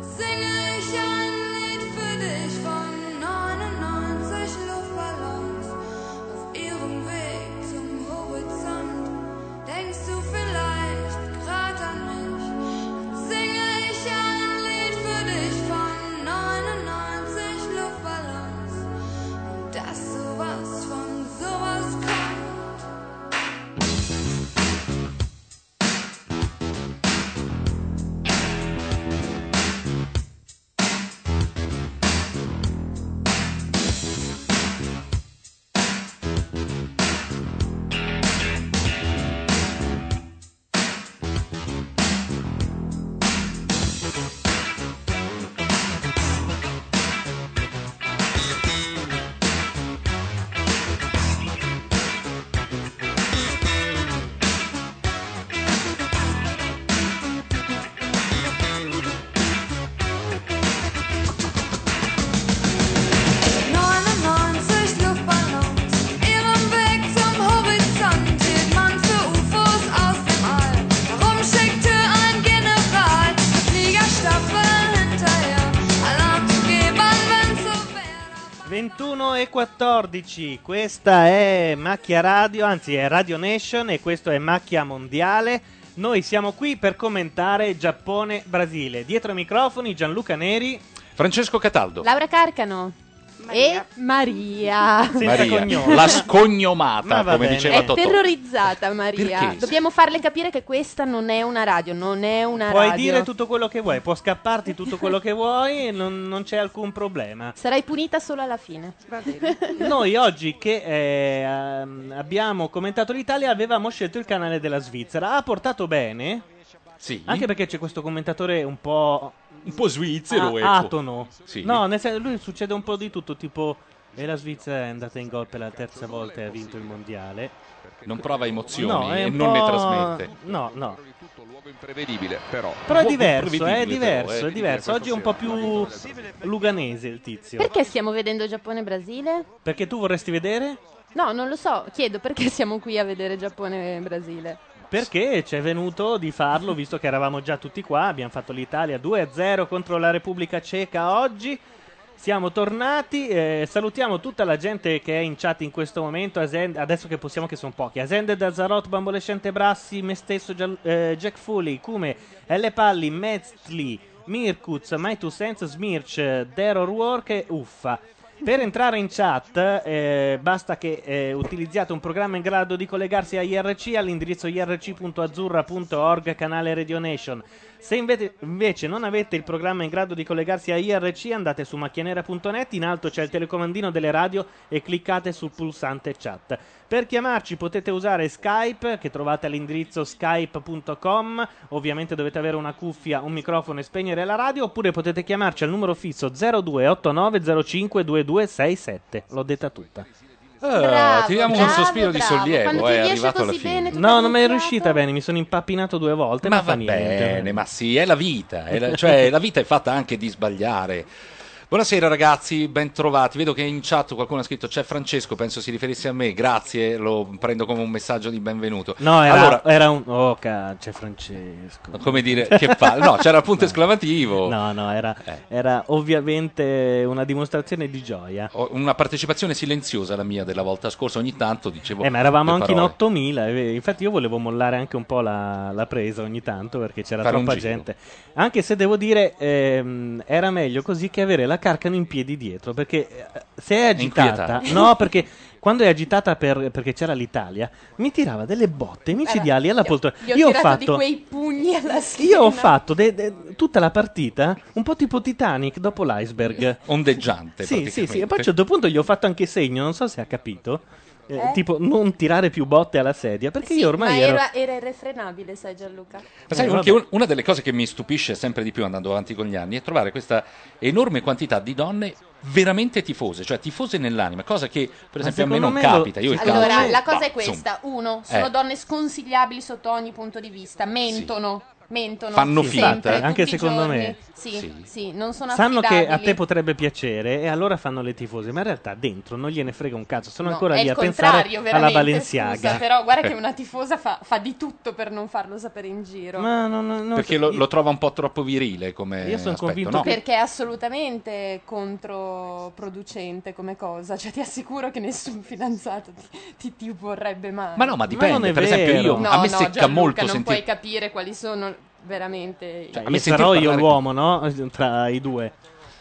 singe ich ein Lied für dich von 99 Luftballons auf ihrem Weg zum Horizont. Denkst du vielleicht grad an mich? Singe ich ein Lied für dich von 99 Luftballons und dass sowas von sowas kommt. Hinterher. 21 e 14, questa è Macchia Radio, anzi è Radio Nation e questo è Macchia Mondiale. Noi siamo qui per commentare Giappone-Brasile. Dietro i microfoni Gianluca Neri. Francesco Cataldo. Laura Carcano e Maria. Maria, la scognomata, come diceva È Totò. terrorizzata Maria. Perché? Dobbiamo farle capire che questa non è una radio, non è una Puoi radio. dire tutto quello che vuoi, può scapparti tutto quello che vuoi e non, non c'è alcun problema. Sarai punita solo alla fine. Va bene. Noi oggi che eh, ehm, abbiamo commentato l'Italia avevamo scelto il canale della Svizzera. Ha portato bene. Sì. Anche perché c'è questo commentatore un po'... Un po' svizzero, ecco. Atono. Sì. No, nel senso, lui succede un po' di tutto, tipo... E la Svizzera è andata in gol per la terza volta e ha vinto il mondiale. Non prova emozioni No, è e un non ne po'- trasmette. No, no. Imprevedibile, però. Però è Un po' diverso, imprevedibile, eh, è però, diverso, è eh. diverso. Oggi è un po' più luganese il tizio. Perché stiamo vedendo Giappone e Brasile? Perché tu vorresti vedere? No, non lo so. Chiedo perché siamo qui a vedere Giappone e Brasile. Perché ci è venuto di farlo, visto che eravamo già tutti qua, abbiamo fatto l'Italia 2-0 contro la Repubblica Ceca oggi. Siamo tornati, eh, salutiamo tutta la gente che è in chat in questo momento, Asen- adesso che possiamo che sono pochi. Asende Dazzarot, Bambolescente Brassi, me stesso, Gian- eh, Jack Foley, Cume, L. Palli, Metzli, Mirkuz, My Two Sense, Smirch, Dero Work e Uffa. Per entrare in chat eh, basta che eh, utilizziate un programma in grado di collegarsi a IRC all'indirizzo irc.azzurra.org canale Radio Nation. Se invece, invece non avete il programma in grado di collegarsi a IRC andate su macchianera.net, in alto c'è il telecomandino delle radio e cliccate sul pulsante chat. Per chiamarci potete usare Skype che trovate all'indirizzo skype.com, ovviamente dovete avere una cuffia, un microfono e spegnere la radio oppure potete chiamarci al numero fisso 0289052267. L'ho detta tutta. Ah, tiriamo un sospiro di Quando sollievo, ti eh, è riesce arrivato alla così fine. bene, tu No, non mi è riuscita bene, mi sono impappinato due volte, ma, Ma fa va niente. bene, ma sì, è la vita, è la- cioè la vita è fatta anche di sbagliare. Buonasera ragazzi, bentrovati. Vedo che in chat qualcuno ha scritto c'è Francesco, penso si riferisse a me, grazie, lo prendo come un messaggio di benvenuto. No, era, Allora, era un Oh, ca- c'è Francesco. come dire, che fa? No, c'era il punto esclamativo. No, no, era, era ovviamente una dimostrazione di gioia. Eh, Ho Una partecipazione silenziosa la mia della volta scorsa, ogni tanto dicevo... Eh, ma eravamo le anche in parole. 8000, è vero. infatti io volevo mollare anche un po' la, la presa ogni tanto perché c'era Fare un troppa giro. gente. Anche se devo dire, ehm, era meglio così che avere la Carcano in piedi dietro, perché eh, se è agitata... inquietante. No, perché quando è agitata per- perché c'era l'Italia, mi tirava delle botte micidiali alla poltrona. Gli ho Io ho tirato fatto... di quei pugni alla schiena. Io ho fatto de- de- tutta la partita un po' tipo Titanic dopo l'iceberg. Ondeggiante. Sì, sì, sì. E poi a praticamente. un certo punto gli ho fatto anche segno, non so se ha capito. eh, Eh? Tipo, non tirare più botte alla sedia. Perché Sì, io ormai ma ero. era, era irrefrenabile, sai Gianluca. Ma sai, Eh, anche vabbè. un- una delle cose che mi stupisce sempre di più andando avanti con gli anni è trovare questa enorme quantità di donne veramente tifose, cioè tifose nell'anima, cosa che per esempio a me secondo non me lo- capita. Io il Allora, calcio, la cosa bah, è questa: insomma. uno, sono Eh. donne sconsigliabili sotto ogni punto di vista, mentono. mentono. Fanno sì, finta, sempre, eh? tutti esatto, Anche i secondo giorni. me. Sì, Sì. sì. non sono Sanno che a affidabili. te potrebbe piacere e allora fanno le tifose, ma in realtà dentro non gliene frega un cazzo, sono No, ancora è lì il a pensare contrario, alla veramente, Balenciaga. scusa, però guarda Eh. che una tifosa fa, fa di tutto per non farlo sapere in giro. Ma no, no, no, Perché lo, lo trova un po' troppo virile come Io sono aspetto, convinto no? Perché è assolutamente controproducente come cosa. Cioè, ti assicuro che nessun fidanzato ti, ti- ti vorrebbe mai. Ma no, ma dipende. non è per esempio, io No, a me no, secca Gianluca, molto non sentire. puoi capire quali sono veramente. Cioè, A me io sentir sarò io parlare- l'uomo, no? Tra i due.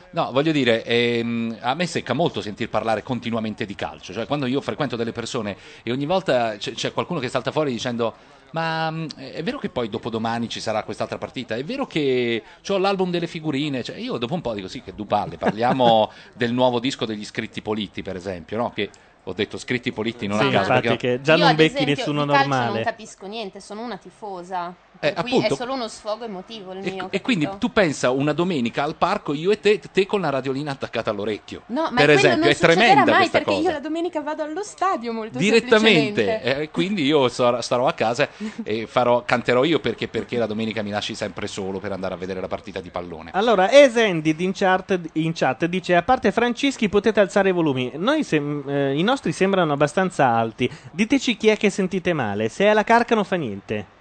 No, voglio dire, ehm, a me secca molto sentir parlare continuamente di calcio, cioè quando io frequento delle persone e ogni volta c'è, c'è qualcuno che salta fuori dicendo ma mh, è vero che poi dopodomani ci sarà quest'altra partita? È vero che ho l'album delle figurine? Cioè, io dopo un po' dico sì che due palle, parliamo del nuovo disco degli scritti politti per esempio, no? Che ho detto scritti politti non Sì, a caso. infatti, perché- che già Io, non ad becchi esempio, nessuno di calcio normale. non capisco niente, sono una tifosa. Eh, Per cui appunto. è solo uno sfogo emotivo il mio. E quindi capito? tu pensa una domenica al parco, io e te, te con la radiolina attaccata all'orecchio. No, ma per quello esempio, non è succederà tremenda mai questa perché cosa. io la domenica vado allo stadio molto direttamente semplicemente. Eh, quindi io sar- starò a casa e farò- canterò io perché, perché la domenica mi lasci sempre solo per andare a vedere la partita di pallone Allora, Esendid in chat, in chat dice: A parte Francischi, potete alzare i volumi. Noi sem- eh, I nostri sembrano abbastanza alti. Diteci chi è che sentite male. Se è la carca, non fa niente.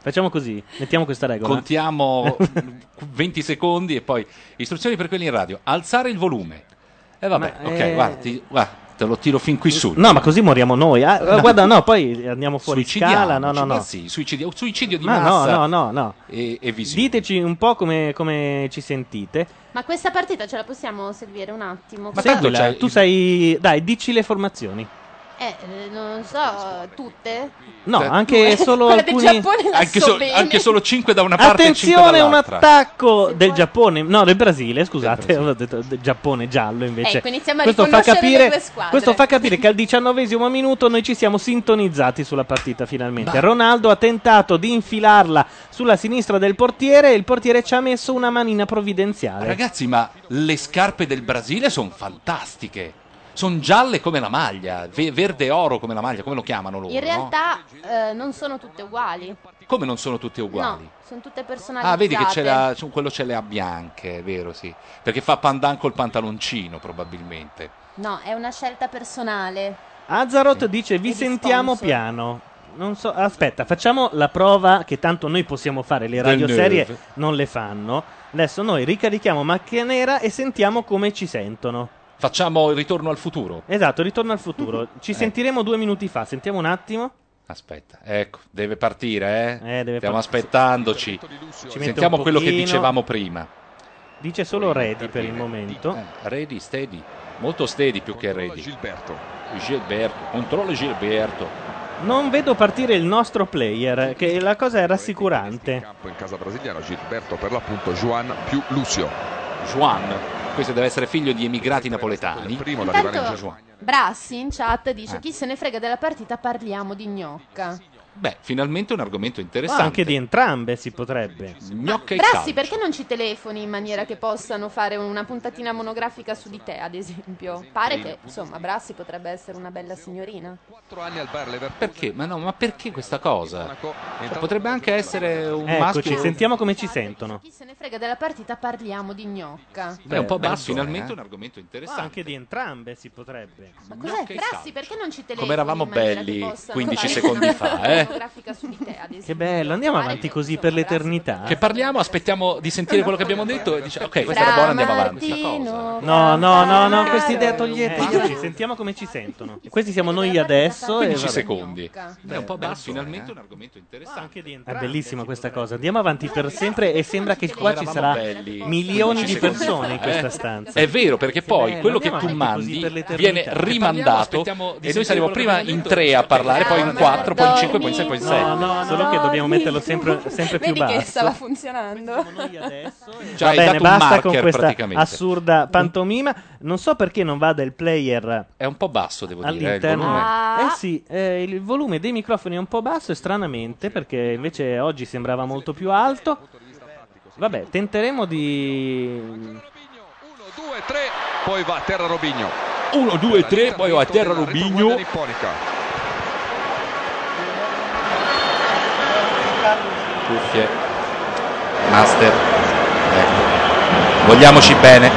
Facciamo così, mettiamo questa regola. Eh, contiamo 20 secondi e poi istruzioni per quelli in radio alzare il volume e vabbè Ma, ok eh, guarda, ti- guarda, te lo tiro fin qui su No, ma così moriamo noi. Ah, No. Guarda, no, poi andiamo fuori Suicidiamoci, scala. No, no, ma no. sì, suicidio, suicidio di Ma no, massa no, no, no. E, e visivo. Diteci un po' come, come ci sentite. Ma questa partita ce la possiamo servire un attimo? Ma Cosa- tanto Seguila, c'è tu il- sei. Dai, dici le formazioni. Eh, eh, non so, tutte? No, Cioè, anche solo Quella del alcuni. Giapone la anche, so so- bene. anche solo 5 da una parte e 5 Attenzione, un dall'altra attacco del Giappone, no, del Brasile, scusate, Brasile. ho detto del Giappone giallo invece. Ecco, iniziamo a questo fa riconoscere capire le due squadre. questo fa capire che al diciannovesimo minuto noi ci siamo sintonizzati sulla partita finalmente. Bah. Ronaldo ha tentato di infilarla sulla sinistra del portiere e il portiere ci ha messo una manina provvidenziale. Ragazzi, ma le scarpe del Brasile sono fantastiche. Sono gialle come la maglia, ve- verde oro come la maglia, come lo chiamano loro? In no? realtà eh, non sono tutte uguali. Come non sono tutte uguali? No, sono tutte personalizzate. ah, vedi che c'è la, c'è- quello ce le ha bianche, è vero, sì. Perché fa pandan col pantaloncino, probabilmente. No, è una scelta personale. Azzarot dice vi E di sentiamo sponsor. piano. Non so, aspetta, facciamo la prova che tanto noi possiamo fare, le radioserie nerve. non le fanno. Adesso noi ricarichiamo macchia nera e sentiamo come ci sentono. Facciamo il ritorno al futuro. Esatto, ritorno al futuro. Eh. Ci sentiremo due minuti fa, sentiamo un attimo. Aspetta, ecco, deve partire, eh? Eh, deve Stiamo partire. aspettandoci. Ci mette Sentiamo un quello che pochino. dicevamo prima. Dice solo Ready per il momento. Eh, Ready, steady, molto steady più che ready. Gilberto. Eh. Gilberto, controllo Gilberto. Non vedo partire il nostro player, che la cosa è rassicurante. campo in casa brasiliana Gilberto per l'appunto Juan più Lucio Juan, questo deve essere figlio di emigrati napoletani. primo ad arrivare in Intanto Brassi in chat Eh. dice chi se ne frega della partita parliamo di gnocca. Beh, finalmente un argomento Ma interessante. anche di entrambe si potrebbe. Gnocca e Brassi calcio. perché non ci telefoni in maniera che possano fare una puntatina monografica su di te ad esempio? Pare che insomma Brassi potrebbe essere una bella signorina. 4 anni al Bayer Leverkusen Perché? Ma no, ma perché questa cosa? Cioè, Entrato- potrebbe anche essere un Eccoci, maschio. sentiamo come ci sentono. Chi se ne frega della partita parliamo di gnocca. Beh, un po' Beh, basso, beh, finalmente eh. un argomento Ma interessante. anche di entrambe si potrebbe. Ma Gnocca cos'è? e Brassi calcio. perché non ci telefoni? Come eravamo in maniera che belli possano 15 fare secondi una fa, puntatina eh? monografica su di te, ad esempio? Che bello, andiamo Pare avanti che, così insomma, per Brassi l'eternità. Che parliamo, aspettiamo di sentire quello che abbiamo detto e diciamo, ok, questa era Fra buona, andiamo avanti. Martino, No, no, no, no, Fra questa idea Martino. Eh, toglietegela. sentiamo come ci sentono. Questi siamo noi adesso. e 15 vabbè. secondi. Gnocca. Beh, un po' basso, finalmente eh. un argomento interessante. È bellissima questa cosa. Andiamo avanti per sempre e sembra che qua ci Eravamo sarà belli. milioni di 15 secondi. persone in Eh? questa stanza. È vero, perché poi bello, quello che andiamo tu avanti così mandi per l'eternità. viene Parliamo, rimandato aspettiamo di e noi sentire saremo quello che prima abbiamo in detto. tre a parlare, poi in Ah, quattro, poi in Madonna. cinque, poi in sei, poi in sei. No, no, solo che dobbiamo metterlo sempre, sempre più Vedi basso. che stava funzionando. Cioè, hai Va bene, dato un basta marker con questa praticamente. assurda pantomima. Non so perché non vada il player È un po' basso, devo dire, eh, il all'interno. volume. Ah. Eh sì, eh, il volume dei microfoni è un po' basso e stranamente, perché invece oggi sembrava molto più alto. Vabbè, tenteremo di 2 3 poi va a terra Robigno 1, 2, 3, poi ho a terra Robigno. nipponica cuffie, master. Ecco. Vogliamoci bene.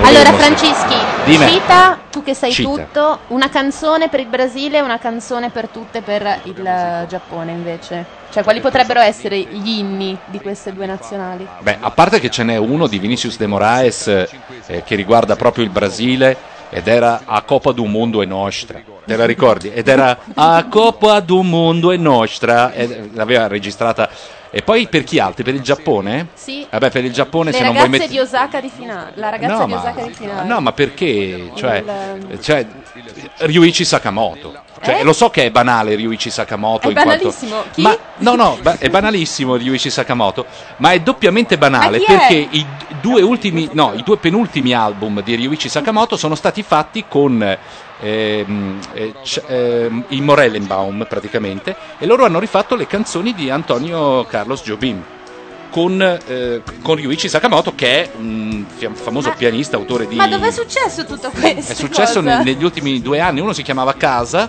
Allora, Vogliamoci. Francischi, Dime. cita tu che sai Cita. tutto, una canzone per il Brasile e una canzone per tutte per il eh, Giappone invece. Cioè, quali potrebbero essere gli inni di queste due nazionali? Beh, a parte che ce n'è uno di Vinicius de Moraes eh, che riguarda proprio il Brasile ed era a Copa do Mundo e Nostra. Te la ricordi? Ed era a Copa do Mundo e Nostra, ed- l'aveva registrata. E poi per chi altri? Per il Giappone? Sì. Vabbè, per il Giappone Le se non ragazze vuoi mettere di Osaka di finale. La ragazza No, di ma- Osaka di finale. No, ma perché? Cioè, Il- cioè, Ryuichi Sakamoto. Cioè, Lo so che è banale Ryuichi Sakamoto. Eh? È in quanto- banalissimo. Chi? Ma, no, no, ba- è banalissimo Ryuichi Sakamoto, ma è doppiamente banale Ma chi è? perché i due ultimi, no, i due penultimi album di Ryuichi Sakamoto sono stati fatti con ehm, eh, c- ehm, i Morellenbaum praticamente e loro hanno rifatto le canzoni di Antonio Carlos Jobim con, eh, con Ryuichi Sakamoto che è un fia- famoso pianista, autore di... Ma dov'è successo tutto questo? È successo cosa? ne- negli ultimi due anni. Uno si chiamava Casa,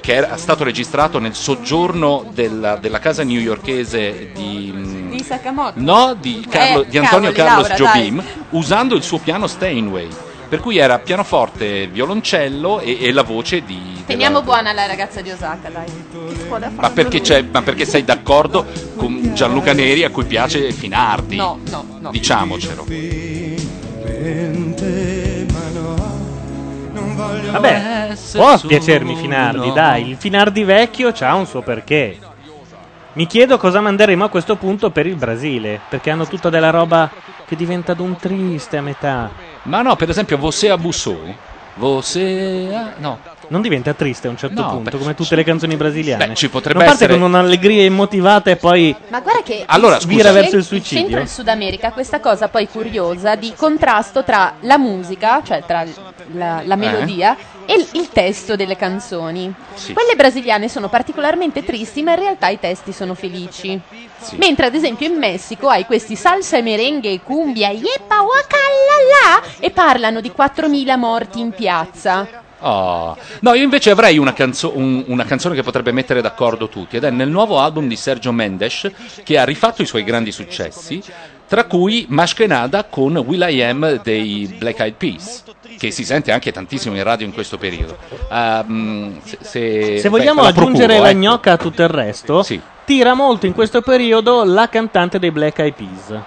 che era stato registrato nel soggiorno della, della casa newyorchese di. mm, di Sakamoto. No, di, Carlo- Eh, di Antonio cavoli, Carlos Laura, Jobim, dai. usando il suo piano Steinway. Per cui era pianoforte, violoncello e, e la voce di. della- Teniamo buona la ragazza di Osaka, dai. Che scuola ha Ma fatto perché, lui? c'è- ma perché sei d'accordo con Gianluca Neri a cui piace Finardi? No, no, no. Diciamocelo. Vabbè, può piacermi Finardi, dai, il Finardi vecchio ha un suo perché. Mi chiedo cosa manderemo a questo punto per il Brasile, perché hanno tutta della roba che diventa d'un triste a metà. Ma no, per esempio, Vosé Abusou. Vosé. a- No. Non diventa triste a un certo No, punto, beh, come tutte le canzoni brasiliane. beh, ci potrebbe non parte essere- Eh, con un'allegria immotivata e poi Ma guarda che Allora, il- Vira il- verso il Il suicidio. centro e il Sud America ha questa cosa poi curiosa di contrasto tra la musica, cioè tra l- la, la melodia e il, il testo delle canzoni. Sì. Quelle brasiliane sono particolarmente tristi, ma in realtà i testi sono felici. Sì. Mentre ad esempio in Messico hai questi salsa e merengue e cumbia, yepa wakala e parlano di 4.000 morti in piazza. Oh. No, io invece avrei una, canzo- un- una canzone che potrebbe mettere d'accordo tutti ed è nel nuovo album di Sergio Mendes che ha rifatto i suoi grandi successi, tra cui Maschenada con Will I Am dei Black Eyed Peas, che si sente anche tantissimo in radio in questo periodo. Ah, mm, se, se- se vogliamo beh, la procuro, aggiungere la eh. gnocca a tutto il resto, tira molto in questo periodo la cantante dei Black Eyed Peas.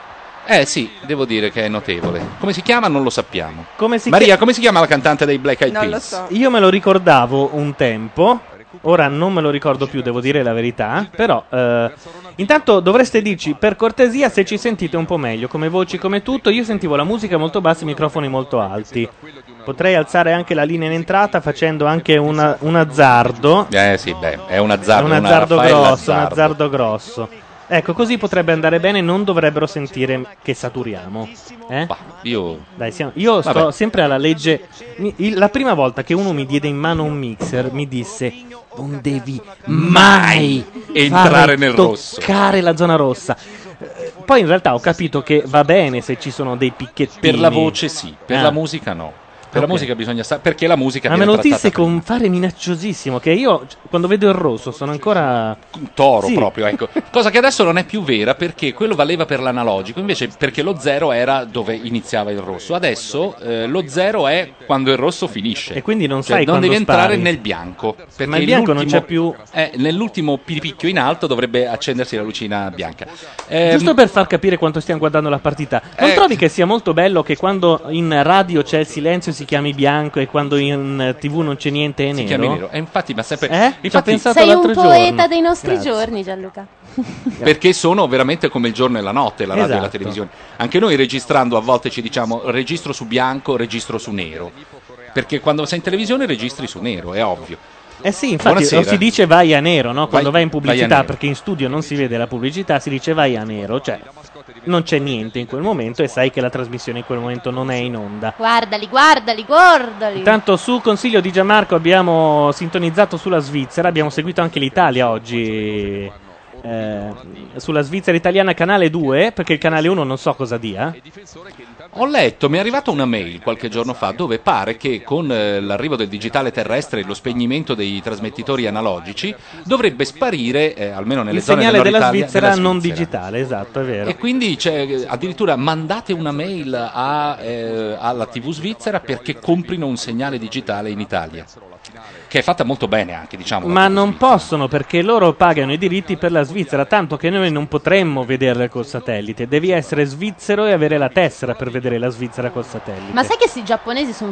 Eh sì, devo dire che è notevole. Come si chiama non lo sappiamo. Come si Maria, chia- come si chiama la cantante dei Black Eyed Peas? Io me lo ricordavo un tempo, ora non me lo ricordo più, devo dire la verità, però eh, intanto dovreste dirci per cortesia se ci sentite un po' meglio, come voci, come tutto, io sentivo la musica molto bassa e i microfoni molto alti. Potrei alzare anche la linea in entrata facendo anche una- un azzardo, Eh sì, beh, è un azzardo, un una azzardo Raffaella grosso, un Azzardo. azzardo grosso. Ecco, così potrebbe andare bene, non dovrebbero sentire che saturiamo. Eh? Io Dai, siamo- io sto Vabbè. sempre alla legge. mi- il- la prima volta che uno mi diede in mano un mixer, mi disse: Non devi mai Entrare fare nel rosso." Toccare la zona rossa. Eh, Poi in realtà ho capito che va bene se ci sono dei picchettini. Per la voce sì, per Ah. la musica no. Per Ok. la musica bisogna stare, perché la musica Ma me lo viene trattata disse con fare minacciosissimo. Che io c- quando vedo il rosso sono ancora. toro Sì. proprio, ecco. Cosa che adesso non è più vera perché quello valeva per l'analogico, invece perché lo zero era dove iniziava il rosso. Adesso eh, lo zero è quando il rosso finisce. E quindi non sai Cioè, non quando devi entrare spari. nel bianco, perché Ma il bianco non l'ultimo- c'è più. eh, nell'ultimo picchio in alto dovrebbe accendersi la lucina bianca. Ehm, Giusto per far capire quanto stiamo guardando la partita, non Eh. trovi che sia molto bello che quando in radio c'è il silenzio si chiami bianco e quando in eh, tv non c'è niente è nero? si chiama nero. E infatti, ma sempre Eh? Ci ho infatti- pensato Sei un l'altro giorno. poeta dei nostri Grazie. giorni, Gianluca. perché sono veramente come il giorno e la notte la radio e la Esatto. televisione. Anche noi registrando a volte ci diciamo registro su bianco, registro su nero. Perché quando sei in televisione registri su nero, è ovvio. Eh sì, infatti Buonasera. o si dice vai a nero, no? Quando vai, Vai- in vai a pubblicità, nero. perché in studio non si vede la pubblicità, si dice vai a nero, cioè non c'è niente in quel momento e sai che la trasmissione in quel momento non è in onda. Guardali, guardali, guardali. Intanto su consiglio di Gianmarco abbiamo sintonizzato sulla Svizzera, abbiamo seguito anche l'Italia oggi eh, sulla Svizzera italiana canale 2, perché il canale 1 non so cosa dia. Ho letto, mi è arrivata una mail qualche giorno fa dove pare che con eh, l'arrivo del digitale terrestre e lo spegnimento dei trasmettitori analogici dovrebbe sparire, eh, almeno nelle Il zone segnale del nord della Italia, Svizzera, della non Svizzera. digitale, esatto, è vero. E quindi c'è, addirittura mandate una mail a, eh, alla TV svizzera perché comprino un segnale digitale in Italia, che è fatta molto bene anche, diciamo. Ma non possono perché loro pagano i diritti per la Svizzera, tanto che noi non potremmo vederla col satellite. Devi essere svizzero e avere la tessera per vedere la Svizzera col satellite. Ma sai che questi giapponesi sono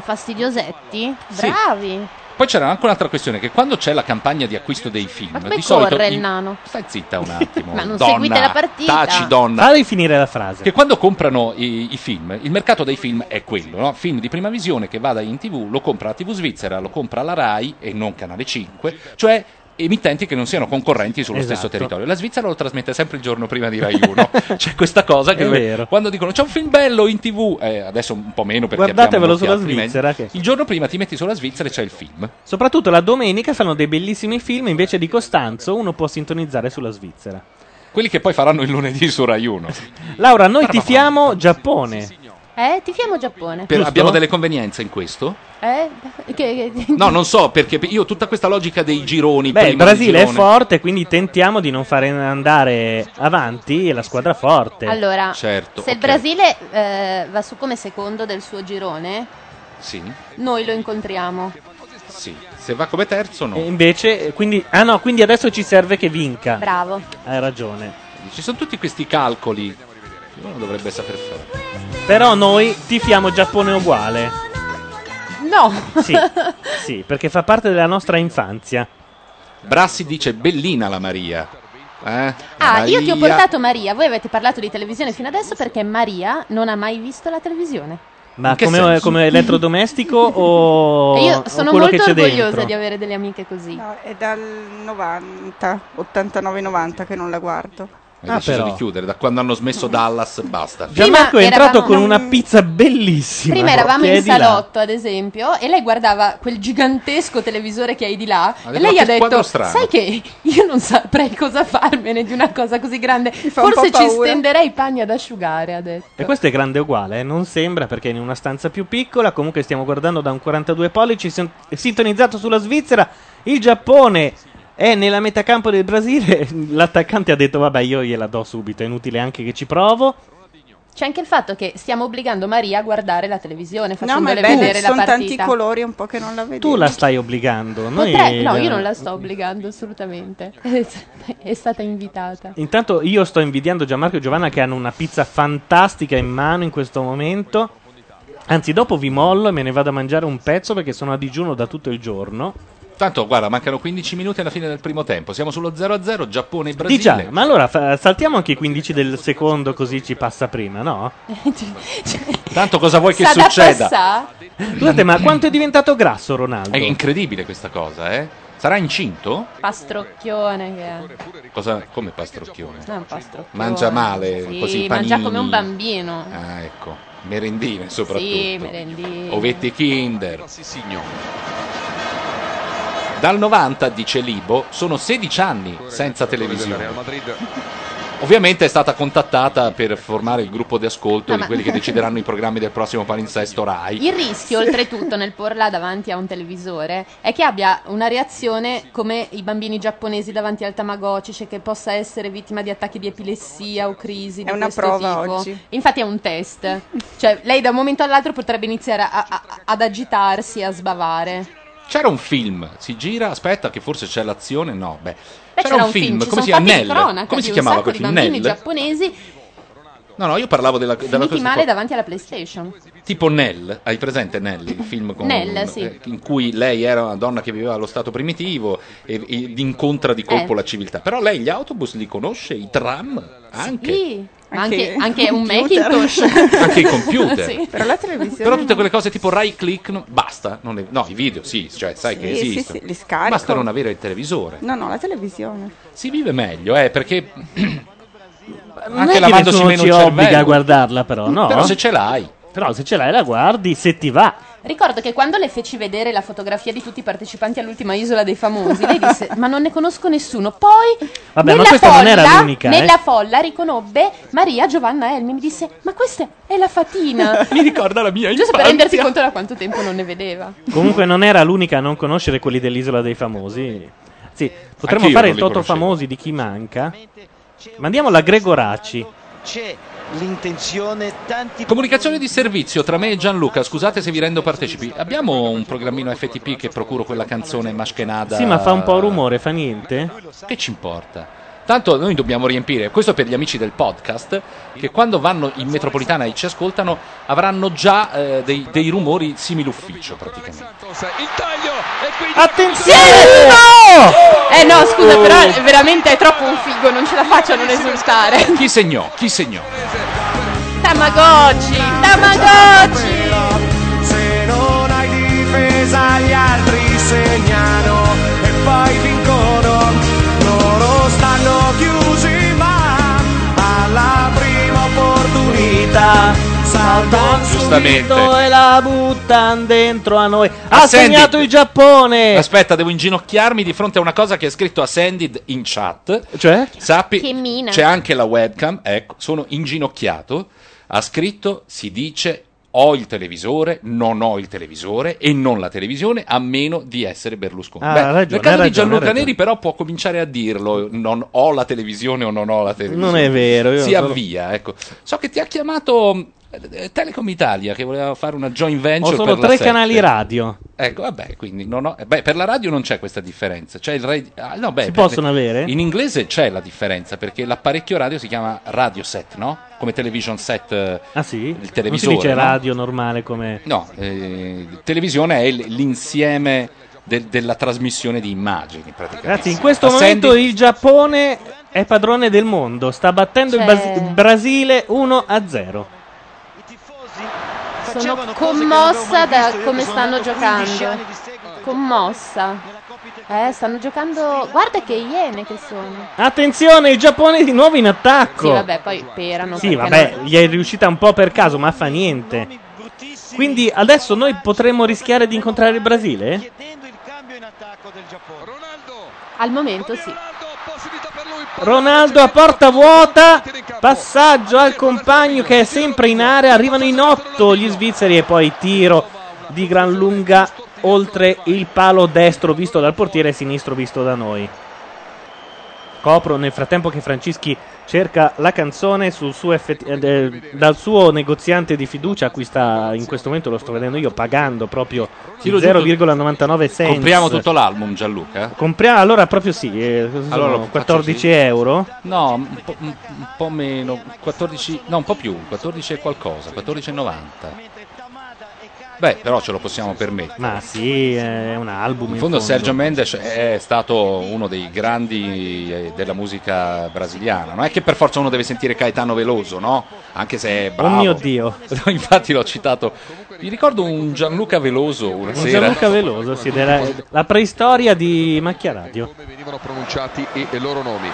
fastidiosetti? Bravi! Poi c'era anche un'altra questione, che quando c'è la campagna di acquisto dei film, Come di solito... corre i- il nano? Stai zitta un attimo. Ma non donna, seguite la partita. Taci, donna. Fammi finire la frase. Che quando comprano i, i film, il mercato dei film è quello, no? Film di prima visione che vada in tv, lo compra la TV svizzera, lo compra la RAI e non Canale 5, cioè emittenti che non siano concorrenti sullo Esatto. stesso territorio. La Svizzera lo trasmette sempre il giorno prima di Rai 1. C'è questa cosa che È dove- vero. quando dicono c'è un film bello in tv, eh, adesso un po' meno perché Guardatevelo abbiamo molti sulla altri mezzi. Svizzera. che- Il giorno prima ti metti sulla Svizzera e c'è il film. Soprattutto la domenica fanno dei bellissimi film, invece di Costanzo uno può sintonizzare sulla Svizzera. Quelli che poi faranno il lunedì su Rai 1. Laura, noi tifiamo Giappone. Eh, tifiamo Giappone. Per- abbiamo delle convenienze in questo? Eh, che- che- No, non so, perché io tutta questa logica dei gironi... Beh, il prima del Brasile è girone- forte, quindi tentiamo di non fare andare avanti la squadra forte. Allora, Certo, se il Brasile eh, va su come secondo del suo girone, Sì, noi lo incontriamo. sì. Se va come terzo, no. E invece, quindi, ah no, quindi adesso ci serve che vinca. Bravo. Hai ragione. Ci sono tutti questi calcoli. che Uno dovrebbe saper fare. Però noi tifiamo Giappone uguale. No. Sì, sì, perché fa parte della nostra infanzia. Brassi dice bellina la Maria. Eh? Ah, io ti ho Maria. portato Maria. Voi avete parlato di televisione fino adesso perché Maria non ha mai visto la televisione. Ma In che come, senso? come elettrodomestico o, e io o sono quello molto che c'è orgogliosa dentro? di avere delle amiche così. No, è dal 90, 89-90 che non la guardo. Hai deciso però. di chiudere. Da quando hanno smesso Dallas, basta. Gianmarco Prima è entrato eravamo- con una pizza bellissima. Prima eravamo che è in di là. salotto, ad esempio, e lei guardava quel gigantesco televisore che hai di là. Ha e detto, lei "Ma ha che quadro detto: strano." Sai che io non saprei cosa farmene di una cosa così grande. fa un Forse po' ci paura." stenderei i panni ad asciugare, ha detto. E questo è grande uguale, eh? non sembra perché è in una stanza più piccola, comunque stiamo guardando da un 42 pollici, sin- sintonizzato sulla Svizzera, il Giappone è nella metacampo del Brasile, l'attaccante ha detto vabbè io gliela do subito, è inutile anche che ci provo, C'è anche il fatto che stiamo obbligando Maria a guardare la televisione, No, ma è facendole bello, vedere la sono tanti partita. colori, è un po' che non la vedo. tu la stai obbligando. Noi- Potrei- no, io non la sto obbligando assolutamente. È stata invitata. Intanto io sto invidiando Gianmarco e Giovanna che hanno una pizza fantastica in mano in questo momento. Anzi, dopo vi mollo e me ne vado a mangiare un pezzo perché sono a digiuno da tutto il giorno. Tanto, guarda, mancano 15 minuti alla fine del primo tempo. Siamo sullo 0-0, Giappone e Di già, Brasile. Diciamo, ma allora fa- saltiamo anche i 15 del secondo così ci passa prima, no? Tanto cosa vuoi che Cioè, Sa da succeda? passà? Scusate, ma quanto è diventato grasso Ronaldo? È incredibile questa cosa, eh? Sarà incinto? Pastrocchione che è. Cosa, come pastrocchione? No, è un pastrocchione. Mangia male, Sì, così mangia panini. come un bambino. Ah, ecco. Merendine soprattutto. Sì, merendine. Ovetti Kinder. Dal 90, dice Libo, sono 16 anni senza Real televisione. Madrid Ovviamente è stata contattata per formare il gruppo di ascolto No, di ma- quelli che decideranno i programmi del prossimo palinsesto Rai. Il rischio, oltretutto, nel porla davanti a un televisore è che abbia una reazione come i bambini giapponesi davanti al Tamagotchi, cioè che possa essere vittima di attacchi di epilessia o crisi di È una questo prova tipo. oggi. Infatti è un test. Cioè, lei da un momento all'altro potrebbe iniziare a- a- ad agitarsi e a sbavare. C'era un film, si gira, aspetta che forse c'è l'azione, no, beh. Beh, C'era, un film, ci come si sono chiama? fatti di Nell. cronaca Come di si un chiamava sacco quel di film? bambini Nell. giapponesi No, no, io parlavo della, della finiti cosa male tipo- davanti alla PlayStation. Tipo Nell, hai presente Nell, il film con- Nell, sì. eh, in cui lei era una donna che viveva allo stato primitivo e, e incontra di colpo Eh. la civiltà. Però lei gli autobus li conosce, i tram anche, Sì, ma anche, Anche anche un computer. Macintosh. anche i computer. Sì. Però la televisione... Però tutte quelle cose tipo Rai Click, no, basta. non le- no, i video sì, cioè sai Sì, che sì, esistono. sì, li scarico. Basta non avere il televisore. No, no, la televisione. Si vive meglio, eh, perché non è anche che lavandosi nessuno meno ci il obbliga a cervello. guardarla però, no? Però se ce l'hai. Però se ce l'hai la guardi, se ti va. Ricordo che quando le feci vedere la fotografia di tutti i partecipanti all'ultima isola dei famosi, lei disse: Ma non ne conosco nessuno. Poi, ma nella, questa folla, non era l'unica, eh. nella folla riconobbe Maria Giovanna Elmi. Mi disse: Ma questa è la fatina. Mi ricorda la mia Giusto per rendersi conto da quanto tempo non ne vedeva. Comunque non era l'unica a non conoscere quelli dell'isola dei famosi. Sì, potremmo Anch'io fare il non li toto conoscevo. famosi di chi manca. Mandiamo la Gregoraci. C'è l'intenzione tanti Comunicazione di servizio tra me e Gianluca, scusate se vi rendo partecipi. Abbiamo un programmino FTP che procuro quella canzone maschenada. Sì, ma fa un po' rumore, fa niente. Che ci importa? Tanto noi dobbiamo riempire, questo per gli amici del podcast, che quando vanno in metropolitana e ci ascoltano avranno già eh, dei, dei rumori simili ufficio praticamente. Attenzione! Oh! Eh no, scusa, però veramente è troppo un figo, non ce la faccio a non esultare. Oh! Chi segnò? Chi segnò? Tamagotchi, Tamagotchi. Se non hai difesa gli altri segnano e poi vincono. Loro stanno chiusi ma alla prima opportunità saltano Giustamente. E la buttan dentro a noi. Ha Ascended. segnato il Giappone. Aspetta, devo inginocchiarmi di fronte a una cosa che è scritto a Sandid in chat. Cioè? Sappi, Che mina. c'è anche la webcam, ecco, sono inginocchiato, ha scritto, si dice, ho il televisore, non ho il televisore e non la televisione, a meno di essere Berlusconi. Ah, Beh, ha ragione, nel ha caso ragione, di Gianluca ha ragione. Neri però può cominciare a dirlo, non ho la televisione o non ho la televisione. Non è vero, io Si solo- avvia, ecco. So che ti ha chiamato... eh, Telecom Italia che voleva fare una joint venture Ho solo per la Oh, tre sette. canali radio. Ecco, vabbè, quindi non ho- eh, beh, per la radio non c'è questa differenza. C'è il radio- ah, no, beh, Si per- possono avere? In inglese c'è la differenza perché l'apparecchio radio si chiama radio set, no? Come television set. eh, Ah sì? Il televisore. Non si dice no? radio normale come... No, eh, televisione è l- l'insieme del- della trasmissione di immagini, praticamente. Ragazzi, in questo Assendi- momento il Giappone è padrone del mondo. Sta battendo il, Cioè- Bas- il Brasile 1 a 0. Sono commossa da come stanno giocando. Commossa. Eh, stanno giocando. Guarda che iene che sono. Attenzione, il Giappone di nuovo in attacco. Sì, vabbè, poi perano. Ecco. Sì, perché vabbè, no. gli è riuscita un po' per caso, ma fa niente. Quindi adesso noi potremmo rischiare di incontrare il Brasile? Al momento sì. Ronaldo a porta vuota, passaggio al compagno che è sempre in area, arrivano in otto gli svizzeri e poi tiro di gran lunga oltre il palo destro visto dal portiere e sinistro visto da noi. Copro nel frattempo che Francischi cerca la canzone sul suo effett- eh, eh, dal suo negoziante di fiducia a cui sta in questo momento lo sto vedendo io pagando proprio Tiro giù 0,99 cents. Compriamo tutto l'album, Gianluca? Compria- allora proprio sì, eh, cosa sono? Allora lo faccio 14 sì. euro. No, un po', un- un po' meno, 14, no, un po' più, 14 e qualcosa, 14,90. Beh, però ce lo possiamo permettere. Ma sì, è un album. In fondo Sergio Mendes è stato uno dei grandi eh, della musica brasiliana. Non è che per forza uno deve sentire Caetano Veloso, no? Anche se è Oh bravo. mio Dio. Infatti l'ho citato. Mi ricordo un Gianluca Veloso una Un sera. Gianluca Veloso, sì, della- la preistoria di Macchia Radio. venivano pronunciati i, i loro nomi.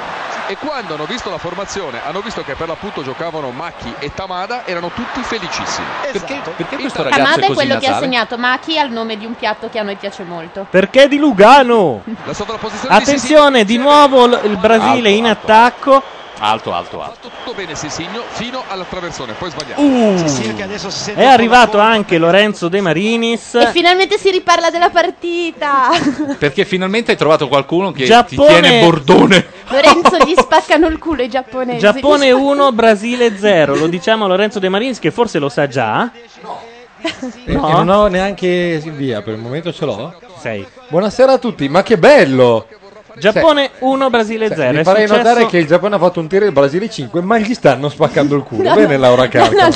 E quando hanno visto la formazione, hanno visto che per l'appunto giocavano Macchi e Tamada, erano tutti felicissimi. Perché, perché questo Intanto- ragazzo Amada è è così quello che ha nasale? segnato Maki al nome di un piatto che a noi piace molto. Perché di Lugano? La sovrapposizione Attenzione, di nuovo l- il Ah, Brasile in attacco. Alto, alto, di alto. tutto bene Sissigno fino all'attraversone, poi sbagliato. Uh. È arrivato anche Lorenzo De Marinis. E finalmente si riparla della partita. Perché finalmente hai trovato qualcuno che Giappone- ti tiene bordone. Lorenzo gli spaccano il culo i giapponesi. Giappone 1, Brasile 0. Lo diciamo a Lorenzo De Marinis che forse lo sa già. Perché No. Eh, non ho neanche Silvia, per il momento ce l'ho. Sei. Buonasera a tutti, ma che bello! Giappone 1 Brasile Cioè, 0. vi È farei notare successo che il Giappone ha fatto un tiro e il Brasile 5, ma gli stanno spaccando il culo. Bene, Laura Carca.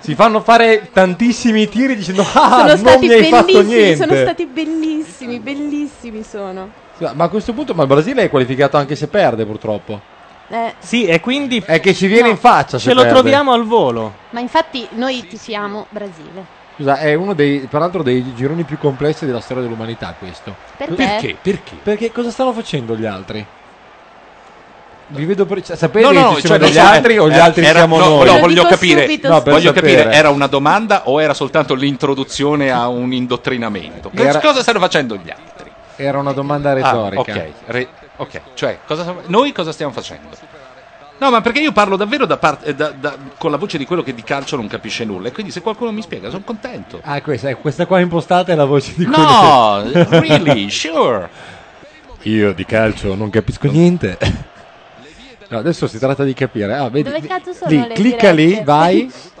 Si fanno fare tantissimi tiri dicendo: Ah, Sono non stati mi hai fatto bellissimi, niente. sono stati bellissimi, bellissimi sono. Sì, Ma a questo punto, ma il Brasile è qualificato anche se perde, purtroppo. Eh, Sì, e quindi È che ci viene in faccia. Se ce lo perde. troviamo al volo. ma infatti noi tifiamo Brasile. Scusa, è uno dei, peraltro, dei gironi più complessi della storia dell'umanità. Questo Perché? Perché? Perché? perché cosa stanno facendo gli altri? Vi vedo pre- cioè, sapete No, che no, ci cioè, sono degli non so, altri o gli era- altri era- siamo no, noi? no, voglio capire, No, per voglio sapere. capire, era una domanda o era soltanto l'introduzione a un indottrinamento? Che Era- Cosa stanno facendo gli altri? Era una domanda retorica. Ah, ok, re- ok. cioè cosa stiamo- noi cosa stiamo facendo? No, ma perché io parlo davvero da parte- eh, da- da- con la voce di quello che di calcio non capisce nulla e quindi se qualcuno mi spiega sono contento. Ah, questa, eh, questa qua impostata è la voce di No, quello che- really, sure. Io di calcio non capisco niente. No, adesso si tratta di capire. Ah, vedi, Dove cazzo sono lì, le clicca lì, dirette? vai.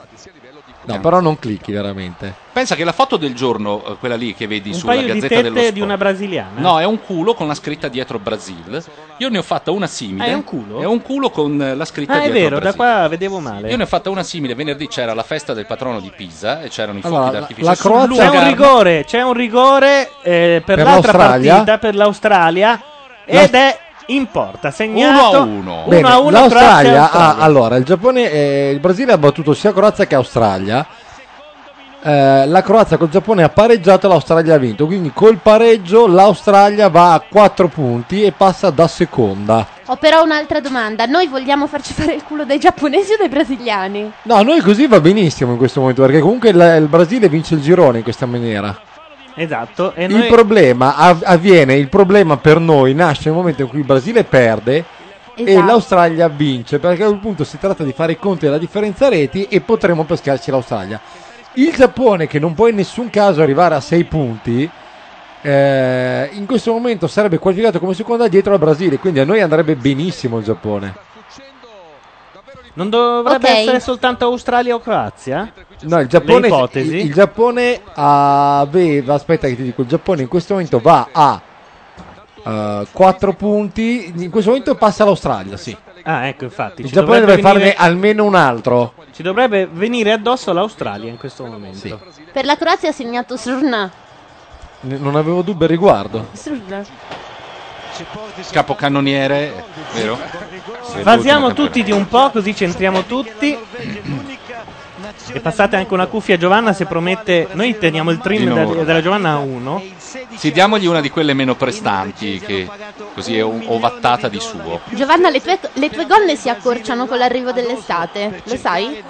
No, però non clicchi veramente. Pensa che la foto del giorno, eh, quella lì che vedi Un sulla paio di Gazzetta dello tette Sport. di una brasiliana. No, è un culo con la scritta dietro Brasil. Io ne ho fatta una simile. Ah, è un culo? È un culo con eh, la scritta Ah, è dietro vero, da Brasil. qua vedevo male. Io ne ho fatta una simile. Venerdì c'era la festa del patrono di Pisa e c'erano i fuochi Allora, la- d'artificio. la sul Croazia- c'è un Lugano. rigore, c'è un rigore eh, per, Per l'altra l'Australia. partita per l'l'Australia ed è in porta, segnato 1-1. 1-1 Bene, Croazia e l'Australia ha, Australia. allora il Giappone eh, il Brasile ha battuto sia Croazia che Australia Eh, la Croazia col Giappone ha pareggiato e l'Australia ha vinto quindi col pareggio l'Australia va a 4 punti e passa da seconda Ho però un'altra domanda. Noi vogliamo farci fare il culo dai giapponesi o dai brasiliani? no a noi così va benissimo in questo momento perché comunque la- il Brasile vince il girone in questa maniera Esatto, e il noi problema av- avviene il problema per noi nasce nel momento in cui il Brasile perde e Esatto. l'Australia vince perché a quel punto si tratta di fare i conti della differenza reti e potremo pescarci l'Australia il Giappone che non può in nessun caso arrivare a 6 punti eh, in questo momento sarebbe qualificato come seconda dietro al Brasile quindi a noi andrebbe benissimo il Giappone non dovrebbe Ok. essere soltanto Australia o Croazia? No, il Giappone, Le ipotesi? il, il Giappone aveva, aspetta che ti dico, il Giappone in questo momento va a 4 punti, in questo momento passa l'Australia, sì. Ah, ecco, infatti. Il ci Giappone deve dovrebbe farne venire- almeno un altro. Ci dovrebbe venire addosso l'Australia in questo momento. Per la Croazia ha segnato Srna. N- non avevo dubbi al riguardo. Srna. Capocannoniere, vero? Fasiamo tutti di un po', così centriamo tutti. E passate anche una cuffia a Giovanna se promette. Noi teniamo il Di trim da- nuovo. della Giovanna a 1. Sì, diamogli una di quelle meno prestanti, che così è un- ovattata di suo. Giovanna, le tue, le tue gonne si accorciano con l'arrivo dell'estate, lo sai?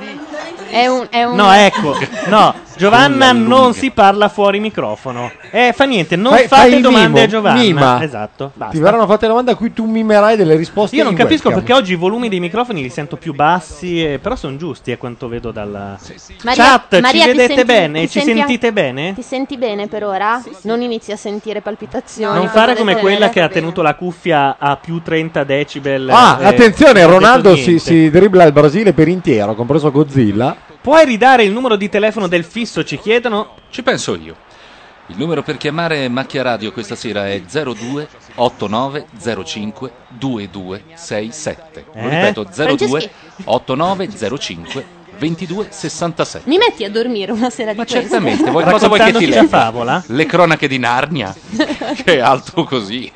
È un, è un- No, ecco, no, Giovanna Con la non lunga. si parla fuori microfono. Eh, fa niente, non Fai- fate fai il domande mimo, a Giovanna. mima. Esatto, basta. Ti verranno fatte domande a cui tu mimerai delle risposte. Io non in capisco webcam. perché oggi i volumi dei microfoni li sento più bassi, eh, però sono giusti a quanto vedo dalla Maria- chat. Maria, ci ti vedete senti- bene? ti Ci senti- sentite bene? Ti senti bene per ora? Non inizi a sentire palpitazioni. Non cose fare del come genere? quella che ha tenuto la cuffia a più 30 decibel. Ah, eh, attenzione, non ha Ronaldo detto si, niente. si dribbla il Brasile per intero, compreso Godzilla. Puoi ridare il numero di telefono del fisso, ci chiedono? Ci penso io. Il numero per chiamare Macchia Radio questa sera è 02 89 05 2267. Lo Eh? ripeto, 02 Franceschi. 89 05 2267. Mi metti a dormire una sera di questo? Esattamente, vuoi- cosa vuoi che ti Raccontandoci la legga? favola? Le cronache di Narnia? che è altro così.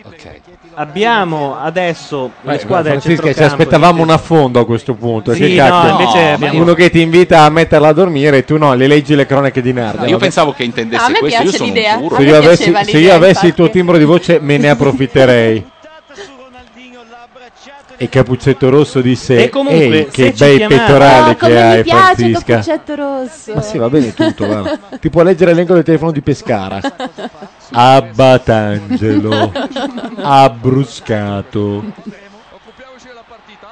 Ok. Abbiamo adesso le Beh, squadre del Francesca, ci centrocampo. aspettavamo un affondo a questo punto. Sì, che no, cacchio. invece Ma abbiamo- uno che ti invita a metterla a dormire e tu no, le leggi le cronache di Narnia. io vabbè. pensavo che No, a intendesse me questo, io piace sono l'idea. un se furbo. io, avessi, piaceva se l'idea, io avessi il tuo infatti. timbro di voce me ne approfitterei. E Capuccetto Rosso disse: E comunque, "Ehi, se che ci bei chiamate- pettorali Oh, che come mi hai, piace Francisca. Capuccetto Rosso. Ma sì, va bene tutto. guarda. Ti può leggere l'elenco del telefono di Pescara. Abbatangelo, Abruscato.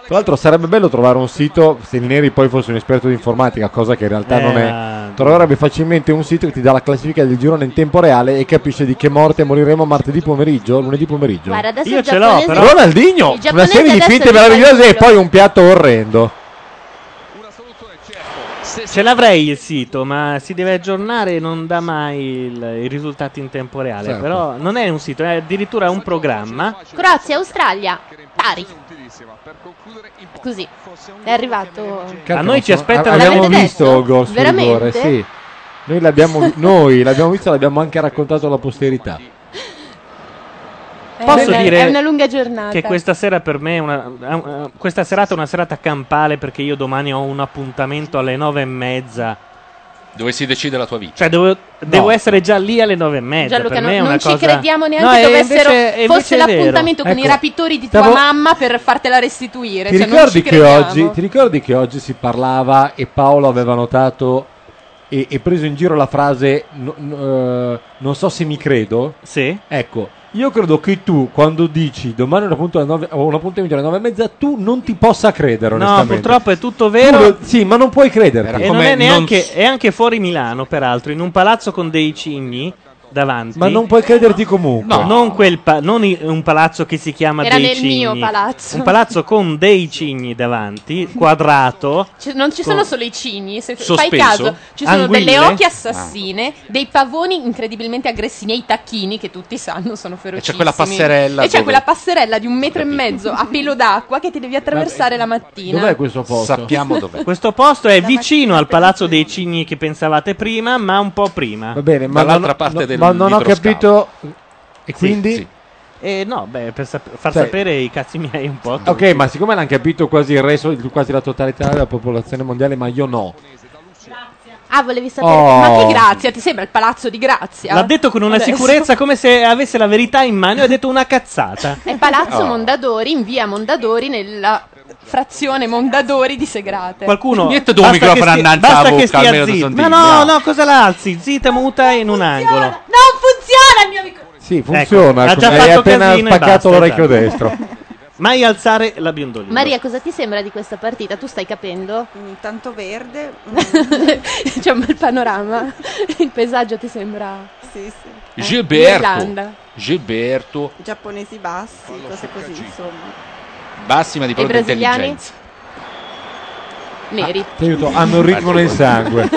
Tra l'altro sarebbe bello trovare un sito, se il Neri poi fosse un esperto di informatica, cosa che in realtà Eh, non ma- è, troverebbe facilmente un sito che ti dà la classifica del girone in tempo reale e capisce di che morte moriremo martedì pomeriggio, lunedì pomeriggio. Guarda, adesso Io il ce l'ho, giapponese- però- Ronaldinho, il una giapponese serie di adesso finte ti fa il meravigliose e culo. poi un piatto orrendo. Ce l'avrei il sito, ma si deve aggiornare e non dà mai il- i risultati in tempo reale. Certo. Però non è un sito, è addirittura un programma. Croazia, Australia, pari. Così, è arrivato. Cacchio, A noi non ci so, aspettano- Abbiamo L'avete visto detto? il gol sul Veramente? rigore, sì. Noi l'abbiamo, vi- noi l'abbiamo visto, l'abbiamo anche raccontato alla posterità. È Posso una- dire è una lunga giornata. Che questa sera per me è una, eh, eh, questa serata è una serata campale perché io domani ho un appuntamento alle nove e mezza dove si decide la tua vita. Cioè, devo, devo essere già lì alle nove e mezza. Gianluca, per non, me è una non ci cosa- crediamo neanche No, e dovessero invece- e invece fosse è vero. l'appuntamento con i Ecco, rapitori di tua stavo- mamma per fartela restituire. Ti cioè, non ricordi, ci che crediamo. oggi, ti ricordi che oggi si parlava e Paolo aveva notato e, e preso in giro la frase "No- no- eh, non so se mi credo? Sì. Ecco, io credo che tu quando dici domani ho un appunto alle nove- ho un appuntamento alle nove e mezza tu non ti possa credere, No, onestamente. purtroppo è tutto Tu vero. lo- sì, ma non puoi crederti. E non è neanche. È anche fuori Milano, peraltro, in un palazzo con dei cigni davanti. Ma non puoi crederti comunque. No, non, quel pa- non i- un palazzo che si chiama Era dei nel cigni. mio palazzo. Un palazzo con dei cigni davanti, quadrato. Cioè, non ci sono Con- solo i cigni, se fai Sospeso? caso, ci sono Anguille? Ah. delle oche assassine, dei pavoni incredibilmente aggressivi, e i tacchini che tutti sanno sono ferocissimi. quella passerella E c'è dove- quella passerella di un metro e mezzo a pelo d'acqua che ti devi attraversare la mattina. questo posto? Sappiamo dov'è. Questo posto è vicino al palazzo dei cigni che pensavate prima, ma un po' prima. Va bene, ma non, no- ma non ho capito e quindi Eh, no, beh, per sap- far Cioè- sapere i cazzi miei un po'. a Ok, tutti. ma siccome l'hanno capito quasi il resto, quasi la totalità della popolazione mondiale, ma io no. Ah, volevi sapere. Oh. Ma che grazia, ti sembra il palazzo di grazia? L'ha detto con una Adesso. sicurezza come se avesse la verità in mano e ha detto una cazzata. È Palazzo Ah. Oh. Mondadori in via Mondadori nella frazione Mondadori di Segrate. Qualcuno Niente dove un basta che microfono stia- annanzava basta che a stia Calmero zitta. Sottili. Ma no, No. no, cosa la alzi? Zitta muta in un angolo. Non funziona il mio microfono. Sì, funziona, ha già hai fatto appena casino e spaccato basta, l'orecchio esatto. destro. Mai alzare la biondolina. Maria, cosa ti sembra di questa partita? Tu stai capendo? Mm, Tanto verde. mm. C'è un bel panorama. Il paesaggio ti sembra. Sì, sì. Gilberto, Irlanda. Gilberto, Giapponesi bassi, cose così, insomma. massima di pronta intelligenza. Neri. Ti aiuto, hanno il ritmo nel sangue.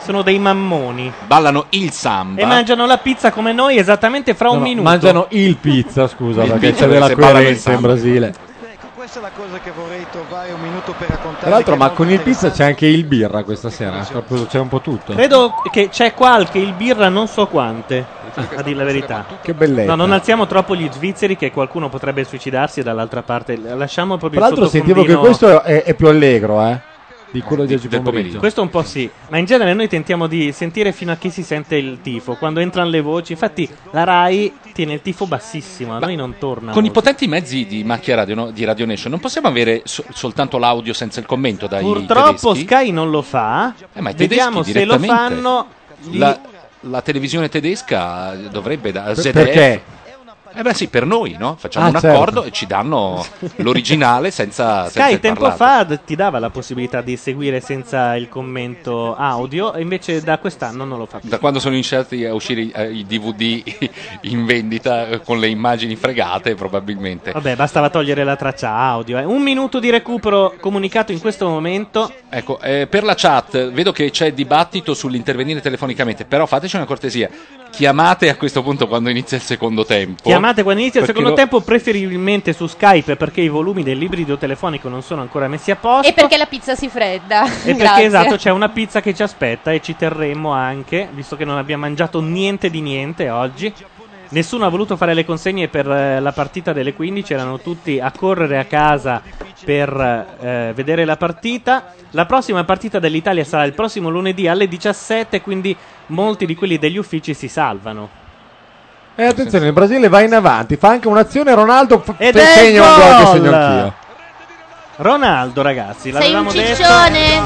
Sono dei mammoni. Ballano il samba. E mangiano la pizza come noi esattamente fra un No, no, minuto. Mangiano il pizza, scusa, Il perché pizza c'è della perché se balla nel coerenza in sangue. Brasile. Questa è la cosa che vorrei trovare un minuto per raccontare. Tra l'altro, che è ma molto con il interessante. pizza c'è anche il birra questa sera, proprio- c'è un po' tutto. Credo che c'è qualche il birra non so quante, a dire la verità. Che bellezza. No, non alziamo troppo gli svizzeri che qualcuno potrebbe suicidarsi e dall'altra parte. Lasciamo proprio Tra l'altro, il sentivo che sottofondino- questo è, è più allegro, eh, di quello di oggi pomeriggio. Questo un po' sì, ma in genere noi tentiamo di sentire fino a chi si sente il tifo, quando entrano le voci. Infatti la RAI tiene il tifo bassissimo, a noi non torna. Con i molto. potenti mezzi di macchia radio, no- di Radio Nation non possiamo avere so- soltanto l'audio senza il commento dai Purtroppo tedeschi? Sky non lo fa. Eh, ma i tedeschi Vediamo se lo direttamente. fanno. gli- La, la televisione tedesca dovrebbe da ZDF. perché? Eh beh sì, per noi, no? Facciamo Ah, un certo. accordo e ci danno l'originale senza, senza Sky il tempo parlato. fa d- ti dava la possibilità di seguire senza il commento audio, e invece da quest'anno non lo fa più. Da quando sono iniziati a uscire i, eh, i DVD in vendita eh, con le immagini fregate, probabilmente. Vabbè, bastava togliere la traccia audio. eh. Un minuto di recupero comunicato in questo momento. Ecco, eh, per la chat vedo che c'è dibattito sull'intervenire telefonicamente, però fateci una cortesia. Chiamate a questo punto quando inizia il secondo tempo. Chiamate quando inizia il Perché secondo lo- tempo, preferibilmente su Skype, perché i volumi dell'ibrido telefonico non sono ancora messi a posto. E perché la pizza si fredda? E perché Grazie. esatto c'è una pizza che ci aspetta e ci terremo anche, visto che non abbiamo mangiato niente di niente oggi. Nessuno ha voluto fare le consegne per eh, la partita delle 15, erano tutti a correre a casa per eh, vedere la partita. La prossima partita dell'Italia sarà il prossimo lunedì alle 17, quindi molti di quelli degli uffici si salvano. E Eh, attenzione, il Brasile va in avanti, fa anche un'azione Ronaldo fa- Ed fe- è segna un gol che gol! segno anch'io. Ronaldo, ragazzi, Sei l'avevamo un detto. ciccione!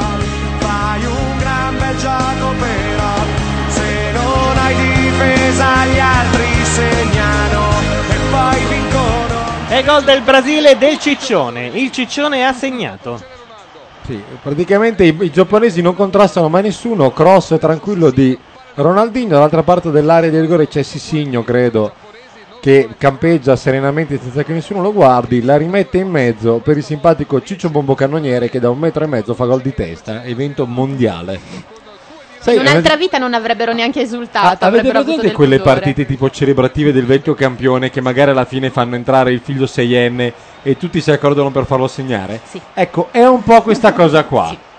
Fai un gran bel gioco però Se non hai difesa gli altri segnano E poi vincono È gol del Brasile del Ciccione. Il Ciccione ha segnato. Sì, praticamente i, i giapponesi non contrastano mai nessuno, cross tranquillo di Ronaldinho, dall'altra parte dell'area di rigore c'è Sissigno, credo, che campeggia serenamente senza che nessuno lo guardi, la rimette in mezzo per il simpatico Ciccio Bombocannoniere che da un metro e mezzo fa gol di testa, evento mondiale. Sai, In un'altra avete- vita non avrebbero neanche a- esultato. avete avrebbero avuto presente del quelle pudore. partite tipo celebrative del vecchio campione che magari alla fine fanno entrare il figlio 6enne e tutti si accordano per farlo segnare? Ecco, è un po' questa cosa qua.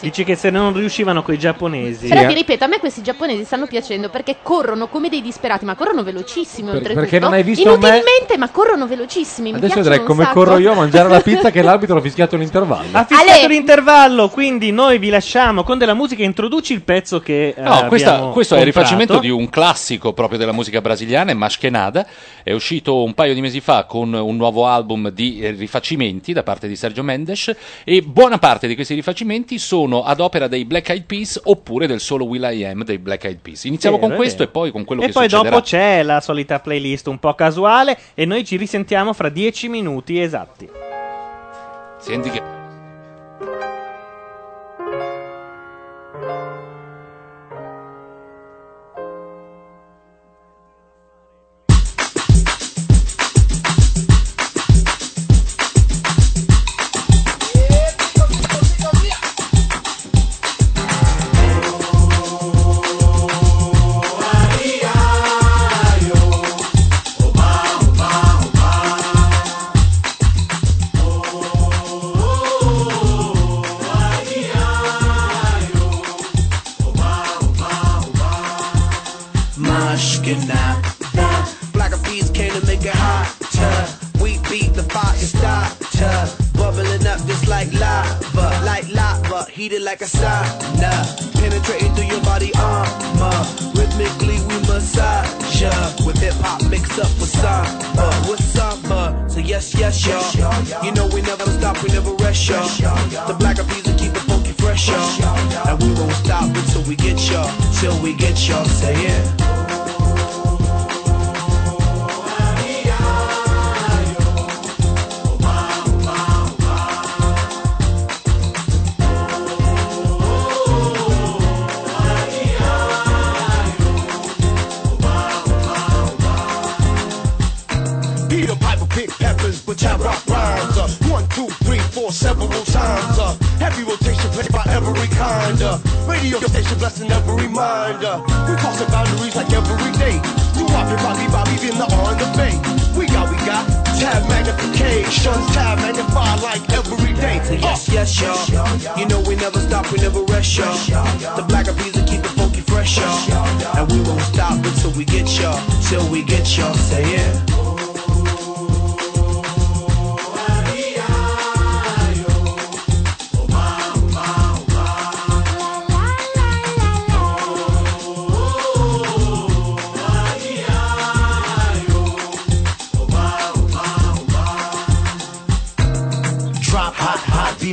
Dici che se non riuscivano coi giapponesi. eh. Però ti eh. ripeto, a me questi giapponesi stanno piacendo perché corrono come dei disperati, ma corrono velocissimi oltretutto. perché non hai visto me- Inutilmente, ma corrono velocissimi. mi Adesso piacciono vedrai un come sacco. corro io a mangiare la pizza che l'arbitro ha fischiato l'intervallo. Ha fischiato l'intervallo, quindi noi vi lasciamo con della musica. Introduci il pezzo che. eh, No, questa- abbiamo questo è il comprato. rifacimento di un classico proprio della musica brasiliana, è Maschenada, è uscito un paio di mesi fa con un nuovo album di eh, rifacimenti da parte di Sergio Mendes e buona parte di questi rifacimenti sono ad opera dei Black Eyed Peas oppure del solo Will I Am dei Black Eyed Peas. Iniziamo Vero, con è questo e vero. poi con quello E che poi succederà. dopo c'è la solita playlist un po' casuale. E noi ci risentiamo fra dieci minuti esatti. Senti che... Maskinata. Black of peas came to make it hotter. We beat the fire starter. Bubbling up just like lava, like lava, heated like a sauna. Penetrating through your body armor. Rhythmically we massage ya. With hip hop mixed up with samba, with samba. So yes, yes, y'all. You know we never stop, we never rest, y'all. The black of peas will keep the funky fresh, y'all. And we won't stop until we get y'all, till we get y'all. Say it. Peter Piper picked peppers with Chad Rock rhymes. Uh, one, two, three, four, several times. Uh, heavy rotation played by every kind. Uh, radio station blessing every mind. Uh, we crossing boundaries like every day. You Bobby, Bobby, Bobby, in the on the bay. We got, we got tab magnification, tab magnify like every day. Uh. Yes, yes, y'all. You know we never stop, we never rest, y'all. The black of bees will keep the funky fresh, y'all. And we won't stop until we get y'all, till we get y'all. Say yeah. Drop hot, hot be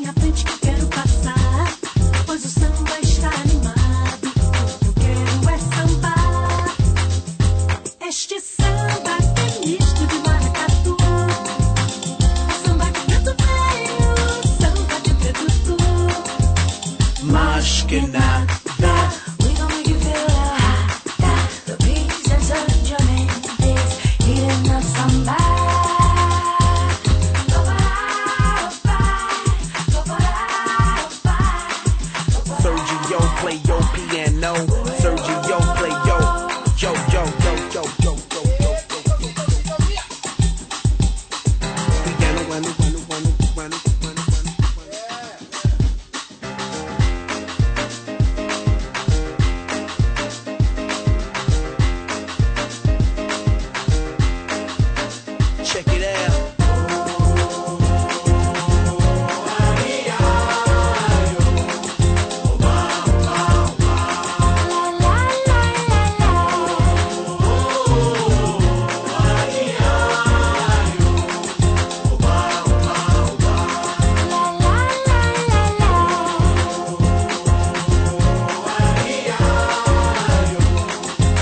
frente que quero passar. Pois o samba está animado. O que eu quero é sambar. Este samba tem misto de maracatu. Samba de preto veio, samba de preto tu. Maskinata. We gon' make you feel hot. The beats and certain drumming beats. Heating up samba. Opa, opa, opa.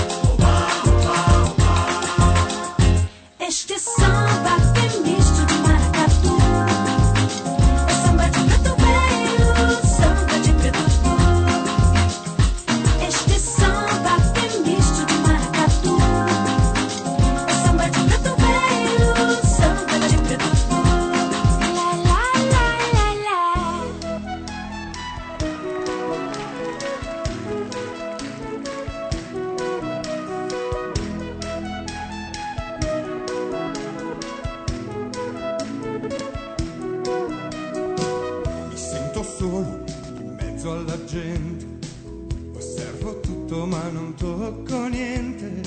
é é gente. Osservo tutto ma non tocco ecco niente.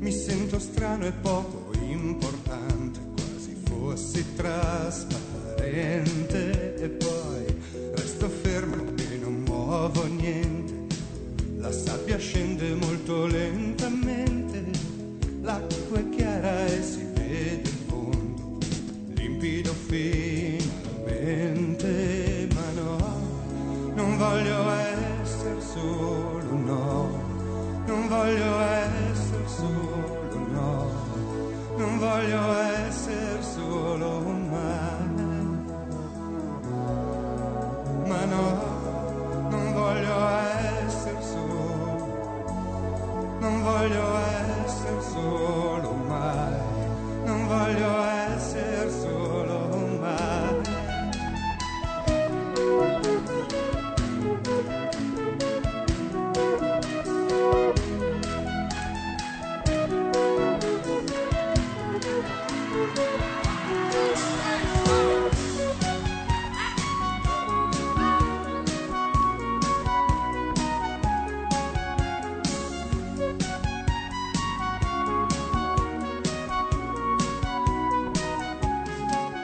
Mi sento strano e poco importante, quasi fossi trasparente. E poi resto fermo e non muovo niente. La sabbia scende molto lentamente, l'acqua è chiara e si vede il fondo, limpido finalmente, ma no, non voglio essere solo, no, non voglio essere solo, no, non voglio essere solo, ma, ma no, non voglio essere solo, non voglio essere solo mai, non voglio essere solo mai.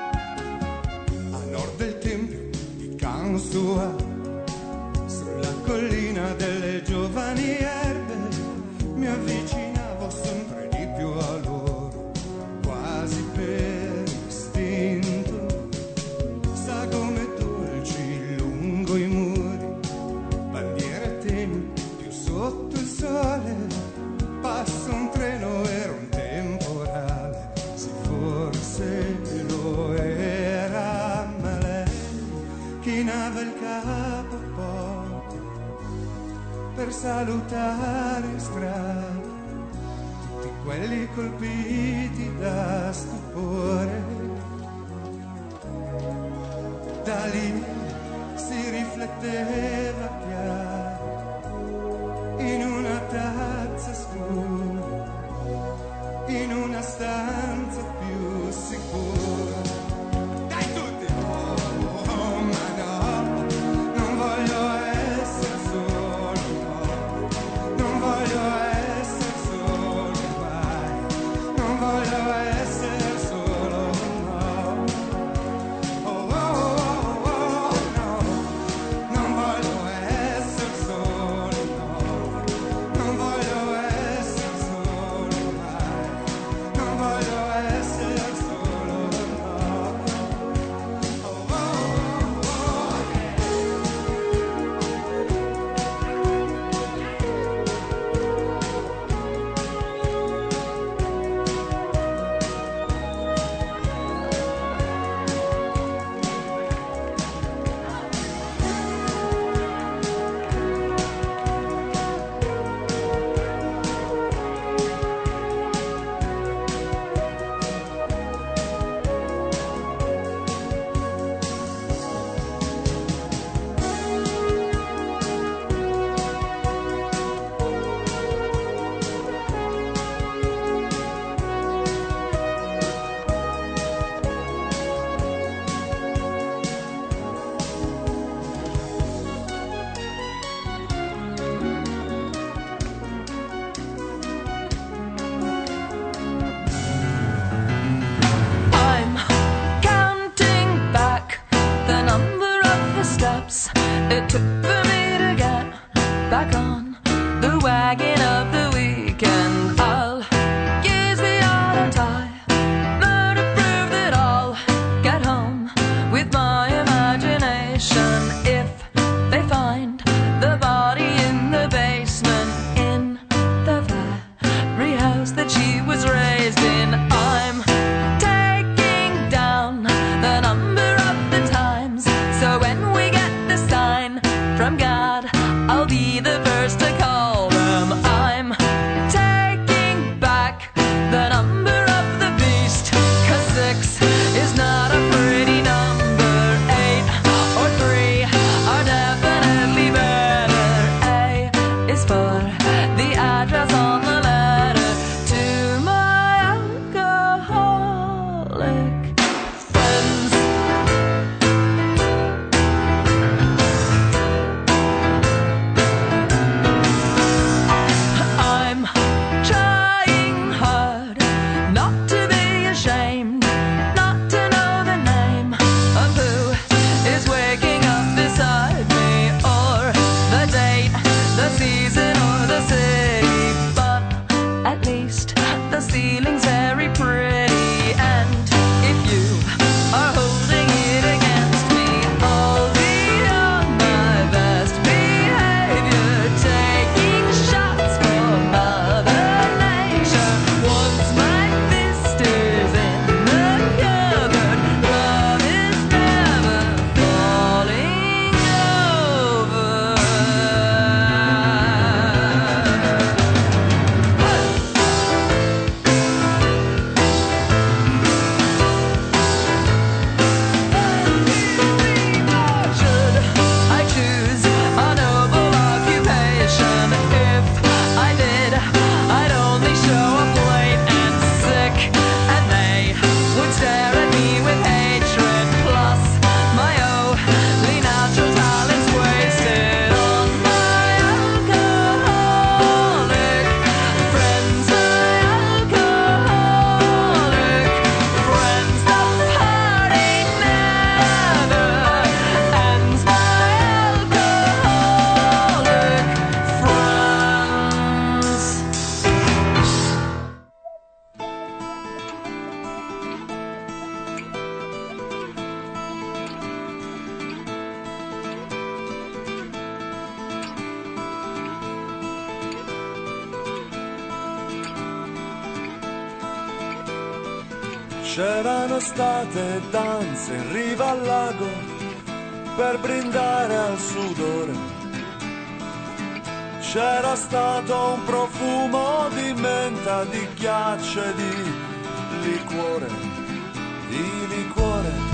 a nord del tempio di Kansua, sulla collina delle giovani erbe, mi avvicinavo sempre di più a loro, quasi per istinto. Sa come dolci lungo i muri, bandiere e temi più sotto il sole, passa un treno, era un temporale se forse lo era, ma lei chinava il capo poco per salutare in strada tutti quelli colpiti da stupore. Da lì si rifletteva chiaro in una tazza scura in una stanza più sicura. Dai tutti! Oh, oh, ma no, non voglio essere solo, no. non voglio essere solo, mai, non voglio essere solo, no. Oh, oh, oh, oh, no, non voglio essere C'erano state danze in riva al lago per brindare al sudore. C'era stato un profumo di menta, di ghiaccio e di liquore, di liquore.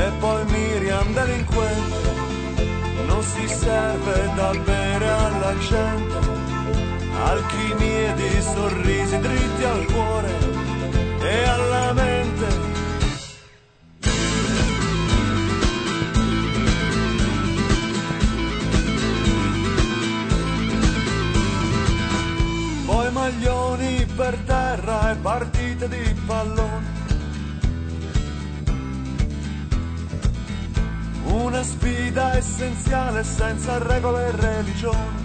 E poi Miriam delinquente, non si serve da bere alla gente, alchimie di sorrisi dritti al cuore e alla mente. Poi maglioni per terra e partite di pallone. Una sfida essenziale senza regole e religione.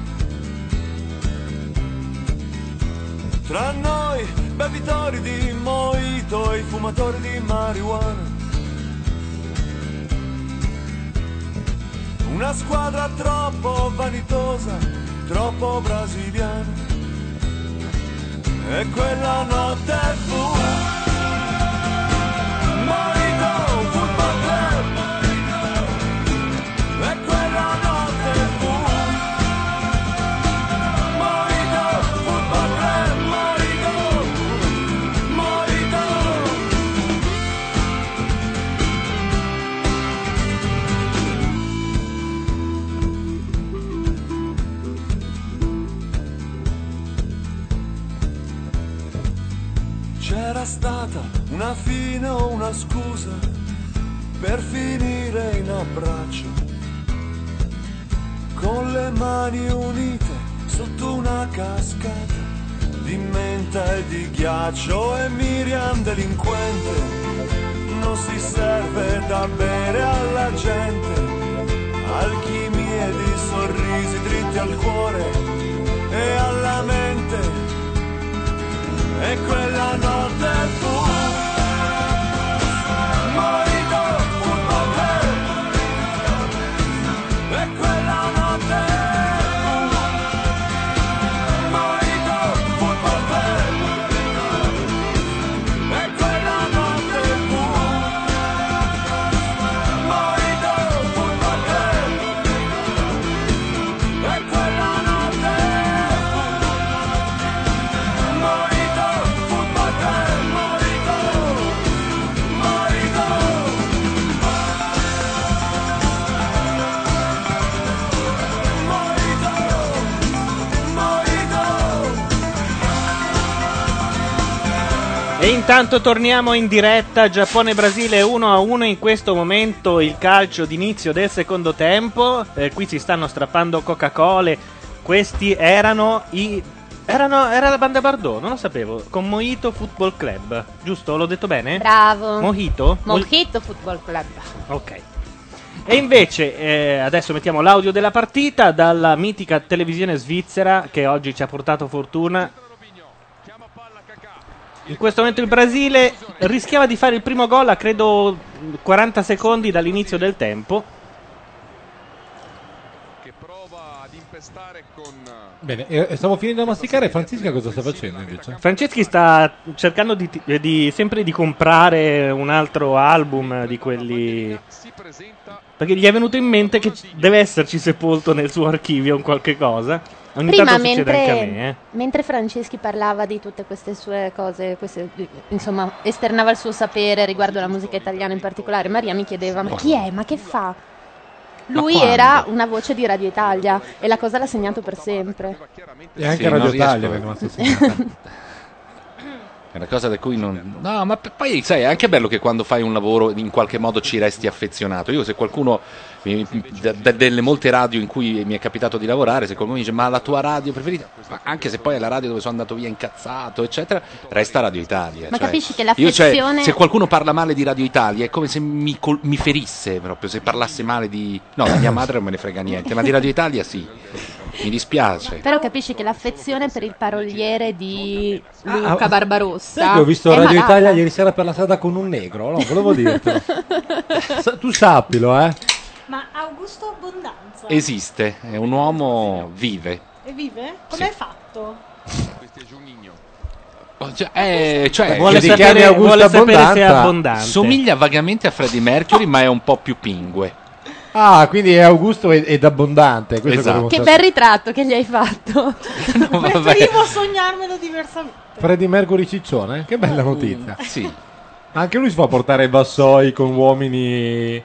Tra noi, bevitori di mojito e fumatori di marijuana. Una squadra troppo vanitosa, troppo brasiliana. E quella notte fu Morito Football Club E quella notte fu Morito Football Club Morito Morito C'era stata una fine o una scusa Per finire in abbraccio Con le mani unite sotto una cascata Di menta e di ghiaccio E Miriam delinquente Non si serve da bere alla gente Alchimie di sorrisi dritti al cuore E alla mente e quella notte fu Morito Football Club e quella notte fu Morito Football Club e quella notte fu Morito Football Club e quella notte fu Morito, football club, Morito, Morito. Morito, Morito. E intanto torniamo in diretta Giappone-Brasile 1 a 1 in questo momento il calcio d'inizio del secondo tempo. Eh, qui si stanno strappando Coca-Cola. Questi erano i erano, era la banda Bardot, non lo sapevo, con Mojito Football Club, giusto? L'ho detto bene? Bravo. Mojito? Mol- Mojito Football Club. ok. E invece eh, adesso mettiamo l'audio della partita dalla mitica televisione svizzera che oggi ci ha portato fortuna. In questo momento il Brasile rischiava di fare il primo gol a credo 40 secondi dall'inizio del tempo. che prova ad impestare con Bene, e- e stavo finendo a masticare. Francisca cosa sta facendo invece? Franceschi sta cercando di, ti- eh, di- sempre di comprare un altro album di quelli. Perché gli è venuto in mente che ci- deve esserci sepolto nel suo archivio un qualche cosa. Ogni Prima, tanto succede mentre, anche a me, eh. mentre Franceschi parlava di tutte queste sue cose, queste- insomma, esternava il suo sapere riguardo alla musica italiana in particolare, Maria mi chiedeva: Ma chi è? Ma che fa? Lui quando? era una voce di Radio Italia e la cosa l'ha segnato per sempre. E anche Sì, non Radio riesco Italia a- vengono assassinati. È una cosa da cui non. No, ma p- poi sai, è anche bello che quando fai un lavoro in qualche modo ci resti affezionato. Io, se qualcuno. mi- da- da- delle molte radio in cui mi è capitato di lavorare, se qualcuno mi dice ma la tua radio preferita, ma anche se poi è la radio dove sono andato via incazzato, eccetera, resta Radio Italia. Ma cioè, capisci che io, cioè, l'affezione- se qualcuno parla male di Radio Italia è come se mi, col- mi ferisse proprio, se parlasse male di. No, di mia madre non me ne frega niente, ma di Radio Italia sì. Mi dispiace. Però capisci che l'affezione per il paroliere di Luca ah, Barbarossa. Sai che ho visto è Radio malata. Italia ieri sera per la strada con un negro? No, volevo dirtelo. Sa- tu sappilo, eh. Eh Ma Augusto Abbondanza. Esiste, è un uomo vive. E vive? Com'è fatto? Questo è Giunnigno. Cioè, eh, cioè, Vuole che sapere- richiami Augusto vuole sapere se è Abbondante. abbondante. Somiglia vagamente a Freddie Mercury, ma è un po' più pingue. Ah, quindi è Augusto ed, ed abbondante. Questo Esatto. è quello Che sa- bel ritratto che gli hai fatto. Preferivo sognarmelo diversamente. Freddie Mercury ciccione? Che bella notizia. Sì. Anche lui si fa portare i vassoi con uomini.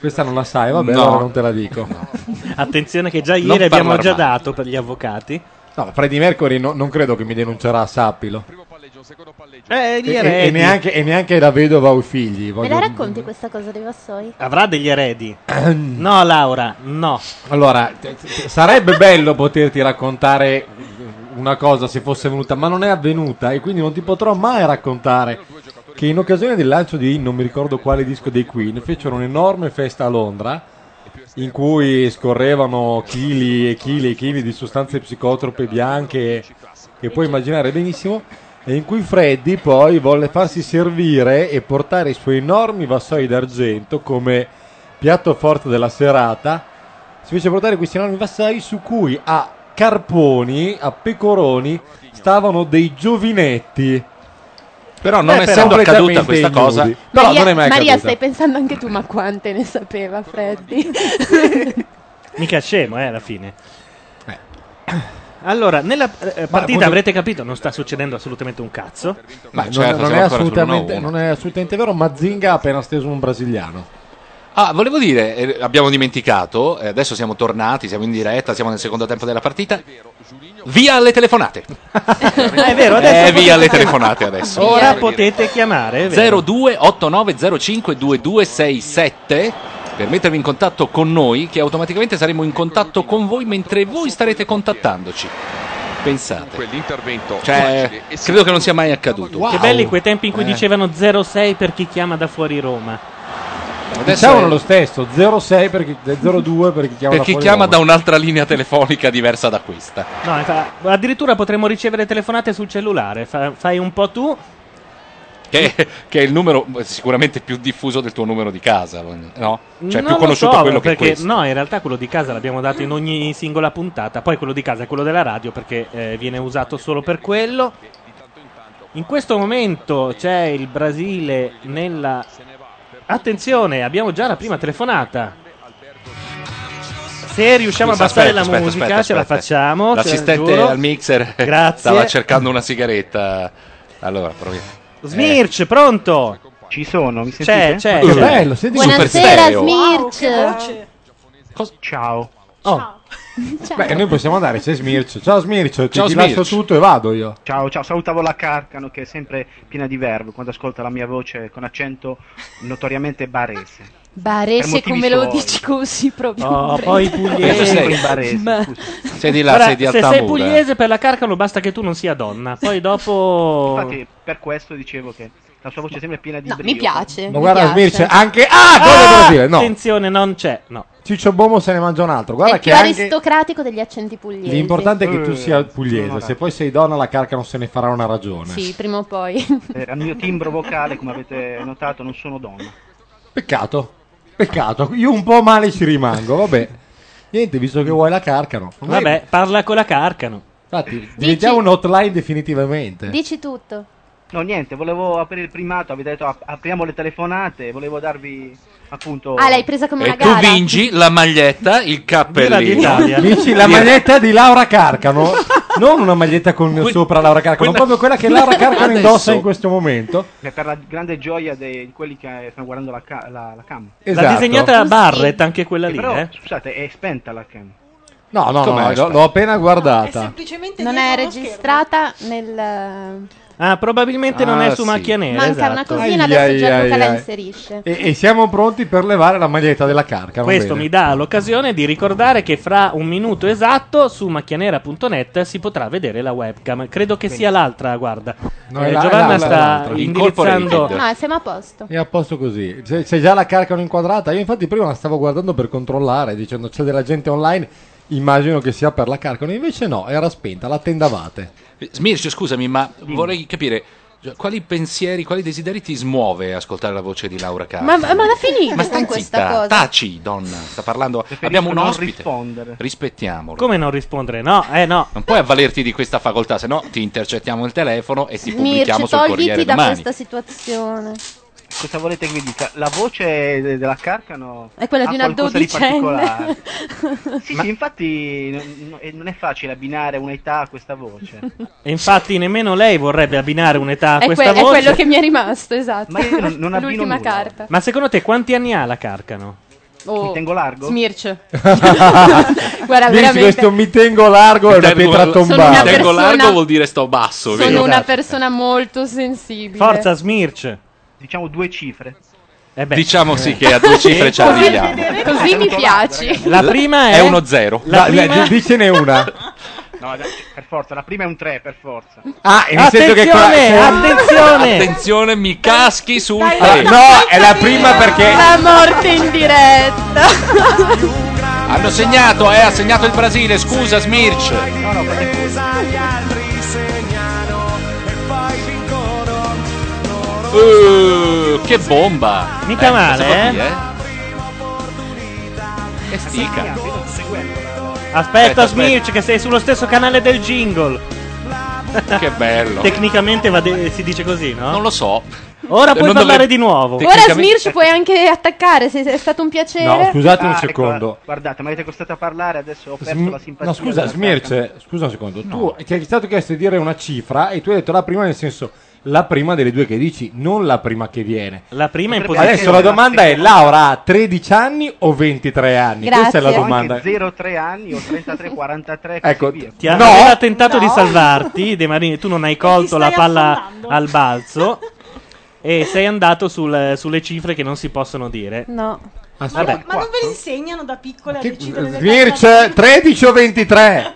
Questa non la sai, vabbè, No. allora non te la dico. eh. Attenzione che già Non ieri abbiamo parlar già male. dato per gli avvocati. No, Freddie Mercury no- non credo che mi denuncerà, sappilo. Eh, gli E, e- eredi. e neanche, e neanche la vedova o i figli. Me voglio- la racconti questa cosa dei vassoi? Avrà degli eredi. no, Laura, no. Allora, sarebbe bello poterti raccontare una cosa se fosse venuta, ma non è avvenuta e quindi non ti potrò mai raccontare che in occasione del lancio di non mi ricordo quale disco dei Queen fecero un'enorme festa a Londra in cui scorrevano chili e chili e chili di sostanze psicotrope bianche che puoi immaginare benissimo e in cui Freddy poi volle farsi servire e portare i suoi enormi vassoi d'argento come piatto forte della serata si fece portare questi enormi vassai su cui a carponi, a pecoroni, stavano dei giovinetti. Eh, Però non essendo accaduta questa cosa- però Maria, non è mai Maria, accaduta. stai pensando anche tu, ma quante ne sapeva Freddy? Mica scemo, eh, alla fine. Eh. Allora, nella eh, partita appunto- avrete capito, non sta succedendo assolutamente un cazzo. Ma certo, cioè, non, non è assolutamente, non è assolutamente vero, Mazinga ha appena steso un brasiliano. Ah, volevo dire, eh, abbiamo dimenticato, eh, adesso siamo tornati, siamo in diretta, siamo nel secondo tempo della partita. Via alle telefonate. Ah, è vero, adesso Eh, via alle potete- telefonate adesso. Ora potete chiamare. è vero. 0289052267 per mettervi in contatto con noi che automaticamente saremo in contatto con voi mentre voi starete contattandoci. Pensate. Quell'intervento Cioè, facile e credo che non sia mai accaduto. Che belli quei tempi in cui Eh. dicevano 06 per chi chiama da fuori Roma. Diciamolo lo stesso, 06 per chi, 02 per chi chiama Per da chi fuori chiama Roma. da un'altra linea telefonica diversa da questa. No, infa- addirittura potremmo ricevere telefonate sul cellulare. Fa- fai un po' tu. Che, che è il numero eh, sicuramente più diffuso del tuo numero di casa, no? Non Cioè, più lo conosciuto so, quello che perché, questo. No, in realtà quello di casa l'abbiamo dato in ogni singola puntata. Poi quello di casa è quello della radio perché eh, viene usato solo per quello. In questo momento c'è il Brasile nella. Attenzione, abbiamo già la prima telefonata. Se riusciamo a abbassare la Aspetta, aspetta, musica, aspetta, ce la aspetta. facciamo. ce la L'assistente giuro. al mixer Grazie. stava cercando una sigaretta. Allora, proviamo. Smirch, pronto? Ci sono, mi C'è, sentite? c'è. Che c'è. bello, senti Buonasera, Super stereo. Smirch. Ciao. Ciao. Oh, Beh, noi possiamo andare, c'è Smircio. Ciao Smircio, ti, Ciao, ti Smircio. lascio tutto e vado io. Ciao, ciao, salutavo la Carcano che è sempre piena di verve quando ascolta la mia voce con accento notoriamente barese. Per Barese motivi come lo suoi. dici così proprio. Oh, poi pugliese. Penso sempre in barese, Ma- Sei di là, Guarda, sei di Se sei Altamura. pugliese per la Carcano basta che tu non sia donna. Poi dopo. Infatti, per questo dicevo che la sua voce è sempre piena di No, brio. mi piace. Ma guarda mi Smircio, piace. anche... Ah, gol del Brasile, no. Attenzione, non c'è. No. Ciccio Bomo se ne mangia un altro. Guarda È che più anche... aristocratico degli accenti pugliesi. L'importante è che Eh, tu sia pugliese, se poi sei donna la carca non se ne farà una ragione. Sì, prima o poi. Eh, Al mio timbro vocale, come avete notato, non sono donna. Peccato, peccato, io un po' male ci rimango, vabbè. Niente, visto che vuoi la carcano. Vabbè, parla con la Carcano. Infatti, diventiamo un hotline definitivamente. Dici tutto. No, niente, volevo aprire il primato, avete detto ap- apriamo le telefonate, volevo darvi appunto... Ah, l'hai presa come una E tu gara. vinci la maglietta, il cappellino. Dici la maglietta di Laura Carcano, non una maglietta con sopra Laura Carcano, quella- proprio quella che Laura Carcano Adesso- indossa in questo momento. Che Cioè, per la grande gioia dei- di quelli che stanno guardando la, ca- la, la cam. Esatto. disegnata Barrett, anche quella Che lì, Però, eh. scusate, è spenta la cam. No, no, Com'è? no, l'ho- l'ho appena guardata. Non è registrata nel... eh, Ah, probabilmente non Ah, è su sì. macchia nera. Manca esatto. una cosina, adesso Gianluca la inserisce. E, e siamo pronti per levare la maglietta della carca. Questo mi dà l'occasione di ricordare che fra un minuto esatto su macchianera.net si potrà vedere la webcam. Credo che sia l'altra, guarda. No, Eh, è la- è Giovanna l'altra, è sta l'altra. indirizzando. No, siamo a posto. È a posto così. C'è, c'è già la carcano inquadrata. Io, infatti, prima la stavo guardando per controllare, dicendo c'è della gente online. Immagino che sia per la carcano. Invece, no, era spenta, l'attendavate. Smircio, scusami, ma vorrei capire Cioè, Quali pensieri, quali desideri ti smuove ascoltare la voce di Laura Carpi? Ma, ma la finita Ma con stai questa zitta, cosa. taci donna, sta parlando, abbiamo un non ospite, rispettiamolo. Come non rispondere? No, eh no. Non puoi avvalerti di questa facoltà, se no ti intercettiamo il telefono e ti pubblichiamo Mirce, sul Corriere togliti da domani. questa situazione. Cosa volete che vi dica? La voce de- della Carcano È quella ha di una qualcosa di particolare. dodicenne. Sì, sì, infatti non- non- eh, non è facile abbinare un'età a questa voce. E infatti nemmeno lei vorrebbe abbinare Ah, un'età a È, questa que- è voce. quello che mi è rimasto, esatto. Ma io non- non abbino L'ultima nulla. carta. Ma secondo te quanti anni ha la Carcano? Oh, Mi tengo largo? Smirce. Guarda, veramente- questo mi tengo largo è una pietra Mi tombale. tengo persona- largo vuol dire sto basso, Sono vero? una persona molto sensibile. Smirch. Eh Diciamo due cifre. Diciamo sì che a due cifre ci arriviamo. Così mi piaci. La prima è uno zero. La- la- Dicene una. No, dai, per forza, la prima è un 3, per forza. Ah, Eh, nel senso che qua- Attenzione, mi caschi sul Ah, tre. no, è la prima perché La morte in diretta. Hanno segnato, eh, ha segnato il Brasile, scusa Smirch. Presa gli altri segnano e poi vincono. Uh, che bomba. Mica male, cosa vuol eh? dire, Che stica. Aspetta, aspetta. Smirch, che sei sullo stesso canale del jingle. Che bello. Tecnicamente va de- si dice così, no? Non lo so. Ora puoi Non dovre- parlare di nuovo. Ora Smirci puoi anche attaccare, se è stato un piacere. Ah, scusate un ecco, secondo. guardate, mi avete costretto a parlare, adesso ho perso Sm- la simpatia. no, scusa, della Smirce, scusa un secondo. Tu ti è stato chiesto di dire una cifra e tu hai detto la prima, nel senso la prima delle due che dici, non la prima che viene. La prima è in posizione. Adesso la domanda è: Laura ha 13 anni o 23 anni? Questa è la Carcano. domanda. Ho anche 0,3 anni, o 33, 43, così Ecco, via. Ti aveva tentato di salvarti, De Marini, tu non hai colto la palla al balzo e sei andato sul- sulle cifre che non si possono dire. No. Ah, Vabbè. Ma non ve li insegnano da cioè, piccole a decidere le Smirce, 13 o 23?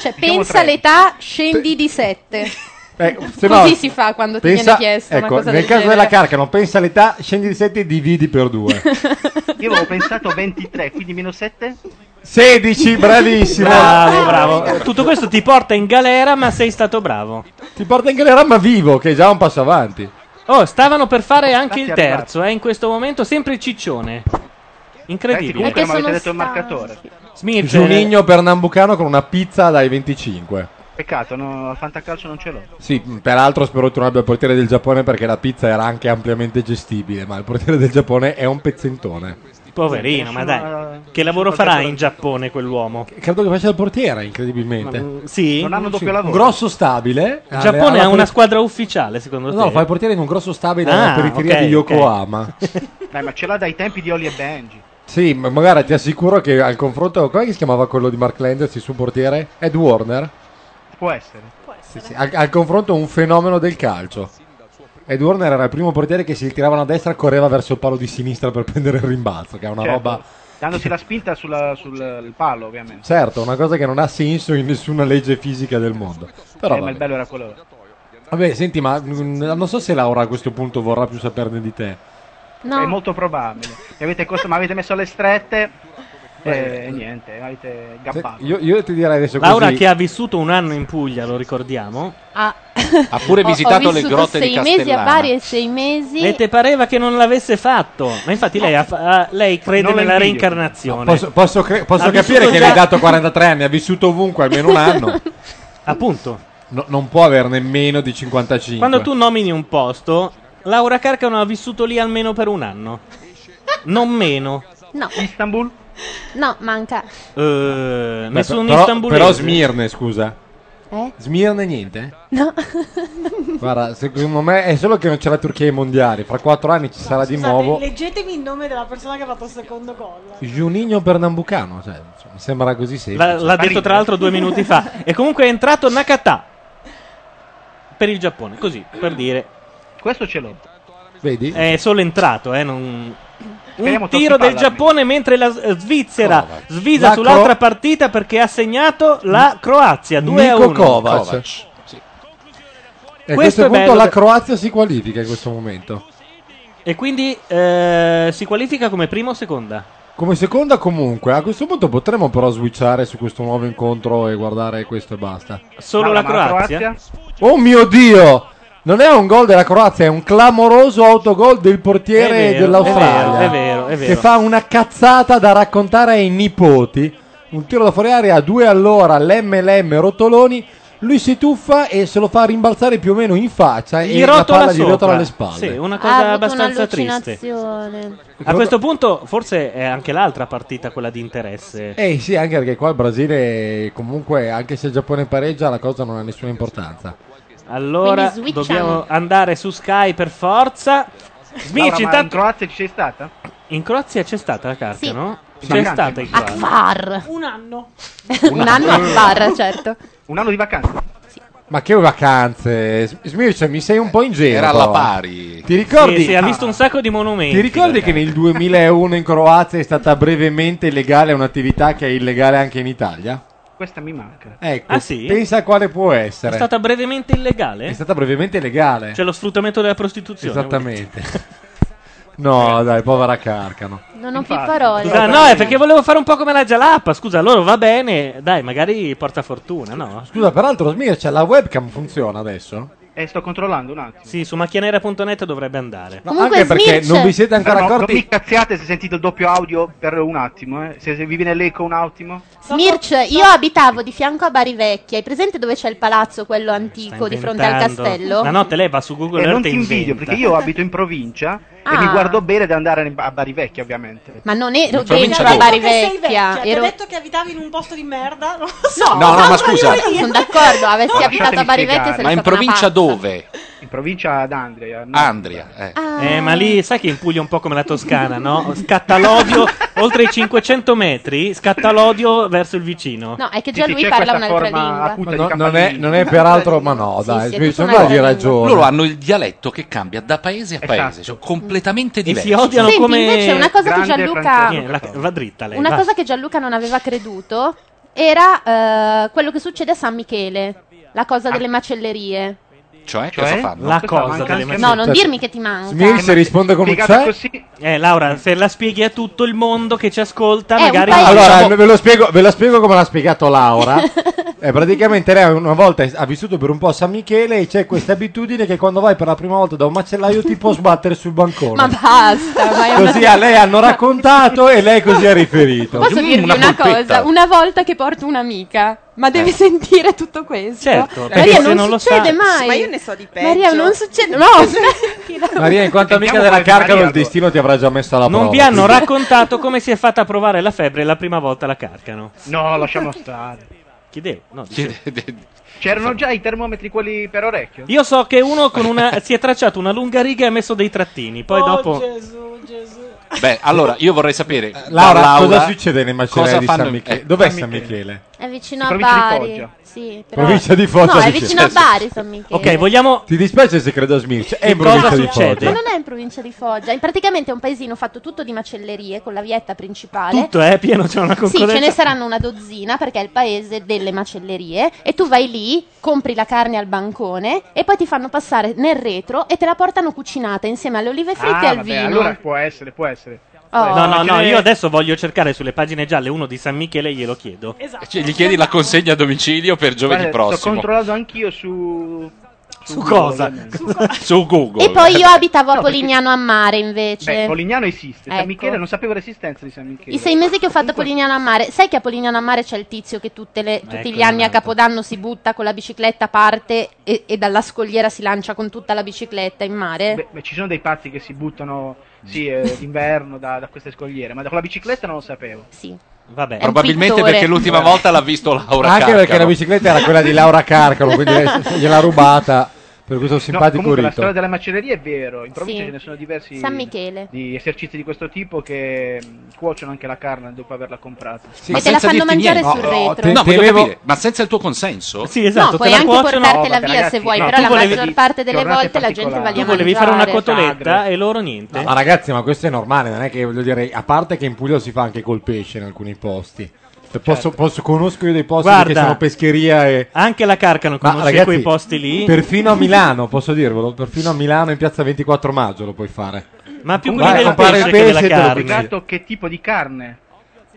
Cioè, pensa all'età, scendi di 7. Eh, se no, Così si fa quando ti pensa- viene chiesto una Ecco, cosa nel del caso genere. della carca, non pensa all'età, scendi di 7 e dividi per 2. Io avevo pensato 23, quindi meno 7? 16, bravissimo. Bravo, bravo. Tutto questo ti porta in galera, ma sei stato bravo. Ti porta in galera, ma vivo, che è già un passo avanti. Oh, stavano per fare anche il Infatti è arrivato. terzo, eh, in questo momento sempre il ciccione. Senti, Incredibile. comunque non avete detto il marcatore. Smirce, Giunigno per Nambucano con una pizza dai 25. Peccato, no, al fantacalcio non ce l'ho. Sì, peraltro spero tu non abbia il portiere del Giappone perché la pizza era anche ampiamente gestibile, ma il portiere del Giappone è un pezzentone. Poverino, ma dai. Che lavoro farà in Giappone quell'uomo? Credo che faccia il portiere, incredibilmente. Ma, mm, sì? Non hanno doppio Sì. lavoro. Grosso stabile. Il Giappone ha una squadra squadra ufficiale, secondo te? No, fa il portiere in un grosso stabile Ah, alla periferia ok, di Yokohama. Dai, ma ce l'ha dai tempi di Oli e Benji. Sì, ma magari ti assicuro che al confronto. Com'è che si chiamava quello di Mark Landers, il suo portiere? Ed Warner. Può essere. Sì, al, al confronto un fenomeno del calcio. Ed Warner era il primo portiere che si tiravano a destra e correva verso il palo di sinistra per prendere il rimbalzo, che è una Certo, roba. Dandosi la spinta sulla- sul il palo, ovviamente. Certo, una cosa che non ha senso in nessuna legge fisica del mondo. Però Eh, ma il vabbè. bello era quello. là. Vabbè, senti, ma mm, non so se Laura a questo punto vorrà più saperne di te. È molto probabile. Mi avete, cost- mi avete messo alle strette eh, e niente, mi avete gabbato. Io, io ti direi adesso Laura così. che ha vissuto un anno in Puglia, lo ricordiamo. Ah. Ha pure Ho- visitato ho le vissuto grotte di sei mesi a Castellana. Bari e sei mesi. E te pareva che non l'avesse fatto. Ma infatti lei, ha fa- ha- lei crede Non la nella invidio. reincarnazione. Posso, posso cre- posso Ha capire vissuto che già- le hai dato 43 anni, ha vissuto ovunque almeno un anno. Appunto. non può averne meno di 55. Quando tu nomini un posto, Laura Carcano ha vissuto lì almeno per un anno. Non meno. No. Istanbul? No, manca. Eh, Beh, nessun però, istanbulese. Però Smirne, scusa. Eh? Smirne niente? No. Guarda, secondo me è solo che non c'è la Turchia ai mondiali. Fra 4 anni ci sarà di Scusate, nuovo Leggetemi il nome della persona che ha fatto il secondo gol. Juninho Pernambucano. Cioè, insomma, mi sembra così semplice. La- l'ha detto tra l'altro due minuti fa. E comunque è entrato Nakata per il Giappone, così per dire. Questo ce l'ho. Vedi? È solo entrato, eh. non- Speriamo Un tiro tocchi del palla. Giappone mentre la eh, Svizzera svisa La sull'altra Cro- partita perché ha segnato la Croazia 2 a Nico 1. Kovac. E a Questo questo è punto bello la che- Croazia si qualifica in questo momento. E quindi eh, si qualifica come prima o seconda? Come seconda comunque, a questo punto potremmo però switchare su questo nuovo incontro e guardare questo e basta. Solo No, la ma la Croazia? Oh mio Dio! Non è un gol della Croazia, è un clamoroso autogol del portiere È vero, è vero, dell'Australia. è vero, è vero. Che fa una cazzata da raccontare ai nipoti. Un tiro da fuori area a due all'ora, lemme lemme, rotoloni. Lui si tuffa e se lo fa rimbalzare più o meno in faccia Gli e la rotola palla gli sopra. rotola alle spalle. Sì, una Ha cosa avuto abbastanza triste. un'allucinazione. Ah, A questo punto, forse è anche l'altra partita quella di interesse. Eh sì, anche perché qua il Brasile comunque, anche se il Giappone pareggia, la cosa non ha nessuna importanza. Allora, Quindi switchiamo. dobbiamo andare su Sky per forza. Laura, Smici, ma in intanto. Croazia ci sei stata? In Croazia c'è stata la carta, Sì. no? Sì. C'è Anche. stata in Croazia. Akbar. Un anno. Un anno Akbar, certo. Un anno di vacanze. Ma che vacanze! S- Smirce, mi sei un po' in giro. Era alla però. pari. Ti ricordi? Sì, sì, ha visto un sacco di monumenti. Ti ricordi che nel 2001 in Croazia è stata brevemente illegale un'attività che è illegale anche in Italia? Questa mi manca. Ecco, Ah, sì? pensa a quale può È essere. stata brevemente illegale? È stata brevemente legale. Cioè lo sfruttamento della prostituzione. Esattamente. Cioè- no, dai, povera Carcano. Non ho più parole. Scusa, Ah, no, è perché volevo fare un po' come la Jalappa. Scusa, loro va bene. Dai, magari porta fortuna, no? Scusa, peraltro, Smirce, la webcam funziona adesso? Eh, sto controllando un attimo. Sì, su macchianera.net dovrebbe andare. Ma Comunque, anche perché Smirce- non vi siete ancora Però no, accorti- Non mi cazziate se sentite il doppio audio per un attimo. eh. Se, se vi viene l'eco un attimo. Smirch, io abitavo di fianco a Bari Vecchia. Hai presente dove c'è il palazzo, quello antico, di fronte al Inventando. castello? La notte lei va su Google E Earth Eh, non ti e invidio inventa. perché io abito in provincia Ah. e mi guardo bene da andare in- a Bari Vecchia, ovviamente. Ma non ero In provincia dentro a dove? Bari Che sei Vecchia. vecchia, ti ho Ero... detto che abitavi in un posto di merda. No, No, No, no, ma scusa. Sono d'accordo, avessi abitato a Bari Vecchia sarei ma stata in una provincia pazza. dove? In provincia ad Andria. Andria, eh. Ah. Eh, ma lì sai che in Puglia è un po' come la Toscana, no? Scatta l'odio oltre i 500 metri, scatta l'odio verso il vicino. No, è che già lui parla un'altra lingua. Ma no- non, è, non è peraltro, ma no, dai, sì, è Smirce, tutta non un'altra hai lingua. ragione. Loro hanno il dialetto che cambia da paese a paese, cioè completamente diverso. esatto. si odiano Senti, come- invece, una cosa che Grande Gianluca- Francesco Eh, la- va dritta lei. Una va. cosa che Gianluca non aveva creduto era eh, quello che succede a San Michele, la cosa delle macellerie. Cioè, cosa fanno? La Questa cosa manca delle anche- No, non macellerie. dirmi che ti manca. Smirce risponde come c'è. Eh, Laura, se la spieghi a tutto il mondo che ci ascolta, È Eh, un magari. Allora, Diciamo- ve, lo spiego, ve lo spiego come l'ha spiegato Laura. Eh, praticamente lei una volta ha vissuto per un po' a San Michele e c'è questa abitudine che quando vai per la prima volta da un macellaio ti può sbattere sul bancone. Ma basta, vai a Così a lei hanno raccontato e lei così ha riferito. Posso dirvi una, cosa? Una volta che porto un'amica, ma devi sentire tutto questo. Certo, perché Maria, se Eh, non, non lo succede sa- mai. Ma io ne so di peggio. Maria, non succede. No, Maria, in quanto amica Sentiamo della qualche Carcano, il Maria, destino ti avrà già messo alla prova. Non vi hanno quindi- raccontato come si è fatta provare la febbre la prima volta la carcano. No, lasciamo stare. Chiedevo, no, dicevo. C'erano già i termometri quelli per orecchio? Io so che uno con una, si è tracciato una lunga riga e ha messo dei trattini. Poi Oh, dopo. Gesù, Gesù. Beh, allora io vorrei sapere da Eh, Laura, cosa succede nei macellaie cosa di fanno- San Michele? eh, Dov'è San San Michele? È vicino a Provincia di Bari. Foggia. Sì, però- Provincia di Foggia, No, è dice. vicino a Bari San Michele. vogliamo. Ti dispiace se credo a Smirce? È in Che cosa provincia di succede? Foggia. Ma non è in provincia di Foggia, è praticamente un paesino fatto tutto di macellerie con la vietta principale. Tutto è pieno, c'è una Sì, concorrenza. ce ne saranno una dozzina perché è il paese delle macellerie e tu vai lì, compri la carne al bancone e poi ti fanno passare nel retro e te la portano cucinata insieme alle olive fritte e ah, al vabbè, vino. allora può essere, può essere. Oh. No, no, no, Ce ne- io adesso voglio cercare sulle pagine gialle uno di San Michele e glielo chiedo. Cioè, gli chiedi la consegna a domicilio per giovedì Guarda, Sto prossimo. controllando anch'io su... Su cosa? Su Google. E poi io abitavo a No, perché- Polignano a mare invece. Beh, Polignano esiste. Ecco. San Michele, non sapevo l'esistenza di San Michele. I sei mesi che ho fatto a Polignano a Mare, sai che a Polignano a Mare c'è il tizio che tutte le- tutti Ecco gli anni a un'altra. Capodanno si butta con la bicicletta, parte e, e dalla scogliera si lancia con tutta la bicicletta in mare? Beh, beh, ci sono dei pazzi che si buttano sì, eh, d'inverno da, da queste scogliere, ma da- con la bicicletta non lo sapevo. Sì. Vabbè. Probabilmente perché l'ultima volta l'ha visto Laura Anche Carcano. perché la bicicletta era quella di Laura Carcano, quindi lei s- gliel'ha rubata per questo No, simpatico comunque la rito. storia della macelleria è vero, in provincia Sì. ce ne sono diversi San Michele. di esercizi di questo tipo che mh, cuociono anche la carne dopo averla comprata. Ma te la senza fanno dirti mangiare niente. sul retro. Te- no, voglio temevo- capire, ma senza il tuo consenso? Sì, esatto, no, puoi anche portartela via se vuoi, però la maggior parte delle giornate volte la gente va lì a Tu volevi fare una mangiare. cotoletta e loro niente. No, ma ragazzi, ma questo è normale, non è che voglio dire, a parte che in Puglia si fa anche col pesce in alcuni posti. Se Posso, Certo. posso- conosco io dei posti che Certo. Guarda, sono pescheria e... Anche la Carcano Ma conosce ragazzi, quei posti lì. Perfino a Milano, posso dirvelo, perfino a Milano in piazza 24 maggio lo puoi fare. Ma più Vai a quelli del comprare pesce, il che della pesce e te lo carne. cucini. Dato che tipo di carne?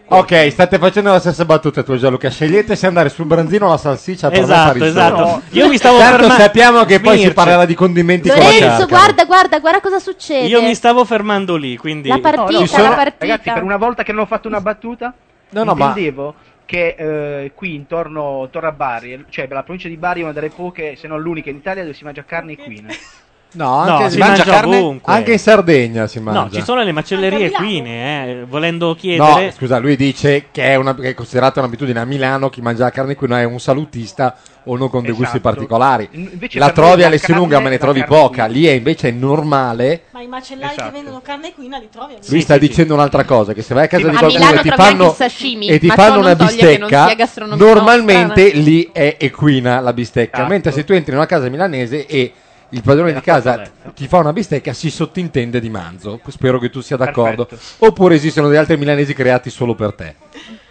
Ok, state facendo la stessa battuta tu, Gianluca. Scegliete se andare sul branzino o la salsiccia. per me Esatto, fa risolto. esatto. No. Io mi stavo Tanto ferma- sappiamo che poi si Mirce. parlerà di condimenti con la Lorenzo, carne. guarda, guarda, guarda cosa succede. Io mi stavo fermando lì, quindi... La partita, Ci la partita. Ragazzi, per una volta che non ho fatto una battuta, No, no, ma- intendevo che eh, qui intorno, intorno a Bari, cioè la provincia di Bari è una delle poche, se non l'unica in Italia, dove si mangia carne equina. No, No, anche, si mangia carne- ovunque. anche in Sardegna si mangia. No, ci sono le macellerie equine, eh, volendo No, chiedere... scusa, lui dice che è, una, che è considerata un'abitudine a Milano chi mangia la carne qui non è un salutista o non con dei gusti particolari. In- Esatto. invece la per noi trovi la a Lessinunga, carne- me ne la trovi carne poca. Lì è invece normale. Ma i macellai che vendono carne equina li trovi a Lui sta dicendo un'altra cosa: che se vai a casa Sì, di ma- A qualcuno Milano e ti trovi fanno, anche il sashimi, e ti ma ciò fanno non una toglie che non sia bistecca, gastronomia normalmente strana. lì è equina la bistecca. Esatto. Mentre se tu entri in una casa milanese e il padrone di casa ti fa una bistecca, si sottintende di manzo. Spero che tu sia d'accordo. Oppure esistono degli altri milanesi creati solo per te.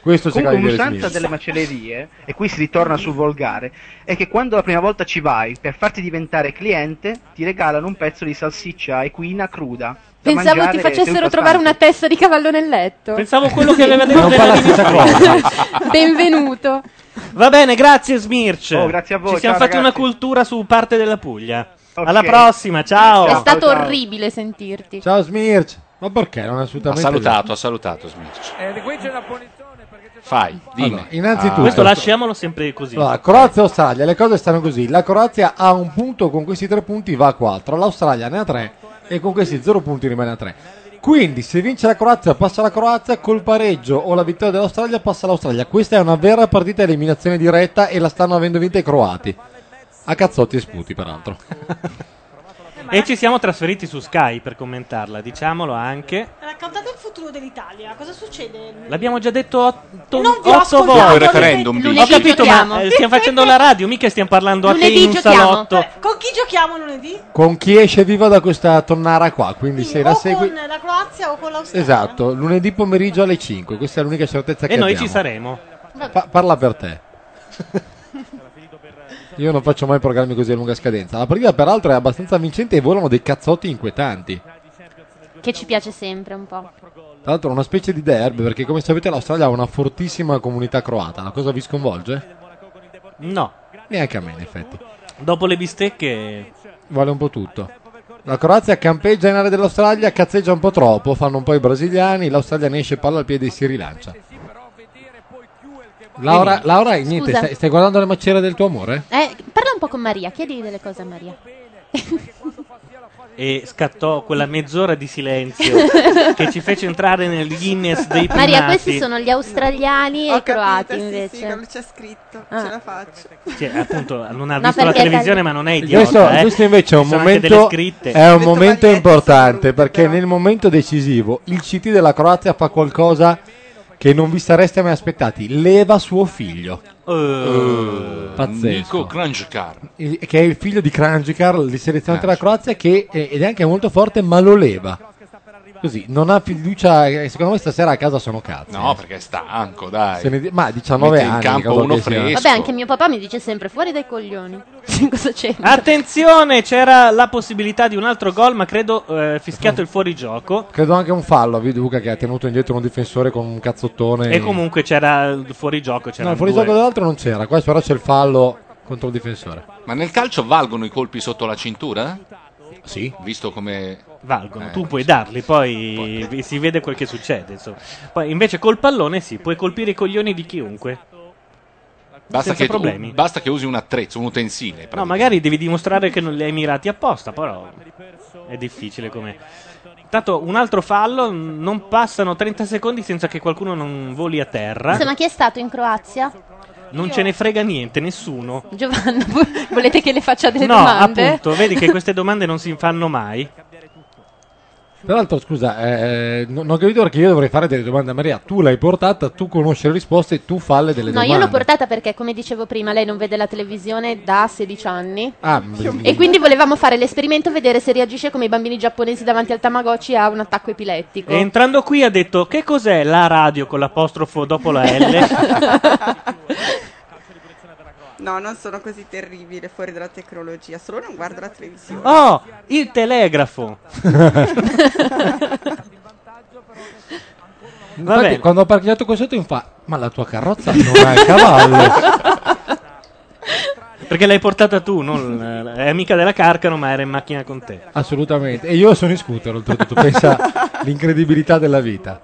Questo si Comunque, di dire un'usanza Smith. delle macellerie, e qui si ritorna sul volgare, è che quando la prima volta ci vai, per farti diventare cliente, ti regalano un pezzo di salsiccia equina cruda. da Pensavo mangiare ti facessero seduta trovare stante. una testa di cavallo nel letto. Pensavo quello che aveva detto Non parla senza Benvenuto. Va bene, grazie Smirch. Oh, grazie a voi, Ci siamo ciao, fatti ragazzi. una cultura su parte della Puglia. Alla prossima, ciao. È stato orribile sentirti. Ciao Smirch, ma perché non è assolutamente Ha salutato, ha salutato Smith. Fai, dimmi. Ah. Allora, innanzitutto- Questo lasciamolo sempre così. Allora, Croazia e Australia, le cose stanno così. La Croazia ha un punto, con questi tre punti va a 4. L'Australia ne ha 3 e con questi 0 punti rimane a 3. Quindi se vince la Croazia passa la Croazia, col pareggio o la vittoria dell'Australia passa l'Australia. Questa è una vera partita a eliminazione diretta e la stanno avendo vinta i croati. A cazzotti e sputi, peraltro. E ci siamo trasferiti su Sky per commentarla, diciamolo anche. Raccontate il futuro dell'Italia, cosa succede? L'abbiamo già detto otto, Non vi ho otto ascoltato, volte. Il referendum, dici. Ho Lunedì capito, giochiamo. Eh. ma eh, stiamo facendo la radio, mica stiamo parlando a te in un salotto. Vabbè, Con chi giochiamo lunedì? Con chi esce viva da questa tonnara qua, quindi se la o segui... con la Croazia o con l'Australia? Esatto, lunedì pomeriggio alle 5, questa è l'unica certezza che E noi abbiamo. ci saremo. Pa- parla per te. Io non faccio mai programmi così a lunga scadenza. La partita, peraltro, è abbastanza vincente e volano dei cazzotti inquietanti. Che ci piace sempre un po'. Tra l'altro, è una specie di derby perché, come sapete, l'Australia ha una fortissima comunità croata. La cosa vi sconvolge? No. Neanche a me, in effetti. Dopo le bistecche... Vale un po' tutto. La Croazia campeggia in area dell'Australia, cazzeggia un po' troppo, fanno un po' i brasiliani. L'Australia ne esce palla al piede e si rilancia. Laura, Laura niente, Scusa. stai, stai guardando le maciere del tuo amore? Eh, parla un po' con Maria, chiedi delle cose a Maria. E scattò quella mezz'ora di silenzio che ci fece entrare nel Guinness dei primati. Maria, questi sono gli australiani e i croati invece. c'è scritto, Ah. ce la faccio. Cioè, appunto, non ha No, visto la perché è televisione, italiano. ma non è idiota. Questo, eh. questo invece è un Ci sono anche momento, delle scritte. è un momento importante perché nel momento decisivo il CT della Croazia fa qualcosa che non vi sareste mai aspettati. Leva suo figlio, Eh, Uh, Pazzesco. Nico Kranjkar. il- che è il figlio di Kranjikar, il selezionatore Kranjkar. della Croazia, che è- ed è anche molto forte, ma lo leva. Così, non ha fiducia. eh, Secondo me stasera a casa sono cazzi. No, perché è stanco, dai. Se ne di- ma 19 Mette anni, in campo cavolo uno che sia. fresco. Vabbè, anche mio papà mi dice sempre fuori dai coglioni. Cosa c'entra? Attenzione, c'era la possibilità di un altro gol, ma credo eh, fischiato il fuorigioco. Credo anche un fallo a Viduca che ha tenuto indietro un difensore con un cazzottone. E comunque c'era il fuorigioco. No, C'era il fuorigioco dell'altro non c'era, qua però c'è il fallo contro il difensore. Ma nel calcio valgono i colpi sotto la cintura? Sì. Visto come... Valgono, Eh, tu puoi darli, poi vi- si vede quel che succede. Insomma. Poi invece col pallone sì, puoi colpire i coglioni di chiunque. Basta senza che, tu- problemi. basta che usi un attrezzo, un utensile. No, magari devi dimostrare che non li hai mirati apposta, però è difficile come. Intanto un altro fallo, n- non passano 30 secondi senza che qualcuno non voli a terra. Insomma, chi è stato in Croazia? Non ce ne frega niente, nessuno. Giovanna, vo- volete che le faccia delle no, domande? appunto, vedi che queste domande non si fanno mai. Peraltro, scusa, eh, no- non ho capito perché io dovrei fare delle domande a Maria. Tu l'hai portata, tu conosci le risposte, tu falle delle No, domande. io l'ho portata perché, come dicevo prima, lei non vede la televisione da 16 anni. Ah, beh, E quindi volevamo fare l'esperimento, vedere se reagisce come i bambini giapponesi davanti al Tamagotchi a un attacco epilettico. E entrando qui ha detto: Che cos'è la radio con l'apostrofo dopo la L? No, non sono così terribile fuori dalla tecnologia, solo non guardo la televisione. oh, il telegrafo. Infatti, bene. quando ho parcheggiato qua sotto mi fa, ma la tua carrozza non ha il cavallo. Perché l'hai portata tu, non, è amica della Carcano, ma era in macchina con te. Assolutamente. E io sono in scooter, oltretutto. Pensa l'incredibilità della vita.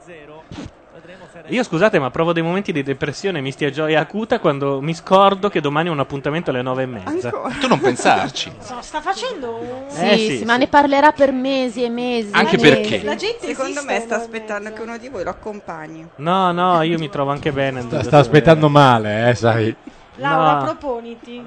Io scusate, ma provo dei momenti di depressione, mistia gioia acuta quando mi scordo che domani ho un appuntamento alle nove e mezza. Tu non pensarci. So, sta facendo un... Sì, sì, ma ne parlerà per mesi e mesi. Anche mesi. perché? La gente Secondo esiste, me sta aspettando che uno di voi lo accompagni. No, no, io mi trovo anche bene. Sta, sta aspettando male, eh, sai. Laura, No. proponiti.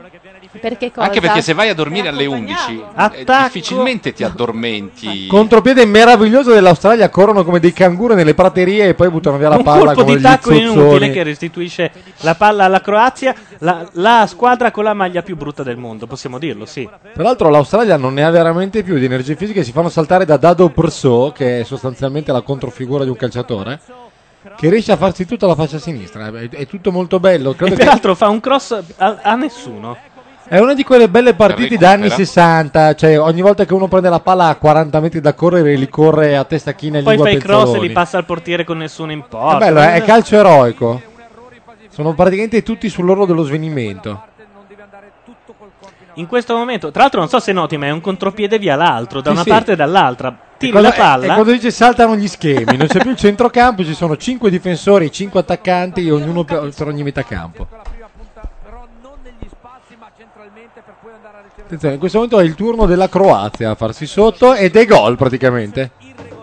Perché cosa? Anche perché se vai a dormire alle 11, eh, Attacco. difficilmente ti Ah, addormenti. Contropiede meraviglioso dell'Australia, corrono come dei canguro nelle praterie e poi buttano via la un palla colpo come di gli tacco inutile zozzoni. che restituisce la palla alla Croazia, la, la squadra con la maglia più brutta del mondo, possiamo dirlo, sì. Tra l'altro l'Australia non ne ha veramente più di energie fisiche, si fanno saltare da Dado Perso, che è sostanzialmente la controfigura di un calciatore, che riesce a farsi tutta la faccia sinistra. È, è tutto molto bello. E Credo che peraltro fa un cross a, a nessuno. è una di quelle belle partite Recupera. da anni 60, cioè ogni volta che uno prende la palla a 40 metri da correre li corre a testa china e Poi lingua fa i cross e pezzoloni. li passa al portiere con nessuno in porta. È bello, eh, è calcio eroico. Sono praticamente tutti sull'orlo dello svenimento. In questo momento, tra l'altro, non so se noti, ma è un contropiede via l'altro, da Sì, una sì. parte e dall'altra. E Tiri quando- la E, e palla. eh, quando dice saltano gli schemi, non c'è più il centrocampo, ci sono 5 difensori, 5 attaccanti, ognuno per, per ogni metà campo. Attenzione, in questo momento è il turno della Croazia a farsi sotto ed è gol praticamente.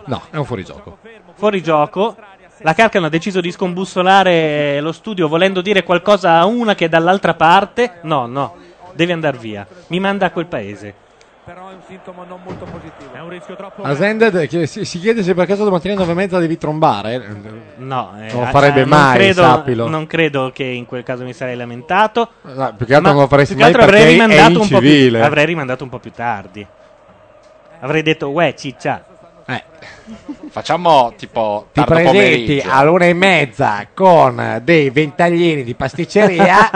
No, è un fuorigioco. fuori gioco. La Carcano ha deciso di scombussolare lo studio volendo dire qualcosa a una che è dall'altra parte. No, no, devi andare via. Mi manda a quel paese. Però è un sintomo non molto positivo. È un rischio troppo Asended che si, si chiede se per caso domattina alle 9:30 devi trombare. No, eh, non lo farebbe eh, mai, credo, sappilo. Non credo che in quel caso mi sarei lamentato. No, più che altro Ma non lo faresti più che mai altro avrei perché è rimandato un po' più, incivile. avrei rimandato un po' più tardi. Avrei detto, uè, ciccia. Eh, Facciamo tipo Ti tardo presenti pomeriggio. a l'una e mezza con dei ventaglini di pasticceria.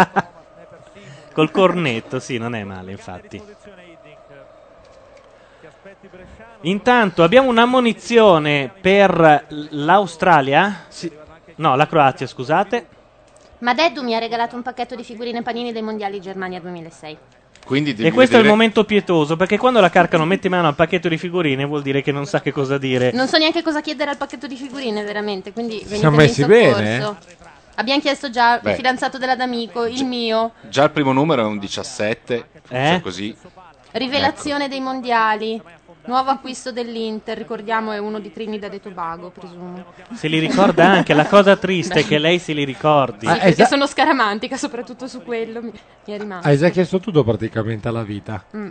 Col cornetto, sì, non è male, infatti. Intanto abbiamo un'ammonizione per l'Australia. Sì. No, la Croazia, scusate. Ma Deddu mi ha regalato un pacchetto di figurine panini dei mondiali Germania 2006. Quindi E devi questo è il vedere- momento pietoso, perché quando la Carcano mette mano al pacchetto di figurine vuol dire che non sa che cosa dire. Non so neanche cosa chiedere al pacchetto di figurine, veramente. Quindi venite siamo messi bene, Abbiamo chiesto già Beh. il fidanzato della D'Amico, il mio, Già il primo numero è un 17, Eh? cioè così. rivelazione dei mondiali, nuovo acquisto dell'Inter, ricordiamo è uno di Trinidad e Tobago, presumo. Se li ricorda anche, la cosa triste è che lei se li ricordi. Sì, perché sono scaramantica, soprattutto su quello mi, mi è rimasto. Hai già chiesto tutto praticamente alla vita. Mm.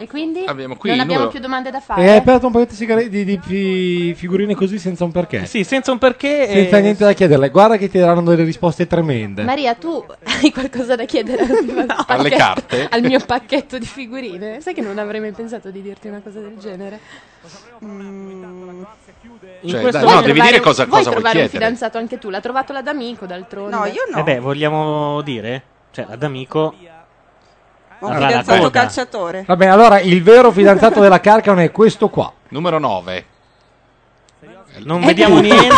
E quindi Ah, Abbiamo qui non il abbiamo numero. più domande da E hai fare. aperto un pacchetto di, sigare- di- di fi- figurine così senza un perché. Sì, senza un perché. eh, Senza niente da chiederle. Guarda che ti daranno delle risposte Eh. tremende. Maria, tu hai qualcosa da chiedere al mio, pacchetto- carte? al mio pacchetto di figurine? Sai che non avrei mai pensato di dirti una cosa del genere. Mm. in Cioè, questo dai, no, momento- devi dire cosa, vuoi cosa vuoi trovare un chiedere. fidanzato anche tu? L'ha trovato la d'amico d'altronde? No, io Eh beh, vogliamo dire? Cioè, ad amico. Un avrà la fidanzato coda. calciatore. Vabbè, allora il vero fidanzato della Carcano è questo qua. Numero 9. Non Eh, vediamo tutto. niente.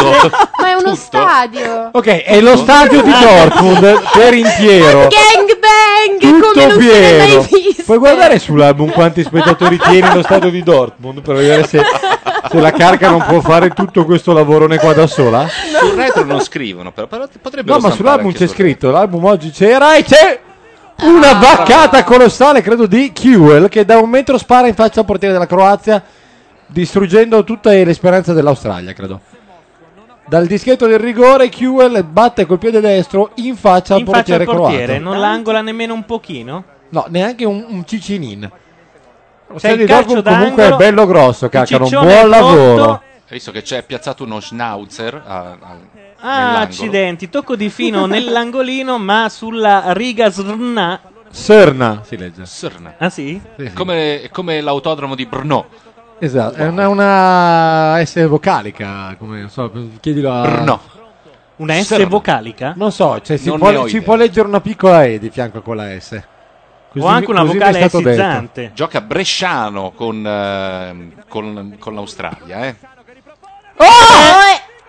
Ma è uno stadio! Ok, è lo stadio di Dortmund per intero. Gangbang! Tutto come non se ne è mai pieno. visto! Puoi guardare sull'album quanti spettatori tiene lo stadio di Dortmund per vedere se, se la Carca non può fare tutto questo lavorone qua da sola? Sul retro non scrivono, però, però potrebbero No, ma stampare sull'album anche c'è sul- scritto, l'album oggi c'era e c'è Ah, una vaccata colossale, credo, di Kewell che da un metro spara in faccia al portiere della Croazia, distruggendo tutta l'esperanza dell'Australia, credo. Dal dischetto del rigore, Kewell batte col piede destro in faccia al In faccia portiere al portiere, croato. non l'angola nemmeno un pochino. No, neanche un, un cicinin. Lo C'è stadio Cioè, il di calcio Dortmund comunque è d'angolo, bello grosso, il cacano, un ciccione buon è pronto. lavoro. Hai visto che c'è piazzato uno schnauzer a- a- Ah, nell'angolo? accidenti, tocco di fino nell'angolino, ma sulla riga srna. Serna si legge. Serna. Ah sì? È come, è come l'autodromo di Brno. Esatto, è una, una S vocalica, come non so, chiedilo a... Brno. Una S Serna. vocalica? Non so, cioè, si, Non ne può, ho ci idea. può leggere una piccola E di fianco a quella S. Così o mi- anche una così mi è vocale stato detto. esizzante. Gioca Bresciano con, ehm, con, con l'Australia, eh.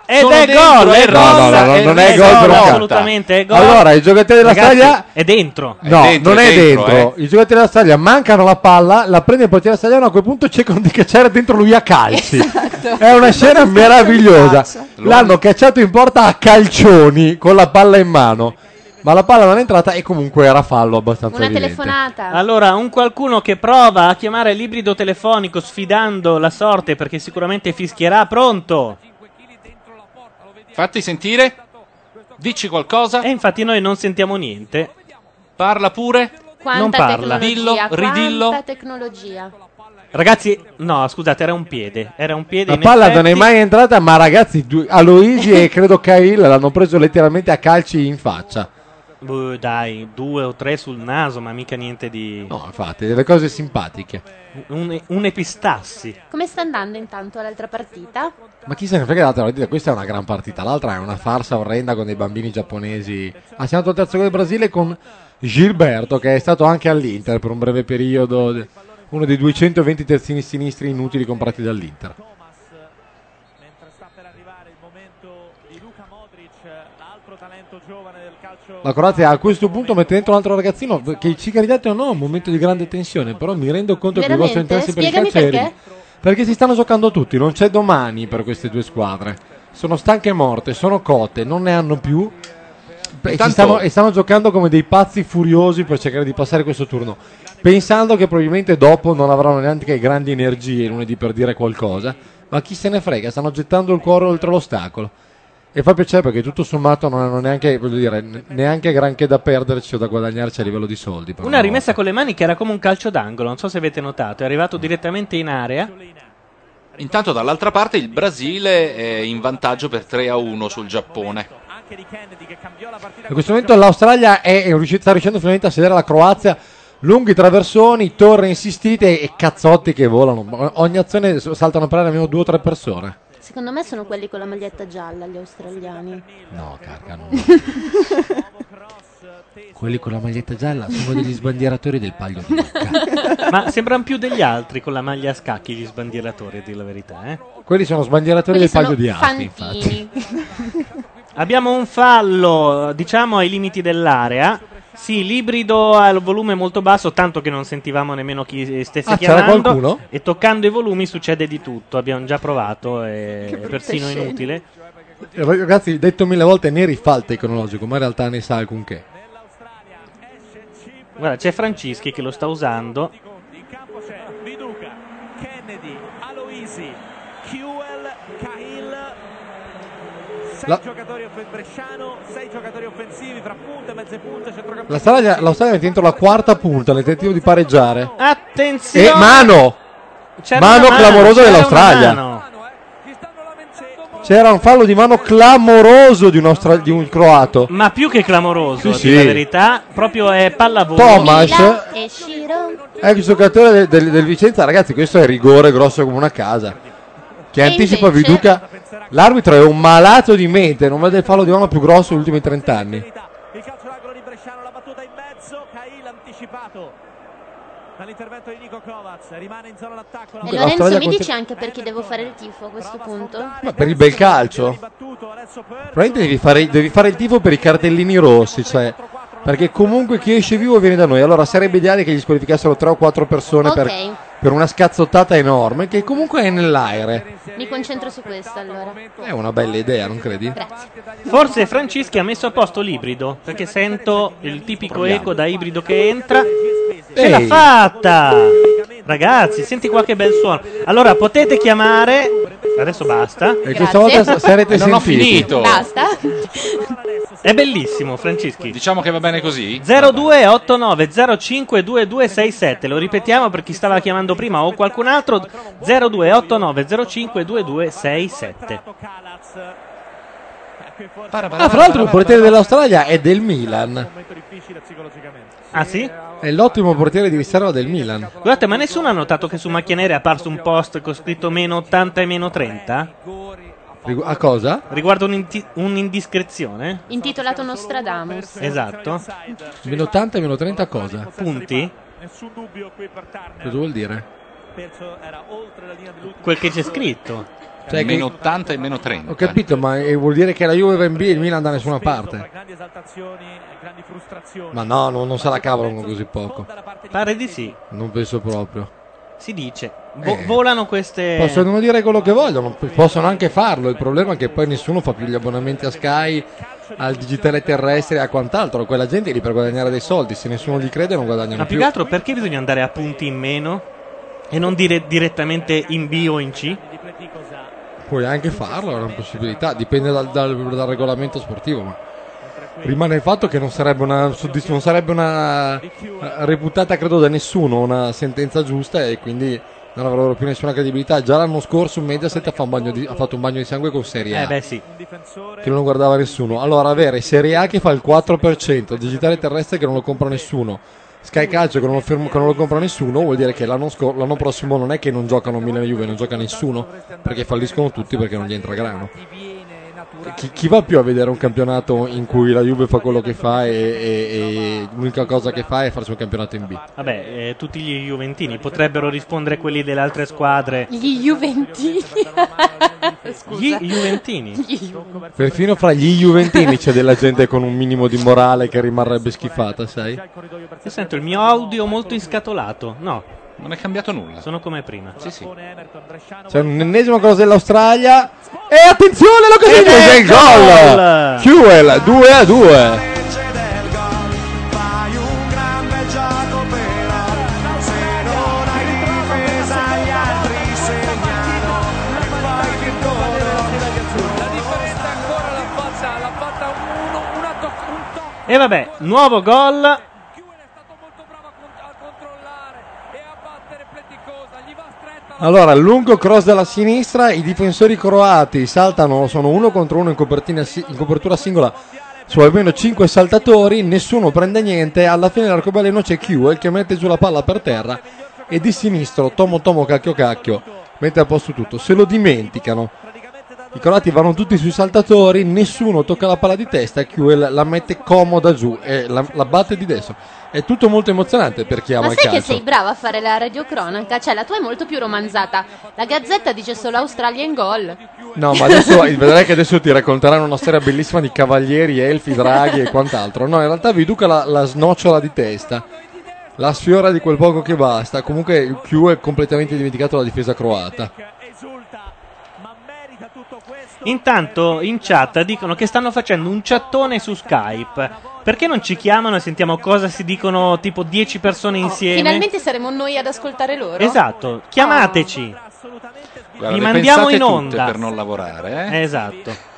Ed Sono è dentro, gol, è no, gol, no, no, è- non è è gol gol, per una assolutamente, carta. è gol. Allora, i giocatori della Ragazzi, Staglia- è dentro. eh. No, non è dentro. eh. I giocatori della Staglia mancano la palla, la prende il portiere stagliano. A quel punto cercano di cacciare dentro lui a calci. Esatto. È una scena meravigliosa. L'hanno cacciato in porta a calcioni con la palla in mano. Ma la palla non è entrata e comunque era fallo abbastanza evidente. Allora, un qualcuno che prova a chiamare l'ibrido telefonico sfidando la sorte perché sicuramente fischierà pronto. Fatti sentire. Dici qualcosa. E Eh, infatti noi non sentiamo niente. Parla pure. Quanta non parla. tecnologia, Quanta tecnologia. Ragazzi, no, scusate, era un piede. Era un piede La in palla non è effetti. mai entrata, ma ragazzi, due- Aloisi e credo Cahill l'hanno preso letteralmente a calci in faccia. Boh, dai, due o tre sul naso, ma mica niente di. No, Infatti, delle cose simpatiche. Un, un epistassi. Come sta andando intanto l'altra partita? Ma chi se ne frega della partita? Questa è una gran partita. L'altra è una farsa orrenda con dei bambini giapponesi. Ah, Ha segnato il terzo gol del Brasile con Gilberto, che è stato anche all'Inter per un breve periodo. Uno dei 220 terzini sinistri inutili comprati dall'Inter. La Croazia a questo punto mette dentro un altro ragazzino che ci candidate o no è un momento di grande tensione, però mi rendo conto che il vostro Veramente? interesse per il Spiegami calcio è perché. ridicolo. Perché si stanno giocando tutti, non c'è domani per queste due squadre. Sono stanche e morte, sono cotte, non ne hanno più. E, si Intanto- stanno, e stanno giocando come dei pazzi furiosi per cercare di passare questo turno, pensando che probabilmente dopo non avranno neanche grandi energie lunedì per dire qualcosa. Ma chi se ne frega, stanno gettando il cuore oltre l'ostacolo. E fa piacere perché tutto sommato non hanno neanche, voglio dire, ne- neanche granché da perderci o da guadagnarci a livello di soldi. per Una volta. rimessa con le mani che era come un calcio d'angolo. Non so se avete notato. È arrivato direttamente in area. Intanto dall'altra parte il Brasile è in vantaggio per 3 a 1 sul Giappone. In questo momento l'Australia è, è riusci- sta riuscendo finalmente a sedere la Croazia. Lunghi traversoni, torre insistite e cazzotti che volano. O- Ogni azione s- saltano per aria almeno due o tre persone. Secondo me sono quelli con la maglietta gialla, gli australiani. No, carca, no. Quelli con la maglietta gialla sono degli sbandieratori del paglio di Lucca. Ma sembrano più degli altri con la maglia a scacchi gli sbandieratori, a dir la verità. Eh? Quelli sono sbandieratori Quelli del paglio di sono Asti, fantini. infatti. Abbiamo un fallo, diciamo, ai limiti dell'area. Sì, l'ibrido ha il volume molto basso, tanto che non sentivamo nemmeno chi stesse Ah, c'era chiamando. qualcuno? E toccando i volumi succede di tutto. Abbiamo già provato, è brutta persino scena. inutile. Eh, Ragazzi, detto mille volte, Neri fa il tecnologico, ma in realtà ne sa alcunché. Guarda, c'è Francischi che lo sta usando. In campo c'è Viduca, Kennedy, Cioè, Aloisi, Chiuel, Cahill. Sei La- giocatori off- bresciano, sei giocatori offensivi tra punte, mezze punte, centrocampista. L'Australia, l'Australia mette dentro la quarta punta nel tentativo di pareggiare. Attenzione! E Eh, mano! C'era Mano una clamorosa c'era dell'Australia. una mano. C'era un fallo di mano clamoroso di un, austra- di un croato. Ma più che clamoroso, Sì, di sì. la verità, proprio è pallavolo. Tomas E Shiro? è il giocatore del, del- del Vicenza. Ragazzi, questo è rigore grosso come una casa. Che anticipa invece- Viduca. L'arbitro è un malato di mente. Non vede il fallo di mano più grosso negli ultimi 30 anni. Il calcio d'angolo di Bresciano, la battuta in mezzo, Cahill anticipato. Dall'intervento di Nico Kovac, rimane in zona d'attacco. E Lorenzo, L'Australia mi conti- dici anche perché devo fare il tifo a questo punto? Ma per il bel calcio. Probabilmente devi fare, devi fare il tifo per i cartellini rossi. Cioè, perché comunque chi esce vivo viene da noi. Allora sarebbe ideale che gli squalificassero 3 o 4 persone per- Ok. per una scazzottata enorme. Che comunque è nell'aere. Mi concentro su questo allora. È una bella idea, non credi? Forse Francischi ha messo a posto l'ibrido, perché sento il tipico eco da ibrido che entra. Ce l'ha Ehi. fatta! Ragazzi, senti qua che bel suono. Allora, potete chiamare... Adesso basta. E questa volta s- Eh, sarete Non ho sentiti. finito. Basta. È bellissimo, Francischi. Diciamo che va bene così? 0289052267, lo ripetiamo per chi stava chiamando prima o qualcun altro. 0289052267. Ah, fra l'altro il portiere dell'Australia è del Milan. Ah sì? È l'ottimo portiere di riserva del Milan. Guardate, ma nessuno ha notato che su Macchia Nera è apparso un post con scritto meno 80 e meno 30? Rigu- a cosa? Riguardo un'inti- un'indiscrezione? Intitolato Nostradamus. Esatto. Meno 80 e meno 30 a cosa? Punti? Cosa vuol dire? perso era oltre la linea dell'ultimo. Quel che c'è scritto. Cioè che- meno 80 e meno 30. Ho capito, ma eh, vuol dire che la Juve va in B e il Milan da nessuna parte. Ma no, no, non se la cavano con così poco. Pare di sì. Non penso proprio. Si dice. Vo- Eh. volano queste. Possono dire quello che vogliono, p- possono anche farlo. Il problema è che poi nessuno fa più gli abbonamenti a Sky, al digitale terrestre e a quant'altro. Quella gente è lì per guadagnare dei soldi. Se nessuno gli crede, non guadagnano Ma più più. che altro perché bisogna andare a punti in meno? E non dire direttamente in B o in C? Puoi anche farlo, è una possibilità. Dipende dal, dal- dal regolamento sportivo. Ma rimane il fatto che non sarebbe una, soddisf- non sarebbe una eh, reputata, credo, da nessuno una sentenza giusta e quindi. Non avrebbero più nessuna credibilità. Già l'anno scorso Mediaset ha fa un bagno di- ha fatto un bagno di sangue con Serie A. Eh beh sì. che non lo guardava nessuno. Allora, avere Serie A che fa il 4%, digitale terrestre che non lo compra nessuno, Sky Calcio che non lo, fermo- che non lo compra nessuno, vuol dire che l'anno, scor- l'anno prossimo non è che non giocano Milan e Juve, non gioca nessuno, perché falliscono tutti perché non gli entra grano. Chi, chi va più a vedere un campionato in cui la Juve fa quello che fa e, e- e l'unica cosa che fa è farsi un campionato in B? Vabbè, eh, tutti gli Juventini potrebbero rispondere quelli delle altre squadre. Gli Juventini. Gli Juventini. Gli Juventini. Perfino fra gli Juventini c'è della gente con un minimo di morale che rimarrebbe schifata, sai? Io sento il mio audio molto inscatolato. No. Non è cambiato nulla. Sono come prima. Sì, sì. C'è un'ennesima Cioè, cosa dell'Australia. E attenzione, lo così c'è il gol! gol! Fuel 2 a 2. E vabbè, nuovo gol. Allora, lungo cross dalla sinistra, i difensori croati saltano, sono uno contro uno in, copertina si- in copertura singola su almeno 5 saltatori, nessuno prende niente, alla fine dell'arcobaleno c'è Kiewel che mette giù la palla per terra e di sinistro Tomo Tomo Cacchio Cacchio mette a posto tutto, se lo dimenticano. I croati vanno tutti sui saltatori, nessuno tocca la palla di testa, Kiewel la mette comoda giù e la, la batte di destra. È tutto molto emozionante per chi ama Ma il sai calcio. che sei brava a fare la radiocronaca? Cioè, la tua è molto più romanzata. La gazzetta dice solo Australia in gol. No, ma adesso vedrai che adesso ti racconteranno una storia bellissima di cavalieri, elfi, draghi e quant'altro. No, in realtà vi duca la, la snocciola di testa, la sfiora di quel poco che basta. Comunque il Q è completamente dimenticato la difesa croata. Intanto in chat dicono che stanno facendo un chattone su Skype. Perché non ci chiamano e sentiamo cosa si dicono tipo 10 persone insieme? Oh, Finalmente saremo noi ad ascoltare loro. Oh. Esatto, chiamateci. Guarda, Vi le mandiamo pensate in tutte onda. per non lavorare, eh? Esatto.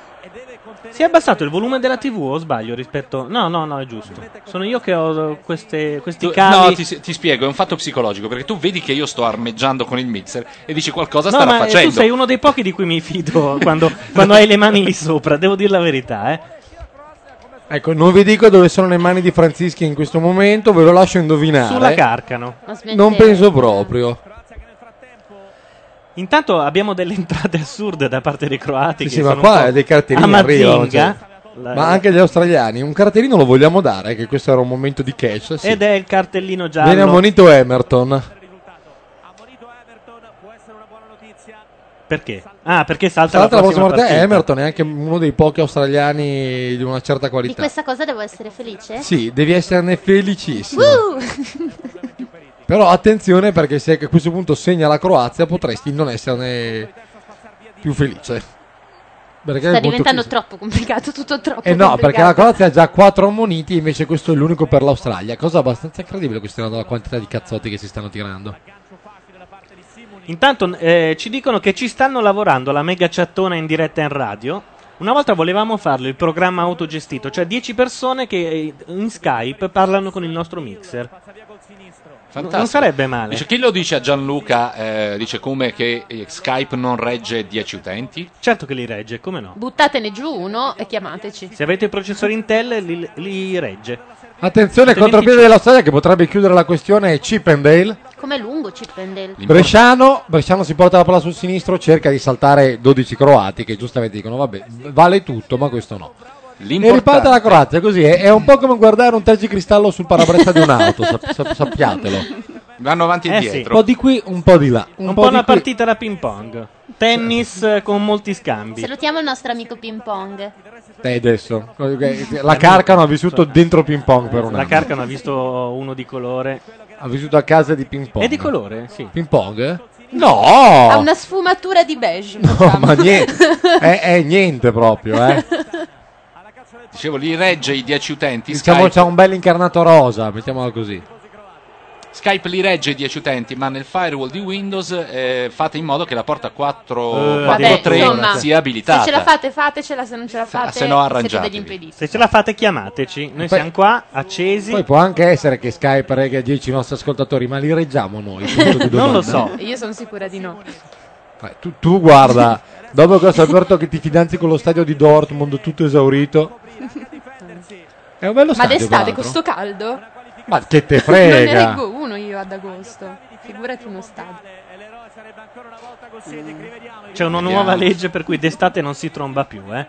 Si è abbassato il volume della TV o sbaglio rispetto No, no, no, è giusto. Sono io che ho queste, questi Tu- cavi. No, ti, ti spiego, è un fatto psicologico perché tu vedi che io sto armeggiando con il mixer e dici qualcosa No, starà ma eh, facendo. tu sei uno dei pochi di cui mi fido quando, quando hai le mani lì sopra, devo dire la verità, eh. Ecco, non vi dico dove sono le mani di Franzischi in questo momento, ve lo lascio indovinare. Sulla Carcano. Ma smettete. Non penso proprio. Intanto abbiamo delle entrate assurde da parte dei croati che Sì, sì, ma sono un qua po' dei cartellini arrivano. Amazinga. cioè. La- Ma anche gli australiani, un cartellino lo vogliamo dare, che questo era un momento di cash. sì. Ed è il cartellino giallo. Viene ammonito Emerton. Perché? Ah, perché Tra salta la l'altro la prossima prossima volta partita. Emerton è anche uno dei pochi australiani di una certa Di qualità. questa cosa devo essere felice? Sì, devi esserne felicissimo. Woo! Però attenzione perché se a questo punto segna la Croazia potresti non esserne più felice. Perché Sta è molto diventando chiuso. troppo complicato, tutto troppo Eh no, perché complicato. la Croazia ha già 4 ammoniti invece questo è l'unico per l'Australia. Cosa abbastanza incredibile considerando la quantità di cazzotti che si stanno tirando. Intanto eh, ci dicono che ci stanno lavorando la mega chattona in diretta in radio. Una volta volevamo farlo il programma autogestito, cioè 10 persone che eh, in Skype parlano con il nostro mixer. Fantastico. Non sarebbe male. Dice, chi lo dice a Gianluca? eh, dice come che eh, Skype non regge 10 utenti? Certo che li regge, come no? Buttatene giù uno e chiamateci. Se avete i processori Intel li, li regge. Attenzione, Altrimenti contropiede c'è- dell'Australia che potrebbe chiudere la questione è Chippendale. Com'è lungo Chippendale? Bresciano, Bresciano si porta la palla sul sinistro, cerca di saltare 12 croati che giustamente dicono vabbè vale tutto ma questo no. E riparte la Croazia così, è, è un po' come guardare un tergicristallo sul parabrezza di un'auto, sap- sap- sappiatelo. Vanno avanti e Eh sì. dietro. Un po' di qui, un po' di là. Un, Un, po', di una qui. partita da ping pong. Tennis eh, con molti scambi. Salutiamo il nostro amico Ping Pong. Eh, adesso. La Carcano ha vissuto dentro ping pong per un La anno. Carcano ha visto uno di colore. Ha vissuto a casa di ping pong. È di colore, sì. Ping pong? eh? Ha No! una sfumatura di beige. No, ma niente. È, è niente proprio, eh. Dicevo, li regge i 10 utenti. Diciamo Skype, c'ha un bel incarnato rosa, mettiamola così. Skype li regge i 10 utenti, ma nel firewall di Windows eh, fate in modo che la porta 4, Eh, 4 3 insomma, sia abilitata. Se ce la fate, fatecela, se non ce la fate, se no arrangiatevi. siete degli impediti. Se ce la fate, chiamateci. Noi siamo qua, accesi. Poi può anche essere che Skype rega 10 nostri ascoltatori, ma li reggiamo noi. punto di Non lo domanda. so. Io sono sicura di no. Eh, Tu, tu guarda, dopo che ho saputo che ti fidanzi con lo stadio di Dortmund tutto esaurito, è un Ma bello stadio. d'estate peraltro. con sto caldo? Ma che te Non ne frega. reggo uno io ad agosto. Figurati uno stadio. C'è una Vediamo. nuova legge per cui d'estate non si tromba più, eh.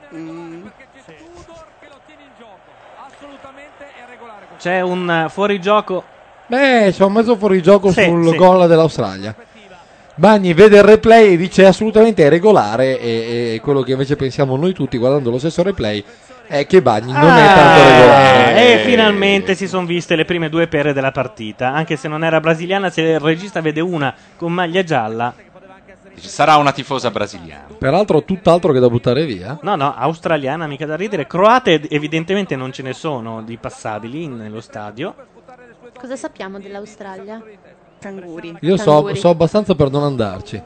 C'è un eh, fuorigioco. Beh, ci ho messo fuori gioco Sì, sul sì. gol dell'Australia. Bagni vede il replay e dice assolutamente regolare e, e quello che invece pensiamo noi tutti guardando lo stesso replay è che Bagni non è tanto Ah, regolare. Eh, e finalmente si sono viste le prime due pere della partita. Anche se non era brasiliana, se il regista vede una con maglia gialla. Ci sarà una tifosa brasiliana. Peraltro tutt'altro che da buttare via. No, no, australiana, mica da ridere. Croate, ed- evidentemente, non ce ne sono di passabili in- nello stadio. Cosa sappiamo dell'Australia? Canguri. Io so, so abbastanza per non andarci.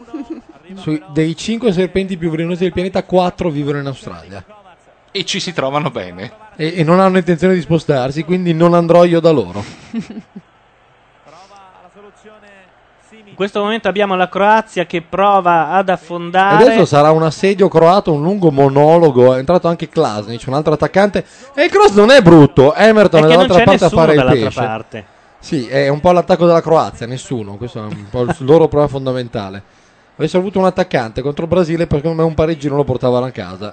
Sui- dei 5 serpenti più velenosi del pianeta, 4 vivono in Australia E ci si trovano bene. e, e non hanno intenzione di spostarsi, quindi non andrò io da loro. In questo momento abbiamo la Croazia che prova ad E affondare. Adesso sarà un assedio croato, un lungo monologo. È entrato anche Klasnic, un altro attaccante. E il cross non è brutto. Emerton È è che non dall'altra c'è parte a nessuno fare il dall'altra pesce. parte. Sì, è un po' l'attacco della Croazia. Nessuno. Questo è un po' il loro problema fondamentale. Avessero avuto un attaccante contro il Brasile, perché secondo me un pareggio non lo portavano a casa.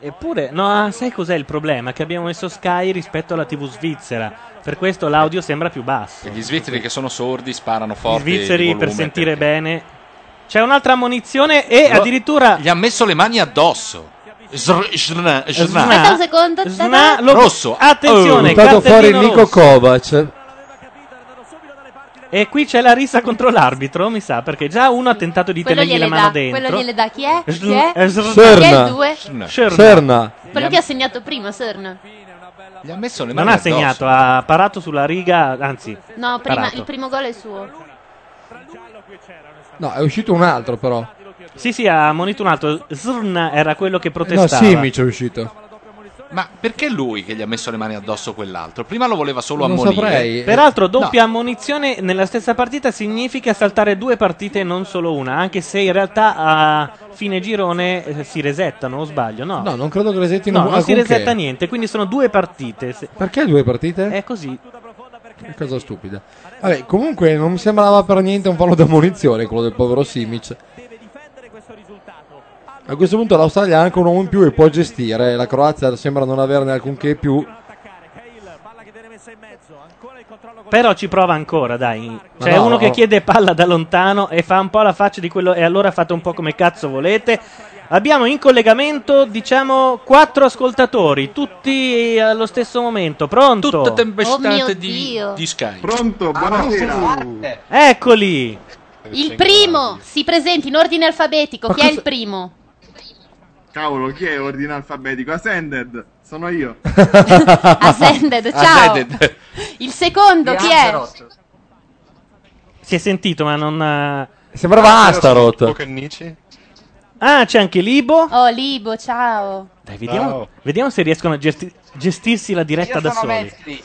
Eppure, no, ah, sai cos'è il problema? Che abbiamo messo Sky rispetto alla TV svizzera. Per questo l'audio sembra più basso. E gli svizzeri che sono sordi sparano Gli forte. il svizzeri volume. per sentire bene. C'è un'altra munizione e No, addirittura. Gli ha messo le mani addosso. Sr- srna- srna. Aspetta un secondo. Sna- lo- Rosso. Oh. Attenzione, buttato fuori cartellino Nico rosso. Kovac. E qui c'è la rissa contro l'arbitro, mi sa, perché già uno ha tentato di Quello tenergli la gliele dà. mano dentro. Quello gliele dà. Chi è? Chi Srn- è? eh, srn- Chi è il Serna. due? Scherna. Serna. Quello che ha segnato prima, Serna. Gli ha messo le Non mani ha addosso. segnato, ha parato sulla riga, anzi. No, prima, parato. il primo gol è suo. No, è uscito un altro, però. Sì, sì, ha monito un altro. Zrn era quello che No, protestava. Simic è uscito. Ma perché lui che gli ha messo le mani addosso quell'altro? Prima lo voleva solo Non ammonire. saprei. Peraltro, doppia ammonizione nella stessa partita significa saltare due partite e non solo una, anche se in realtà a fine girone eh, si resettano, o sbaglio, no? No, non credo che resettino No, non si alcunché. resetta niente, quindi sono due partite. Se- Perché due partite? È così. Che cosa stupida. Vabbè, comunque non mi sembrava per niente un fallo da munizione quello del povero Simic. A questo punto l'Australia ha anche un uomo in più e può gestire. La Croazia sembra non averne alcunché più. Però ci prova ancora, dai. Ma C'è no. uno che chiede palla da lontano e fa un po' la faccia di quello. E allora fate un po' come cazzo volete. Abbiamo in collegamento, diciamo, quattro ascoltatori, tutti allo stesso momento. Pronto? Tutta tempestante Oh mio di, Dio. Ah, di Sky. Pronto, buonasera. Eccoli! Il primo si presenti in ordine alfabetico. Chi è il primo? Cavolo, chi è ordine alfabetico? Ascended, sono io. Ascended, ciao. Il secondo chi è? Si è sentito, ma non. eh. Ah, Sembrava Astaroth. Cannici? Ah, c'è anche Libo. Oh, Libo, ciao. Dai, vediamo, vediamo se riescono a gesti- gestirsi la diretta da soli. Eh.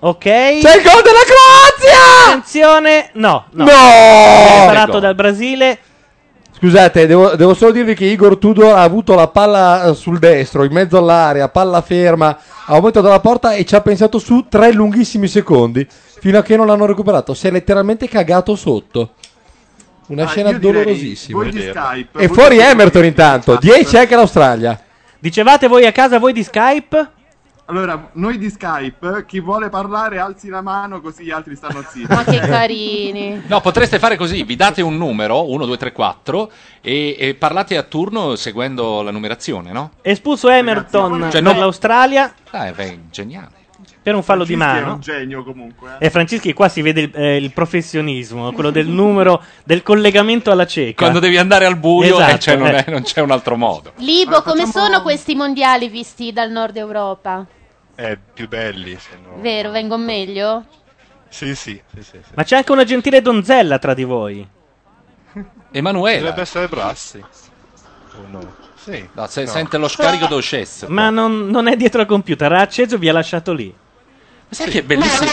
Ok. C'è il gol della Croazia! Ecco. Attenzione! No, no. No! Viene parato Gol. dal Brasile. Scusate, devo, devo solo dirvi che Igor Tudor ha avuto la palla eh, sul destro, in mezzo all'area, palla ferma, ha aumentato la porta e ci ha pensato su tre lunghissimi secondi, fino a che non l'hanno recuperato. Si è letteralmente cagato sotto. Una Ah, scena io direi, dolorosissima. voi di Skype, E voi fuori di- Emerton intanto, 10 anche l'Australia. Dicevate voi a casa, voi di Skype? Allora, noi di Skype, chi vuole parlare alzi la mano così gli altri stanno zitti. Ma che carini. No, potreste fare così, vi date un numero, 1, 2, 3, 4, e, e parlate a turno seguendo la numerazione, no? Espulso Emerton Cioè, per non- l'Australia Ah, beh, geniale. per un fallo di Francischi È mano. un genio comunque. eh. E Francischi, qua si vede il, eh, il professionismo, quello del numero, del collegamento alla cieca. Quando devi andare al buio, eh, Esatto, cioè, non, eh. è- non c'è un altro modo. Libo, come sono questi mondiali visti dal nord Europa? Eh, più belli, se no. Vero, vengono meglio? Sì, sì, sì, sì, sì. Ma c'è anche una gentile donzella tra di voi. eh. Emanuele. Dovrebbe essere Brassi. O no? Sì. No, se- No. Sente lo scarico d'oscesso. Ma non, non è dietro al computer, ha acceso vi ha lasciato lì. Sai che è bellissimo?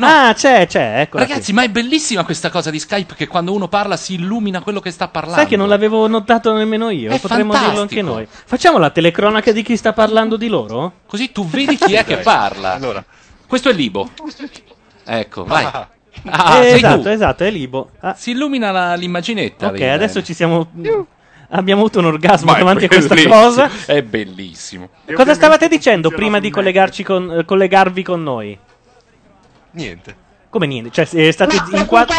Ah, c'è, c'è, ecco. Ragazzi, ma è bellissima questa cosa di Skype che quando uno parla si illumina quello che sta parlando. Sai che non l'avevo notato nemmeno io, È potremmo dirlo anche fantastico. noi. Facciamo la telecronaca di chi sta parlando di loro? Così tu vedi chi è che parla. Questo è Libo. Ecco, vai. Ah. Ah, Eh, sei esatto, tu. esatto, è Libo. Si illumina la- l'immaginetta. eh. Ok, lì, adesso bene. ci siamo. Abbiamo avuto un orgasmo Ma è davanti a questa bellissimo, cosa. È bellissimo. Cosa stavate dicendo prima di collegarci con, eh, collegarvi con noi? Niente. Come niente? Cioè, se state in quattro.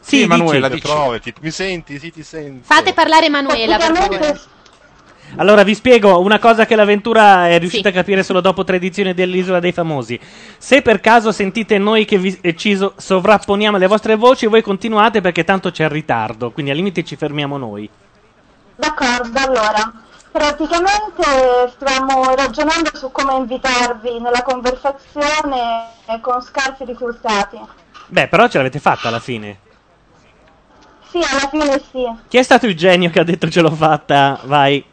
Sì, dici. Emanuela, dici. Provati. Mi senti? Sì, ti sento. Fate parlare Emanuela, per favore. Allora vi spiego una cosa che l'avventura è riuscita a capire solo dopo tre edizioni dell'Isola dei Famosi. Se per caso sentite noi che vi, eh, ci so- sovrapponiamo le vostre voci, voi continuate perché tanto c'è il ritardo, quindi al limite ci fermiamo noi. D'accordo, allora, praticamente stiamo ragionando su come invitarvi nella conversazione con scarsi risultati. Beh, però ce l'avete fatta alla fine. Sì, alla fine sì, Chi è stato il genio che ha detto ce l'ho fatta? Vai.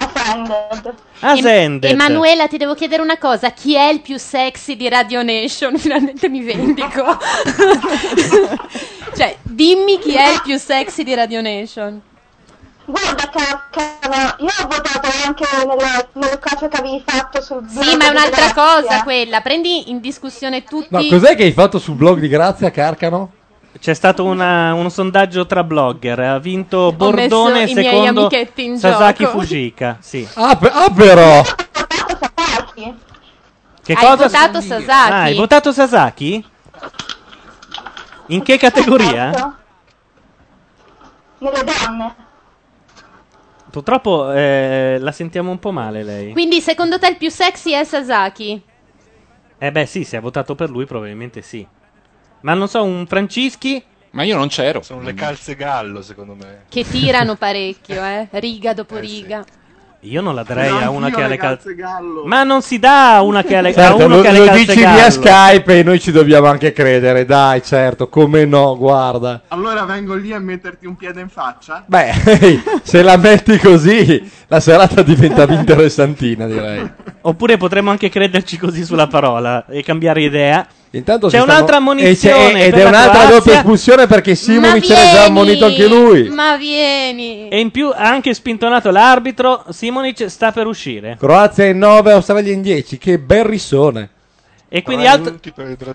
offended. Ah, Asende. Emanuela, ti devo chiedere una cosa. Chi è il più sexy di Radio Nation? Finalmente mi vendico. cioè, dimmi chi è il più sexy di Radio Nation. Guarda Carcano, io ho votato anche nel, nel coso che avevi fatto sul Sì, ma è un'altra cosa quella. Prendi in discussione tutti. No, cos'è che hai fatto sul blog di Grazia, Carcano? C'è stato una- un sondaggio tra blogger. Ha vinto Bordone messo i miei secondo amichetti in Sasaki gioco. Fujika. Sì. Ah, pe- ah, però! Che Hai cosa? votato Sasaki. Ah, hai votato Sasaki? In che categoria? Nelle donne. Purtroppo eh, la sentiamo un po' male lei. Quindi, secondo te il più sexy è Sasaki? Eh beh sì, se ha votato per lui probabilmente sì. Ma non so, un Francischi? Ma io non c'ero. Sono le calze gallo, secondo me. Che tirano parecchio, eh? Riga dopo riga. Io non la darei No, a una anch'io che ha le le calze... gallo. Ma non si dà a una che ha le, a Certo, uno lo, che ha le lo calze dici gallo. via Skype e noi ci dobbiamo anche credere, dai, certo, come no, guarda. Allora vengo lì a metterti un piede in faccia? Beh, se la metti così, la serata diventa interessantina, direi. Oppure potremmo anche crederci così sulla parola e cambiare idea. Intanto c'è si Certo, stanno- un'altra e c'è- eh, ammonizione ed per è la un'altra Croazia. doppia espulsione perché Simovic era già ammonito anche lui. Ma vieni. E in più ha anche spintonato l'arbitro. Simonic sta per uscire. Croazia in 9, Australia in 10, che bel rissone. E quindi Tra altro.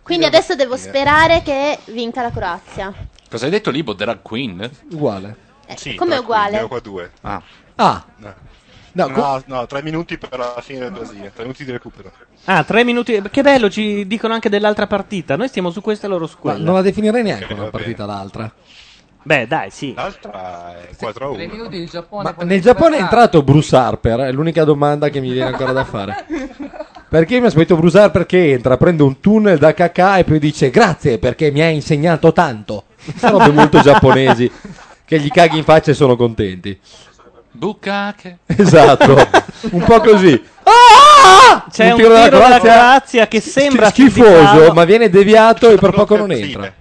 Quindi adesso devo sperare che vinca la Croazia. Cosa hai detto Libo? Drag Queen? Uguale. Eh, Sì, com'è tra- uguale? Ne ho qua due. Ah. Ah. No. No, No, no, tre minuti per la fine del Brasile. Tre minuti di recupero. Ah, tre minuti. Che bello, ci dicono anche dell'altra partita. Noi stiamo su questa e loro su Ma quella. non la definirei Eh, neanche una partita l'altra. Beh, dai, sì. L'altra è 4 a 1. minuti in Giappone. Ma nel Giappone è entrato Bruce Harper, è l'unica domanda che mi viene ancora da fare. Perché mi aspetto Bruce Harper che entra, prende un tunnel da KK e poi dice grazie perché mi hai insegnato tanto. Sono robe molto giapponesi che gli caghi in faccia e sono contenti. Bukake. Esatto, un po' così. C'è un Il Ah! tiro tiro della della Croazia Croazia che sembra Schifoso, pizzicato. ma viene deviato e per poco non entra.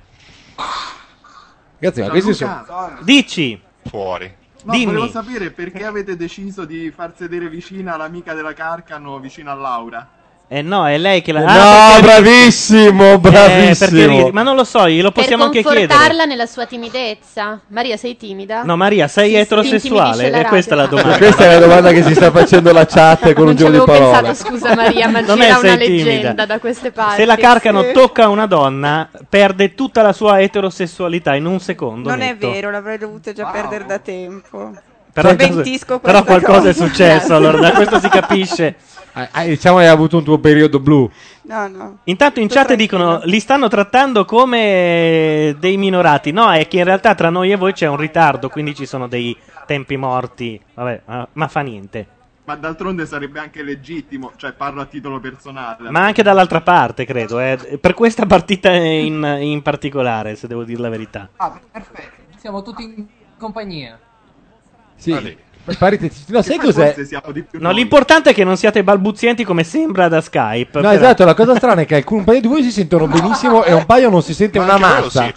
Ragazzi, ma questi sono... Gianluca, Dici. Fuori. No, volevo sapere perché avete deciso di far sedere vicina l'amica della Carcano vicino a Laura. Eh no, è lei che la. No, perché ridi. bravissimo, Eh, bravissimo. perché ridi. ma non lo so, glielo Per possiamo anche confortarla chiedere. nella sua timidezza. Maria, sei timida? No, Maria, sei Sì, sì, ti eterosessuale? intimidisce E la questa è la radio. domanda. Questa è la domanda che si sta facendo la chat con un giro di avevo parole. pensato, scusa Maria, ma Non c'era è sei una timida. leggenda da queste parti. Se la carcano Sì. tocca una donna, perde tutta la sua eterosessualità in un secondo. Non è netto. vero, l'avrei dovuto già perdere da tempo. Però, Smentisco però questa qualcosa è cosa. successo, allora da questo si capisce. Ah, ah, diciamo che hai avuto un tuo periodo blu. No, no. Intanto in chat dicono li stanno trattando come dei minorati. No, è che in realtà tra noi e voi c'è un ritardo, quindi ci sono dei tempi morti. Vabbè, ma, ma fa niente. Ma d'altronde sarebbe anche legittimo, cioè parlo a titolo personale. Ma anche dall'altra parte, credo. eh. Per questa partita in, in particolare, se devo dire la verità. Ah, perfetto. Siamo tutti in compagnia. Sì. Parite, no, sai cos'è? No, l'importante è che non siate balbuzienti come sembra da Skype. No, però- esatto, la cosa strana è che alcuni paio di voi si sentono benissimo e un paio non si sente una mazza.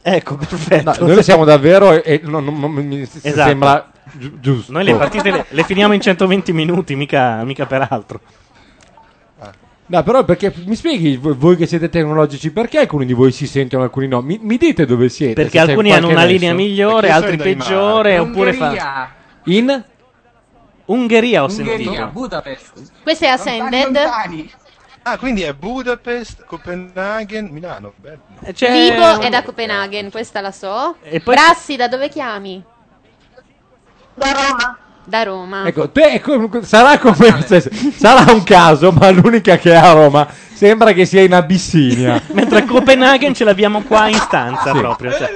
Ecco, perfetto. No, noi lo siamo davvero e e non- non- non- mi mi Esatto. sembra giu- giusto. Noi le partite le, le finiamo in 120 minuti, mica, mica peraltro. No, però perché mi spieghi voi- voi che siete tecnologici perché alcuni di voi si sentono e alcuni no? Mi, mi dite dove siete? Perché se c'è alcuni hanno qualche una linea nesso. migliore, altri peggiore, oppure fa... Ungheria, In? Ungheria ho Ungheria, sentito. Budapest. Questo è Ascended. Ah, quindi è Budapest, Copenaghen, Milano. Bello. Eh, Cioè, C'è Libo un- eh, è da Copenaghen, questa la so. E poi- Brassi, da dove chiami? Da Roma. Da Roma. Ecco, te- ecco, sarà come se- sarà un caso, ma l'unica che è a Roma sembra che sia in Abissinia. Mentre Copenaghen ce l'abbiamo qua in stanza Sì. proprio. cioè.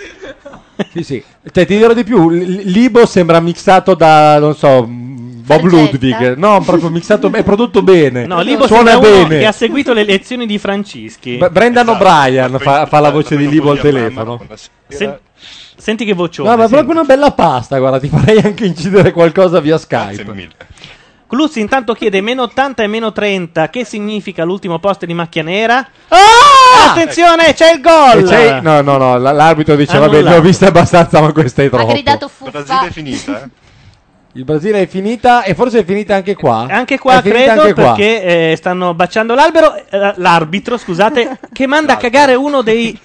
sì, sì. Cioè, ti dirò di più, L- Libo sembra mixato da non so Bob Ludwig, no, proprio mixato, è prodotto bene. No, Libo suona sembra uno bene. che ha seguito le lezioni di Francischi. B- Brendan O'Brien fa, fa la voce di Libo al telefono. Sen- senti che vocione. No, ma è senti. proprio una bella pasta, guarda, ti farei anche incidere qualcosa via Skype. Clussi intanto chiede meno 80 e meno 30. Che significa l'ultimo posto di macchia nera? Attenzione, c'è il Ah! E gol! c'è- no, no, no, l- l'arbitro dice, vabbè, Annullato. ne ho viste abbastanza, ma questa è Ha troppo. gridato La Brasile è finita, eh? Il Brasile è finita e forse è finita anche qua. Eh, Anche qua È finita credo anche qua. perché eh, stanno baciando l'albero. eh, l'arbitro, scusate, che manda a cagare uno dei.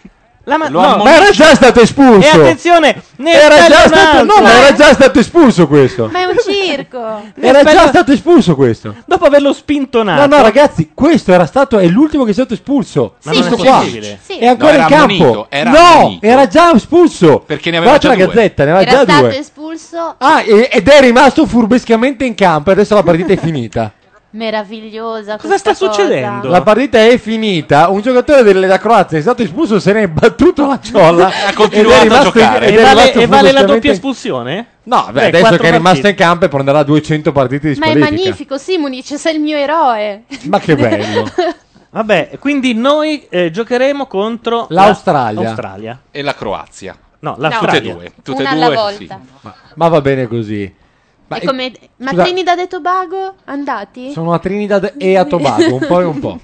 La ma- Lo no. ammonisce. Ma era già stato E espulso. attenzione, ne Era espelle già, un stato, no, altro. ma era già stato espulso questo. Ma è un circo. Ne Era espelle- già stato espulso questo. Dopo averlo spintonato. No, no, ragazzi, questo era stato, è l'ultimo che è stato espulso. Ma Sì. non è questo qua. possibile. Sì. È ancora No, in era campo. ammonito, era no, ammonito. era già espulso. Perché ne aveva Guarda già la due. gazzetta, ne aveva Era già stato due. espulso. Ah, e- ed è rimasto furbescamente in campo. Adesso la partita è finita. Meravigliosa. Cosa sta succedendo? La partita è finita. Un giocatore della Croazia è stato espulso, se ne è battuto la ciolla. Ha ed è continuato a rimasto in- giocare. ed è E vale, rimasto e vale la doppia furbescamente- espulsione? No, beh, Beh, adesso che quattro è rimasto partite. in campo e prenderà 200 partite di Ma è squalifica. magnifico, Simunic, sei il mio eroe. Ma che bello. Vabbè, quindi noi eh, giocheremo contro la- L'Australia. Australia. E la Croazia. No, Tutte l'Australia. e due. Tutte e Una due. alla volta. sì. Ma va bene così. Ma, ecco, Ma, come... ma scusa- Trinidad e Tobago? Andati? Sono a Trinidad e a Tobago, un po' e un po'.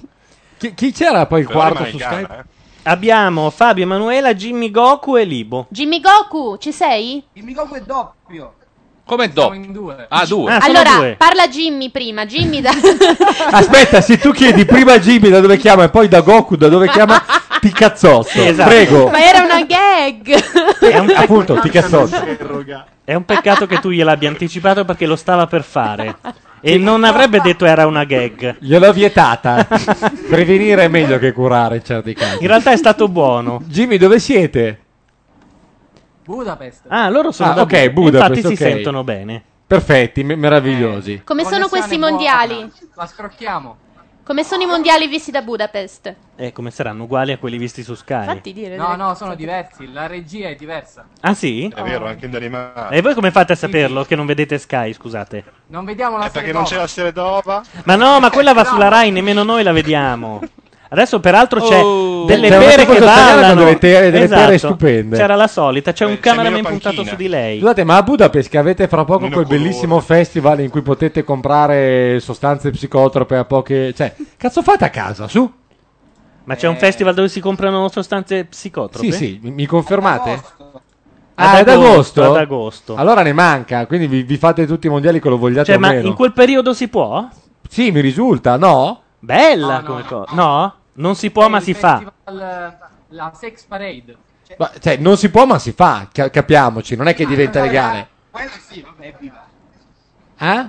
Chi, chi c'era poi il quarto su Skype? eh. Abbiamo Fabio Emanuela, Jimmy Goku e Libo. Jimmy Goku, ci sei? Jimmy Goku è doppio. Come dopo? Ah, due. Ah, sono allora, due. parla Jimmy prima. Jimmy da... Aspetta, se tu chiedi prima a Jimmy da dove chiama e poi da Goku da dove chiama, ti cazzotto. Esatto. Prego. ma era una gag. È un, Appunto, ti cazzotto. è un peccato che tu gliel'abbia anticipato perché lo stava per fare. E non avrebbe detto era una gag. Gliel'ho vietata. Prevenire è meglio che curare in certi casi. In realtà è stato buono. Jimmy, dove siete? Budapest. Ah, loro sono Ah, da ok, Budapest, Budapest, Infatti si ok. sentono bene. Eh, Perfetti, me- meravigliosi. Come sono questi mondiali? La scrocchiamo. Come sono i mondiali visti da Budapest? Eh, come saranno uguali a quelli visti su Sky. Fatti dire. No, no, sono diversi. La regia è diversa. Ah, sì? È vero, anche in Danimarca. E voi come fate a saperlo che non vedete Sky, scusate? Non vediamo la È Eh, perché non c'è la serie d'ova? Ma Eh, no, ma quella va sulla Rai, nemmeno noi la vediamo. Adesso peraltro c'è Oh. delle C'è una pere che cosa italiana ballano. con delle tere- delle Esatto. tere stupende. C'era la solita, c'è un cameraman Mino puntato Panchina. su di lei. Scusate, ma a Budapest che avete fra poco Meno quel colore. bellissimo festival in cui potete comprare sostanze psicotrope a poche... Cioè, cazzo fate a casa, su? Ma c'è un festival dove si comprano sostanze psicotrope? Sì, sì, mi- mi confermate? Ad Ah, ad agosto? Ad agosto. Allora ne manca, quindi vi, vi fate tutti i mondiali che lo vogliate Cioè, o ma meno. in quel periodo si può? Sì, mi risulta, no? Bella come cosa. No? Non si può, ma si fa. La sex parade. Cioè, Ma- cioè, non si può ma si fa, ca- capiamoci, non è Ah. che diventa legale. Quello sì, vabbè, viva. Eh?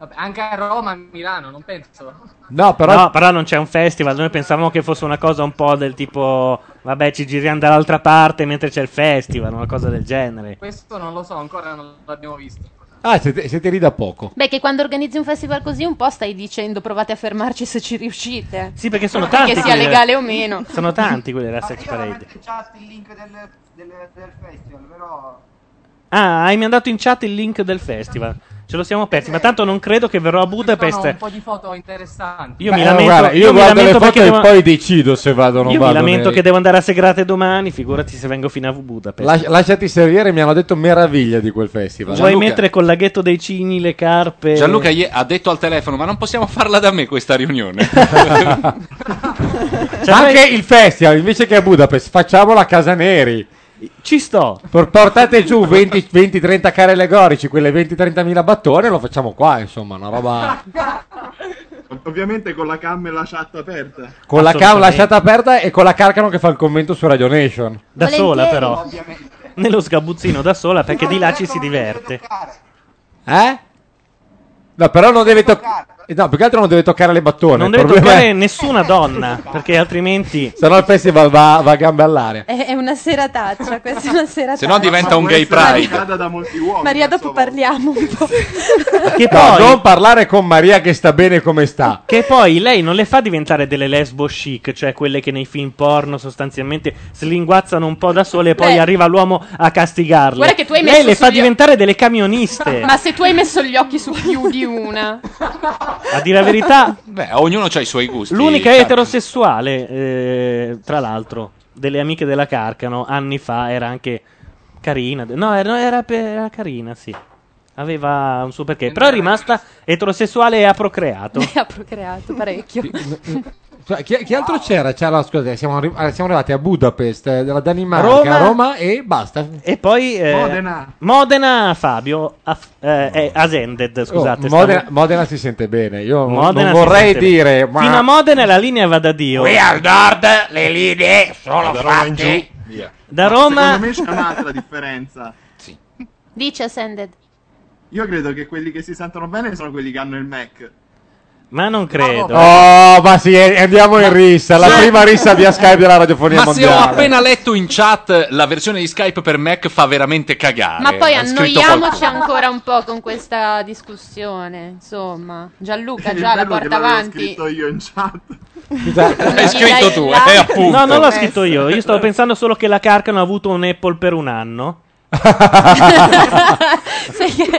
Vabbè, anche a Roma, a Milano, non penso. No, però... non c'è un festival. Noi pensavamo che fosse una cosa un po' del tipo, vabbè, ci giriamo dall'altra parte mentre c'è il festival, una cosa del genere. Questo non lo so, ancora non l'abbiamo visto. Ah, siete, siete lì da poco. Beh, che quando organizzi un festival così un po' stai dicendo provate a fermarci se ci riuscite. Sì, perché sono tanti. Che sia quelli- legale o meno. Sono tanti quelli della Ma Sex io avevo Parade. messo in chat il link del, del- del festival, però Ah, hai mandato in chat il link del festival. Ce lo siamo persi, ma tanto non credo che verrò a Sono un Budapest. po' di foto interessanti. Io mi Eh, lamento, guarda, io io mi guardo le lamento foto perché e devo- poi decido se vado o non Io mi vado. lamento nei- che devo andare a Segrate domani, figurati se vengo fino a Budapest. Las- lasciati servire, mi hanno detto meraviglia di quel festival. Vuoi mettere col laghetto dei cigni le carpe? Eh. Gianluca ie- ha detto al telefono, ma non possiamo farla da me questa riunione. Anche il festival, invece che a Budapest, facciamolo a Casa Neri. Ci sto. portate giù 20 20-30 carelle gorici, quelle 20-30 mila battone, lo facciamo qua, insomma, una roba... Ovviamente con la cam e la chat aperta. Con la cam lasciata aperta e con la Carcano che fa il commento su Radio Nation. Da sola però. Ovviamente. Nello sgabuzzino da sola perché di là ci si diverte. Eh? No, però non deve toccare... No, più che altro non deve toccare le battone. Non il deve problema toccare è- nessuna donna perché altrimenti... Se no il festival va, va a gambe all'aria. È, è una serataccia, questa è una serataccia. da molti uomini. Maria, dopo parliamo un po'. Che No, poi- non parlare con Maria che sta bene come sta. Che poi lei non le fa diventare delle lesbo chic, cioè quelle che nei film porno sostanzialmente slinguazzano un po' da sole e poi Beh. arriva l'uomo a castigarle. Guarda che tu hai lei messo le fa sugli- diventare delle camioniste. Ma se tu hai messo gli occhi su più di una, A dire la verità, Beh, Eh, certo. ognuno ha i suoi gusti. Cioè, l'unica Carlo. eterosessuale, eh, tra l'altro, delle amiche della Carcano, anni fa era anche carina. No, era, era per- era carina, sì. Aveva un suo perché, però è rimasta eterosessuale e ha procreato. ha procreato parecchio. Cioè, chi, chi altro c'era? C'era la- scusa, siamo, arri- ah, siamo arrivati a Budapest, eh, dalla Danimarca, Roma. Roma, e basta. E poi eh, Modena. Modena, Fabio aff- eh, è ascended, scusate. Oh, stavo- Modena, Modena si sente bene. Io non- Modena non vorrei si sente- dire, ma Fino a Modena la linea va da Dio. Qui al nord le linee sono Da Roma in giù, via. Da Ma Roma- Secondo me c'è un'altra differenza. Dice Ascended. Io credo che quelli che si sentono bene sono quelli che hanno il Mac. Ma non credo. Oh, ma sì, eh, andiamo in rissa. La prima rissa via Skype della radiofonia Ma se ho mondiale. appena letto in chat la versione di Skype per Mac fa veramente cagare. Ma poi Ha scritto annoiamoci qualcuno. ancora un po' con questa discussione. Insomma, Gianluca Il già la bello che porta l'avevo avanti. scritto io in chat. Hai scritto tu, eh, appunto. No, non l'ho Eh, scritto sì. io. Io stavo pensando solo che la Carcano ha avuto un Apple per un anno. Sai che,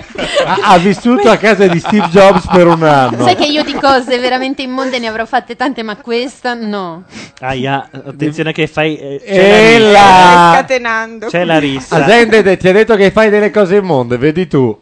Ha, ha vissuto a casa di Steve Jobs per un anno. sai che io di cose veramente immonde ne avrò fatte tante, ma questa no. Aia, Ah, attenzione che fai. eh, E c'è la la- rissa. Stai scatenando. C'è la rissa. Ascended, ti ha detto che fai delle cose immonde, vedi tu.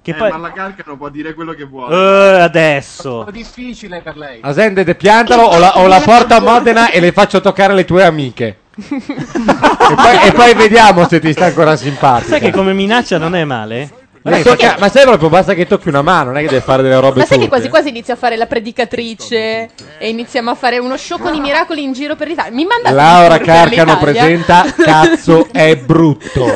Che Eh, poi- Ma la Carcano può dire quello che vuole. Eh, adesso. È difficile per lei. Ascended, piantalo o la, o la porta a Modena e le faccio toccare le tue amiche. e, poi, e poi vediamo se ti sta ancora simpatica. Sai che come minaccia non è male? Ma, sai che- ma sai proprio, basta che tocchi una mano, non è che deve fare delle robe Ma sai che furbe. quasi quasi inizio a fare la predicatrice e iniziamo a fare uno show con i miracoli in giro per l'Italia. Mi mandate Laura in tour per Carcano l'Italia? presenta Cazzo è brutto.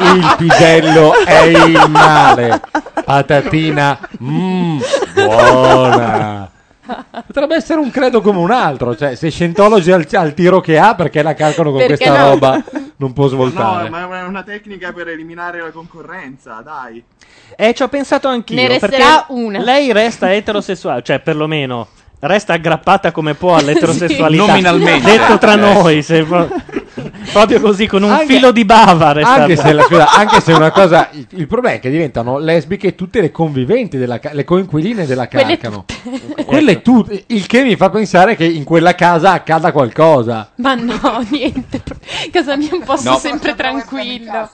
Il pisello è il male. Patatina, mmm, buona. Potrebbe essere un credo come un altro, cioè se Scientology ha il- ha il tiro che ha perché la calcano con Perché questa no? roba non può No, svoltare. ma è una- è una tecnica per eliminare la concorrenza, dai. E Eh, ci ho pensato anch'io. Ne resterà perché una. Lei resta eterosessuale, cioè perlomeno resta aggrappata come può all'eterosessualità. Sì. Nominalmente. Detto Eh, tra Adesso. noi, se pro- proprio così, con un Anche- filo di bava resta Anche se, la- aggrappata. scusa, anche se una cosa, il, il problema è che diventano lesbiche tutte le conviventi, della, ca- le coinquiline della Quelle Carcano. Ecco. Quelle tutte, il che mi fa pensare che in quella casa accada qualcosa. Ma no, niente. Casa mia è un posto No. sempre tranquillo.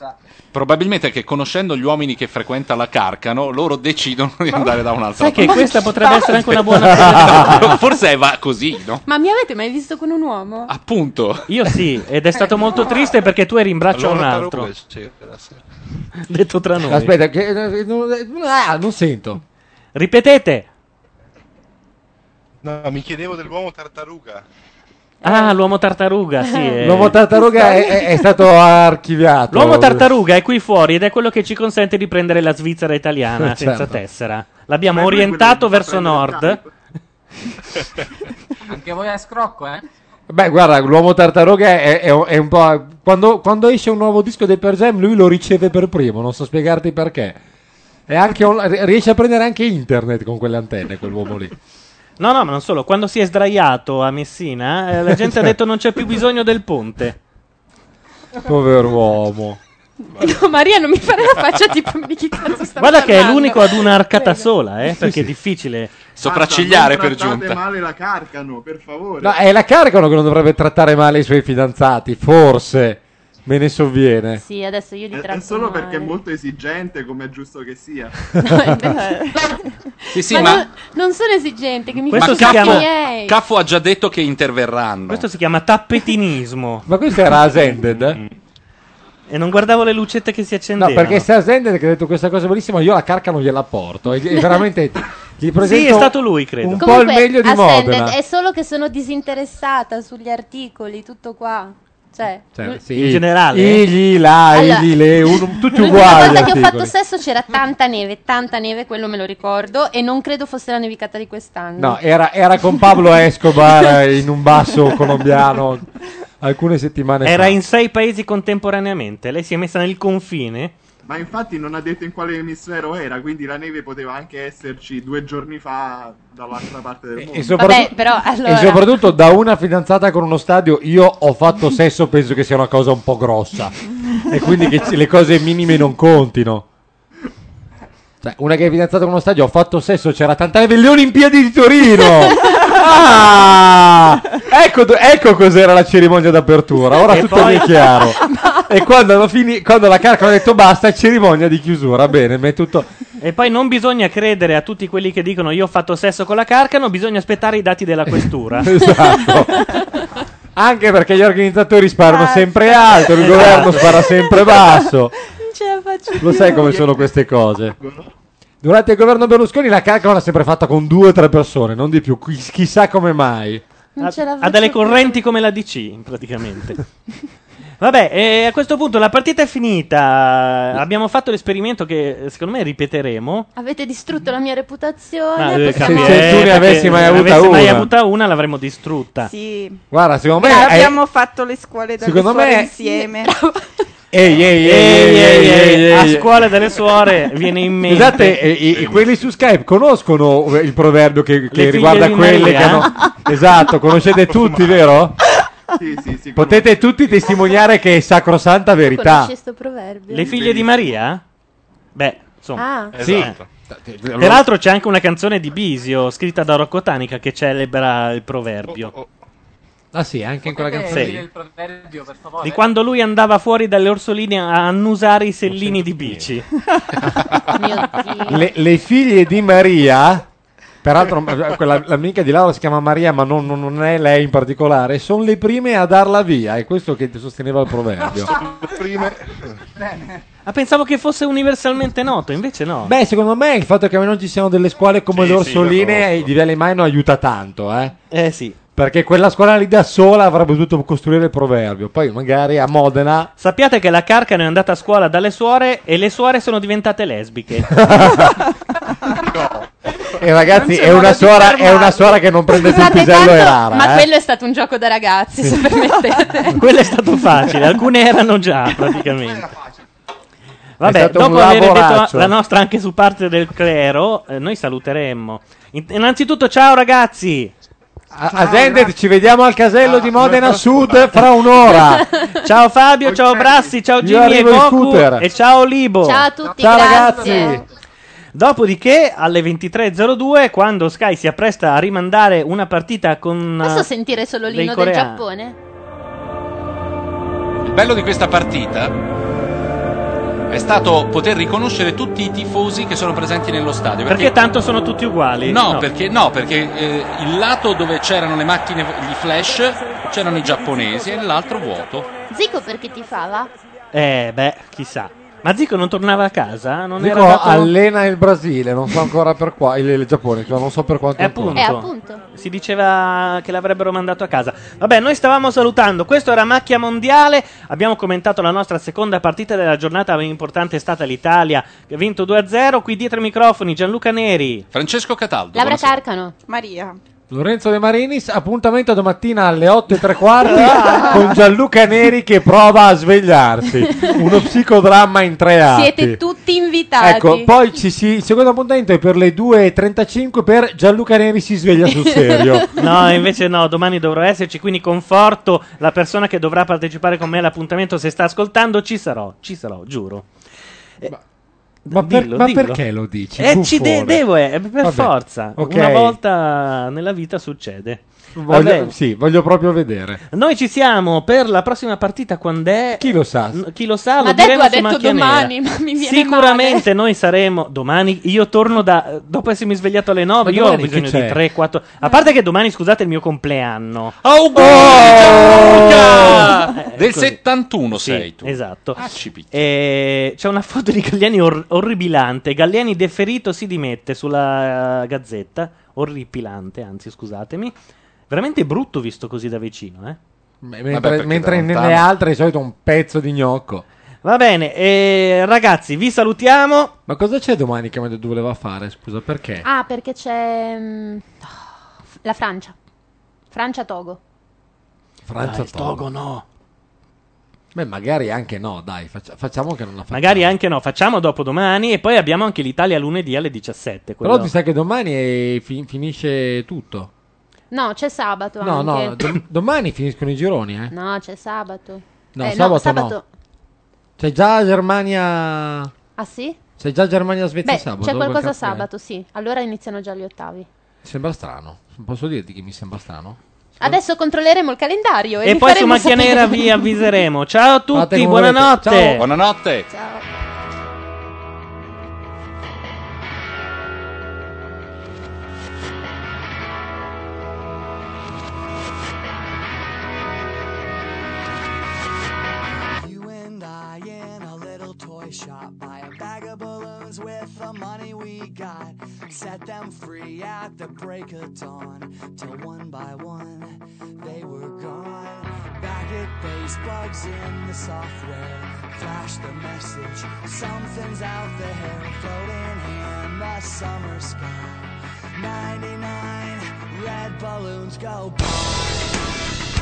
Probabilmente che conoscendo gli uomini che frequenta la Carcano, loro decidono di andare da un'altra Sai che parte. questa potrebbe essere anche una buona. Forse va così, no? Ma mi avete mai visto con un uomo? Ah, Appunto. Io sì, Eh, ed è stato molto triste perché tu eri in braccio a un altro. Detto tra noi. Aspetta, che, eh, non, eh, ah, non sento. Ripetete. No, mi chiedevo dell'uomo tartaruga. Ah, l'uomo tartaruga, Ah. sì. eh. è- L'uomo tartaruga è, è- è stato archiviato. L'uomo tartaruga è qui fuori ed è quello che ci consente di prendere la Svizzera italiana Certo. senza tessera. L'abbiamo Ma è lui orientato quello che fa verso prendere nord. Anche voi a scrocco, eh? Beh, guarda, l'uomo tartaruga è, è- è un po'. Quando, quando esce un nuovo disco dei Per Jam, lui lo riceve per primo. Non so spiegarti perché. È anche on- riesce a prendere anche internet con quelle antenne, quell'uomo lì. No, no, ma non solo. Quando si è sdraiato a Messina, eh, la gente ha Cioè. detto non c'è più bisogno del ponte. Povero uomo. No, Maria non mi fare la faccia tipo di chi cazzo sta Guarda che è parlando?" l'unico ad un'arcata sola, eh, perché è difficile. Ah, Ah, Sopraccigliare per Guarda, non giunta. trattate male la carcano, per favore. No, è la Carcano che non dovrebbe trattare male i suoi fidanzati, forse. Me ne sovviene. Sì, adesso io li È- tratto È solo male. perché è molto esigente, come è giusto che sia. Sì, sì, ma, ma- Non, non sono esigente, che mi Ma faccio i fatti Caffo, miei. Caffo ha già detto che interverranno. Questo si chiama tappetinismo. Ma questo era Ascended? E non guardavo le lucette che si No, accendevano. perché se Ascended che ha detto questa cosa bellissima, io la Carcano gliela porto. E, e veramente gli presento Sì, è stato lui, credo. Un Comunque, po' il meglio di Ascended, Modena. È solo che sono disinteressata sugli articoli, tutto qua. Cioè, Cioè, l'ul- sì. in generale? eh. Igli, là, Allora, igli, le, un- tutti l'ultima uguali. volta che ho articoli. fatto sesso c'era tanta neve, tanta neve, quello me lo ricordo, e non credo fosse la nevicata di quest'anno. No, era, era con Pablo Escobar eh, in un basso colombiano alcune settimane Era fa. in sei paesi contemporaneamente. Lei si è messa nel confine. Ma infatti non ha detto in quale emisfero era, quindi la neve poteva anche esserci due giorni fa dall'altra parte del mondo. E soprattutto, e soprattutto da una fidanzata con uno stadio, io ho fatto sesso, penso che sia una cosa un po' grossa. e quindi che ci- le cose minime non contino. Cioè, una che è fidanzata con uno stadio, ho fatto sesso, c'era tanta neve, le Olimpiadi di Torino! ah! Ecco, do- ecco cos'era la cerimonia d'apertura, ora E tutto poi- mi è chiaro. e quando, hanno fini- quando la carca ha detto basta, cerimonia di chiusura, bene, ma è tutto... E poi non bisogna credere a tutti quelli che dicono io ho fatto sesso con la carcano, bisogna aspettare i dati della questura. Esatto. Anche perché gli organizzatori sparano sempre alto, il Esatto. governo spara sempre basso. Lo sai come sono queste cose. Durante il governo Berlusconi la cacca l'ha sempre fatta con due o tre persone, non di più. Chi- Chissà come mai. Non Ha- ce la ha faccio delle più. correnti come la DC, praticamente. Vabbè, eh, a questo punto la partita è finita. Abbiamo fatto l'esperimento che eh, secondo me ripeteremo. Avete distrutto la mia reputazione. Ah, Ma, eh, Oh, possiamo- capire, se tu ne perché avessi mai se ne avuta avessi mai una. avuta una, l'avremmo distrutta. Sì. Guarda, secondo me... Beh, è- abbiamo fatto le scuole dalle Secondo suore me- insieme. Ehi, ehi, ehi, Ehi, ehi, ehi, ehi, ehi, ehi. a scuola delle suore viene in mente. Scusate, Esatto, e- e- e quelli su Skype conoscono eh, il proverbio che, che figlie riguarda di quelle Maria. che hanno... Esatto, conoscete tutti, vero? Sì, sì, sì. Potete tutti testimoniare che è sacrosanta verità. Conosci sto proverbio? Le figlie di Maria? Beh, insomma. Ah. Sì. Eh. allora- Peraltro c'è anche una canzone di Bisio scritta da Rocco Tanica che celebra il proverbio. Ah sì, anche in quella Potete canzone. dire il proverbio, per favore? Di quando lui andava fuori dalle orsoline a annusare i sellini di bici. Le, le figlie di Maria, peraltro quella, l'amica di Laura si chiama Maria, ma non, non- non è lei in particolare, sono le prime a darla via, è questo che sosteneva il proverbio. Ah, pensavo che fosse universalmente noto, invece no. Beh, secondo me il fatto che non ci siano delle scuole Sì, come le sì, lo Orsoline conosco. e di Viale Maino aiuta tanto, eh? Eh sì. Perché quella scuola lì da sola avrebbe potuto costruire il proverbio, poi magari a Modena... Sappiate che la Carcano è andata a scuola dalle suore e le suore sono diventate lesbiche. E ragazzi, Non c'è è una, modo di suora, è fermarlo. una suora che non prende sul Scusate, pisello è tanto- rara, ma eh? quello è stato un gioco da ragazzi, se permettete. Quello è stato facile, alcune erano già praticamente. È Vabbè, stato un dopo aver detto lavoraccio. la nostra anche su parte del clero, eh, noi saluteremmo. In- innanzitutto, ciao ragazzi! A- Ah, Ascended, ci vediamo al casello di Modena Sud fra un'ora. ciao Fabio, ciao Brassi, ciao Io Jimmy e arrivo in Goku scooter. e ciao Libo. Ciao a tutti, Ciao, grazie. ragazzi. Dopodiché alle 23.02 quando Sky si appresta a rimandare una partita con... Posso eh, sentire solo dei l'inno del coreani. Giappone? Il bello di questa partita è stato poter riconoscere tutti i tifosi che sono presenti nello stadio. Perché, tanto sono tutti uguali. No, perché, no, perché eh, il lato dove c'erano le macchine, gli flash, c'erano i giapponesi e l'altro vuoto. Zico perché ti fava? Eh, beh, chissà. Ma Zico non tornava a casa? Non Dico, era dato... allena il Brasile, non so ancora per qua, il, il Giappone, cioè, non so per quanto Eh, ancora. appunto. Si diceva che l'avrebbero mandato a casa. Vabbè, noi stavamo salutando. Questo era Macchia Mondiale. Abbiamo commentato la nostra seconda partita della giornata. Importante è stata l'Italia, che ha vinto 2-0. Qui dietro i microfoni Gianluca Neri. Francesco Cataldo. Laura Carcano. Maria. Lorenzo De Marinis, appuntamento domattina alle 8 e tre quarti con Gianluca Neri che prova a svegliarsi. Uno psicodramma in tre atti. Siete tutti invitati. Ecco, poi ci si, il secondo appuntamento è per le 2.35 per Gianluca Neri si sveglia sul serio. No, invece no, domani dovrò esserci, quindi conforto la persona che dovrà partecipare con me all'appuntamento. Se sta ascoltando, ci sarò, ci sarò, giuro. Eh, Ma, per- dillo, ma dillo. perché lo dici? Eh, ci de- buffone? devo, eh, per Vabbè, forza. ok. Una volta nella vita succede. Voglio, Vabbè. sì, voglio proprio vedere. Noi ci siamo per la prossima partita quando è Chi lo sa? chi lo sa Ma lo Dedo diremo ha su detto Macchia domani, Nera. ma mi viene Sicuramente noi saremo domani. Io torno da dopo essermi svegliato alle 9. Ma Io ho domani bisogno chi di c'è? 3, 4. A parte che domani, scusate, è il mio compleanno. Oh! Ecco Auguri, Gianluca! Del 71 sei tu. Ah, Esatto. Eh, c'è una foto di Galliani or- orripilante. Galliani deferito si dimette sulla eh, gazzetta. Orripilante, anzi, scusatemi. Veramente brutto visto così da vicino, eh. Mentre, mentre nelle altre di solito un pezzo di gnocco. Va bene, eh, ragazzi, vi salutiamo. Ma cosa c'è domani che Mededu voleva fare? Scusa, perché? Ah, perché c'è mm, la Francia. Francia-Togo. Francia Dai, il Togo no. Beh, magari anche no, dai, faccia- facciamo che non la facciamo. Magari anche no, facciamo dopo domani e poi abbiamo anche l'Italia lunedì alle 17. Però quello- ti sa che domani eh, fi- finisce tutto. No, c'è sabato No, no, anche. dom- domani finiscono i gironi, eh. No, c'è sabato. No, Eh, sabato no. sabato. C'è già Germania Ah sì? C'è già Germania-Svezia Beh, sabato. c'è quel qualcosa cazzo è? sabato, sì. Allora iniziano già gli ottavi. Sembra strano. Posso dirti che mi sembra strano? Adesso controlleremo il calendario e, E vi poi su faremo Macchia sapere. Nera vi avviseremo. Ciao a Fate tutti, come buonanotte. volete. Ciao. Buonanotte. You and I in a little toy shop buy a bag of balloons with the money we got. Set them free at the break of dawn. Till one by one they were gone. Back at base, bugs in the software. Flash the message. Something's out there floating in the summer sky. 99 red balloons go. boom.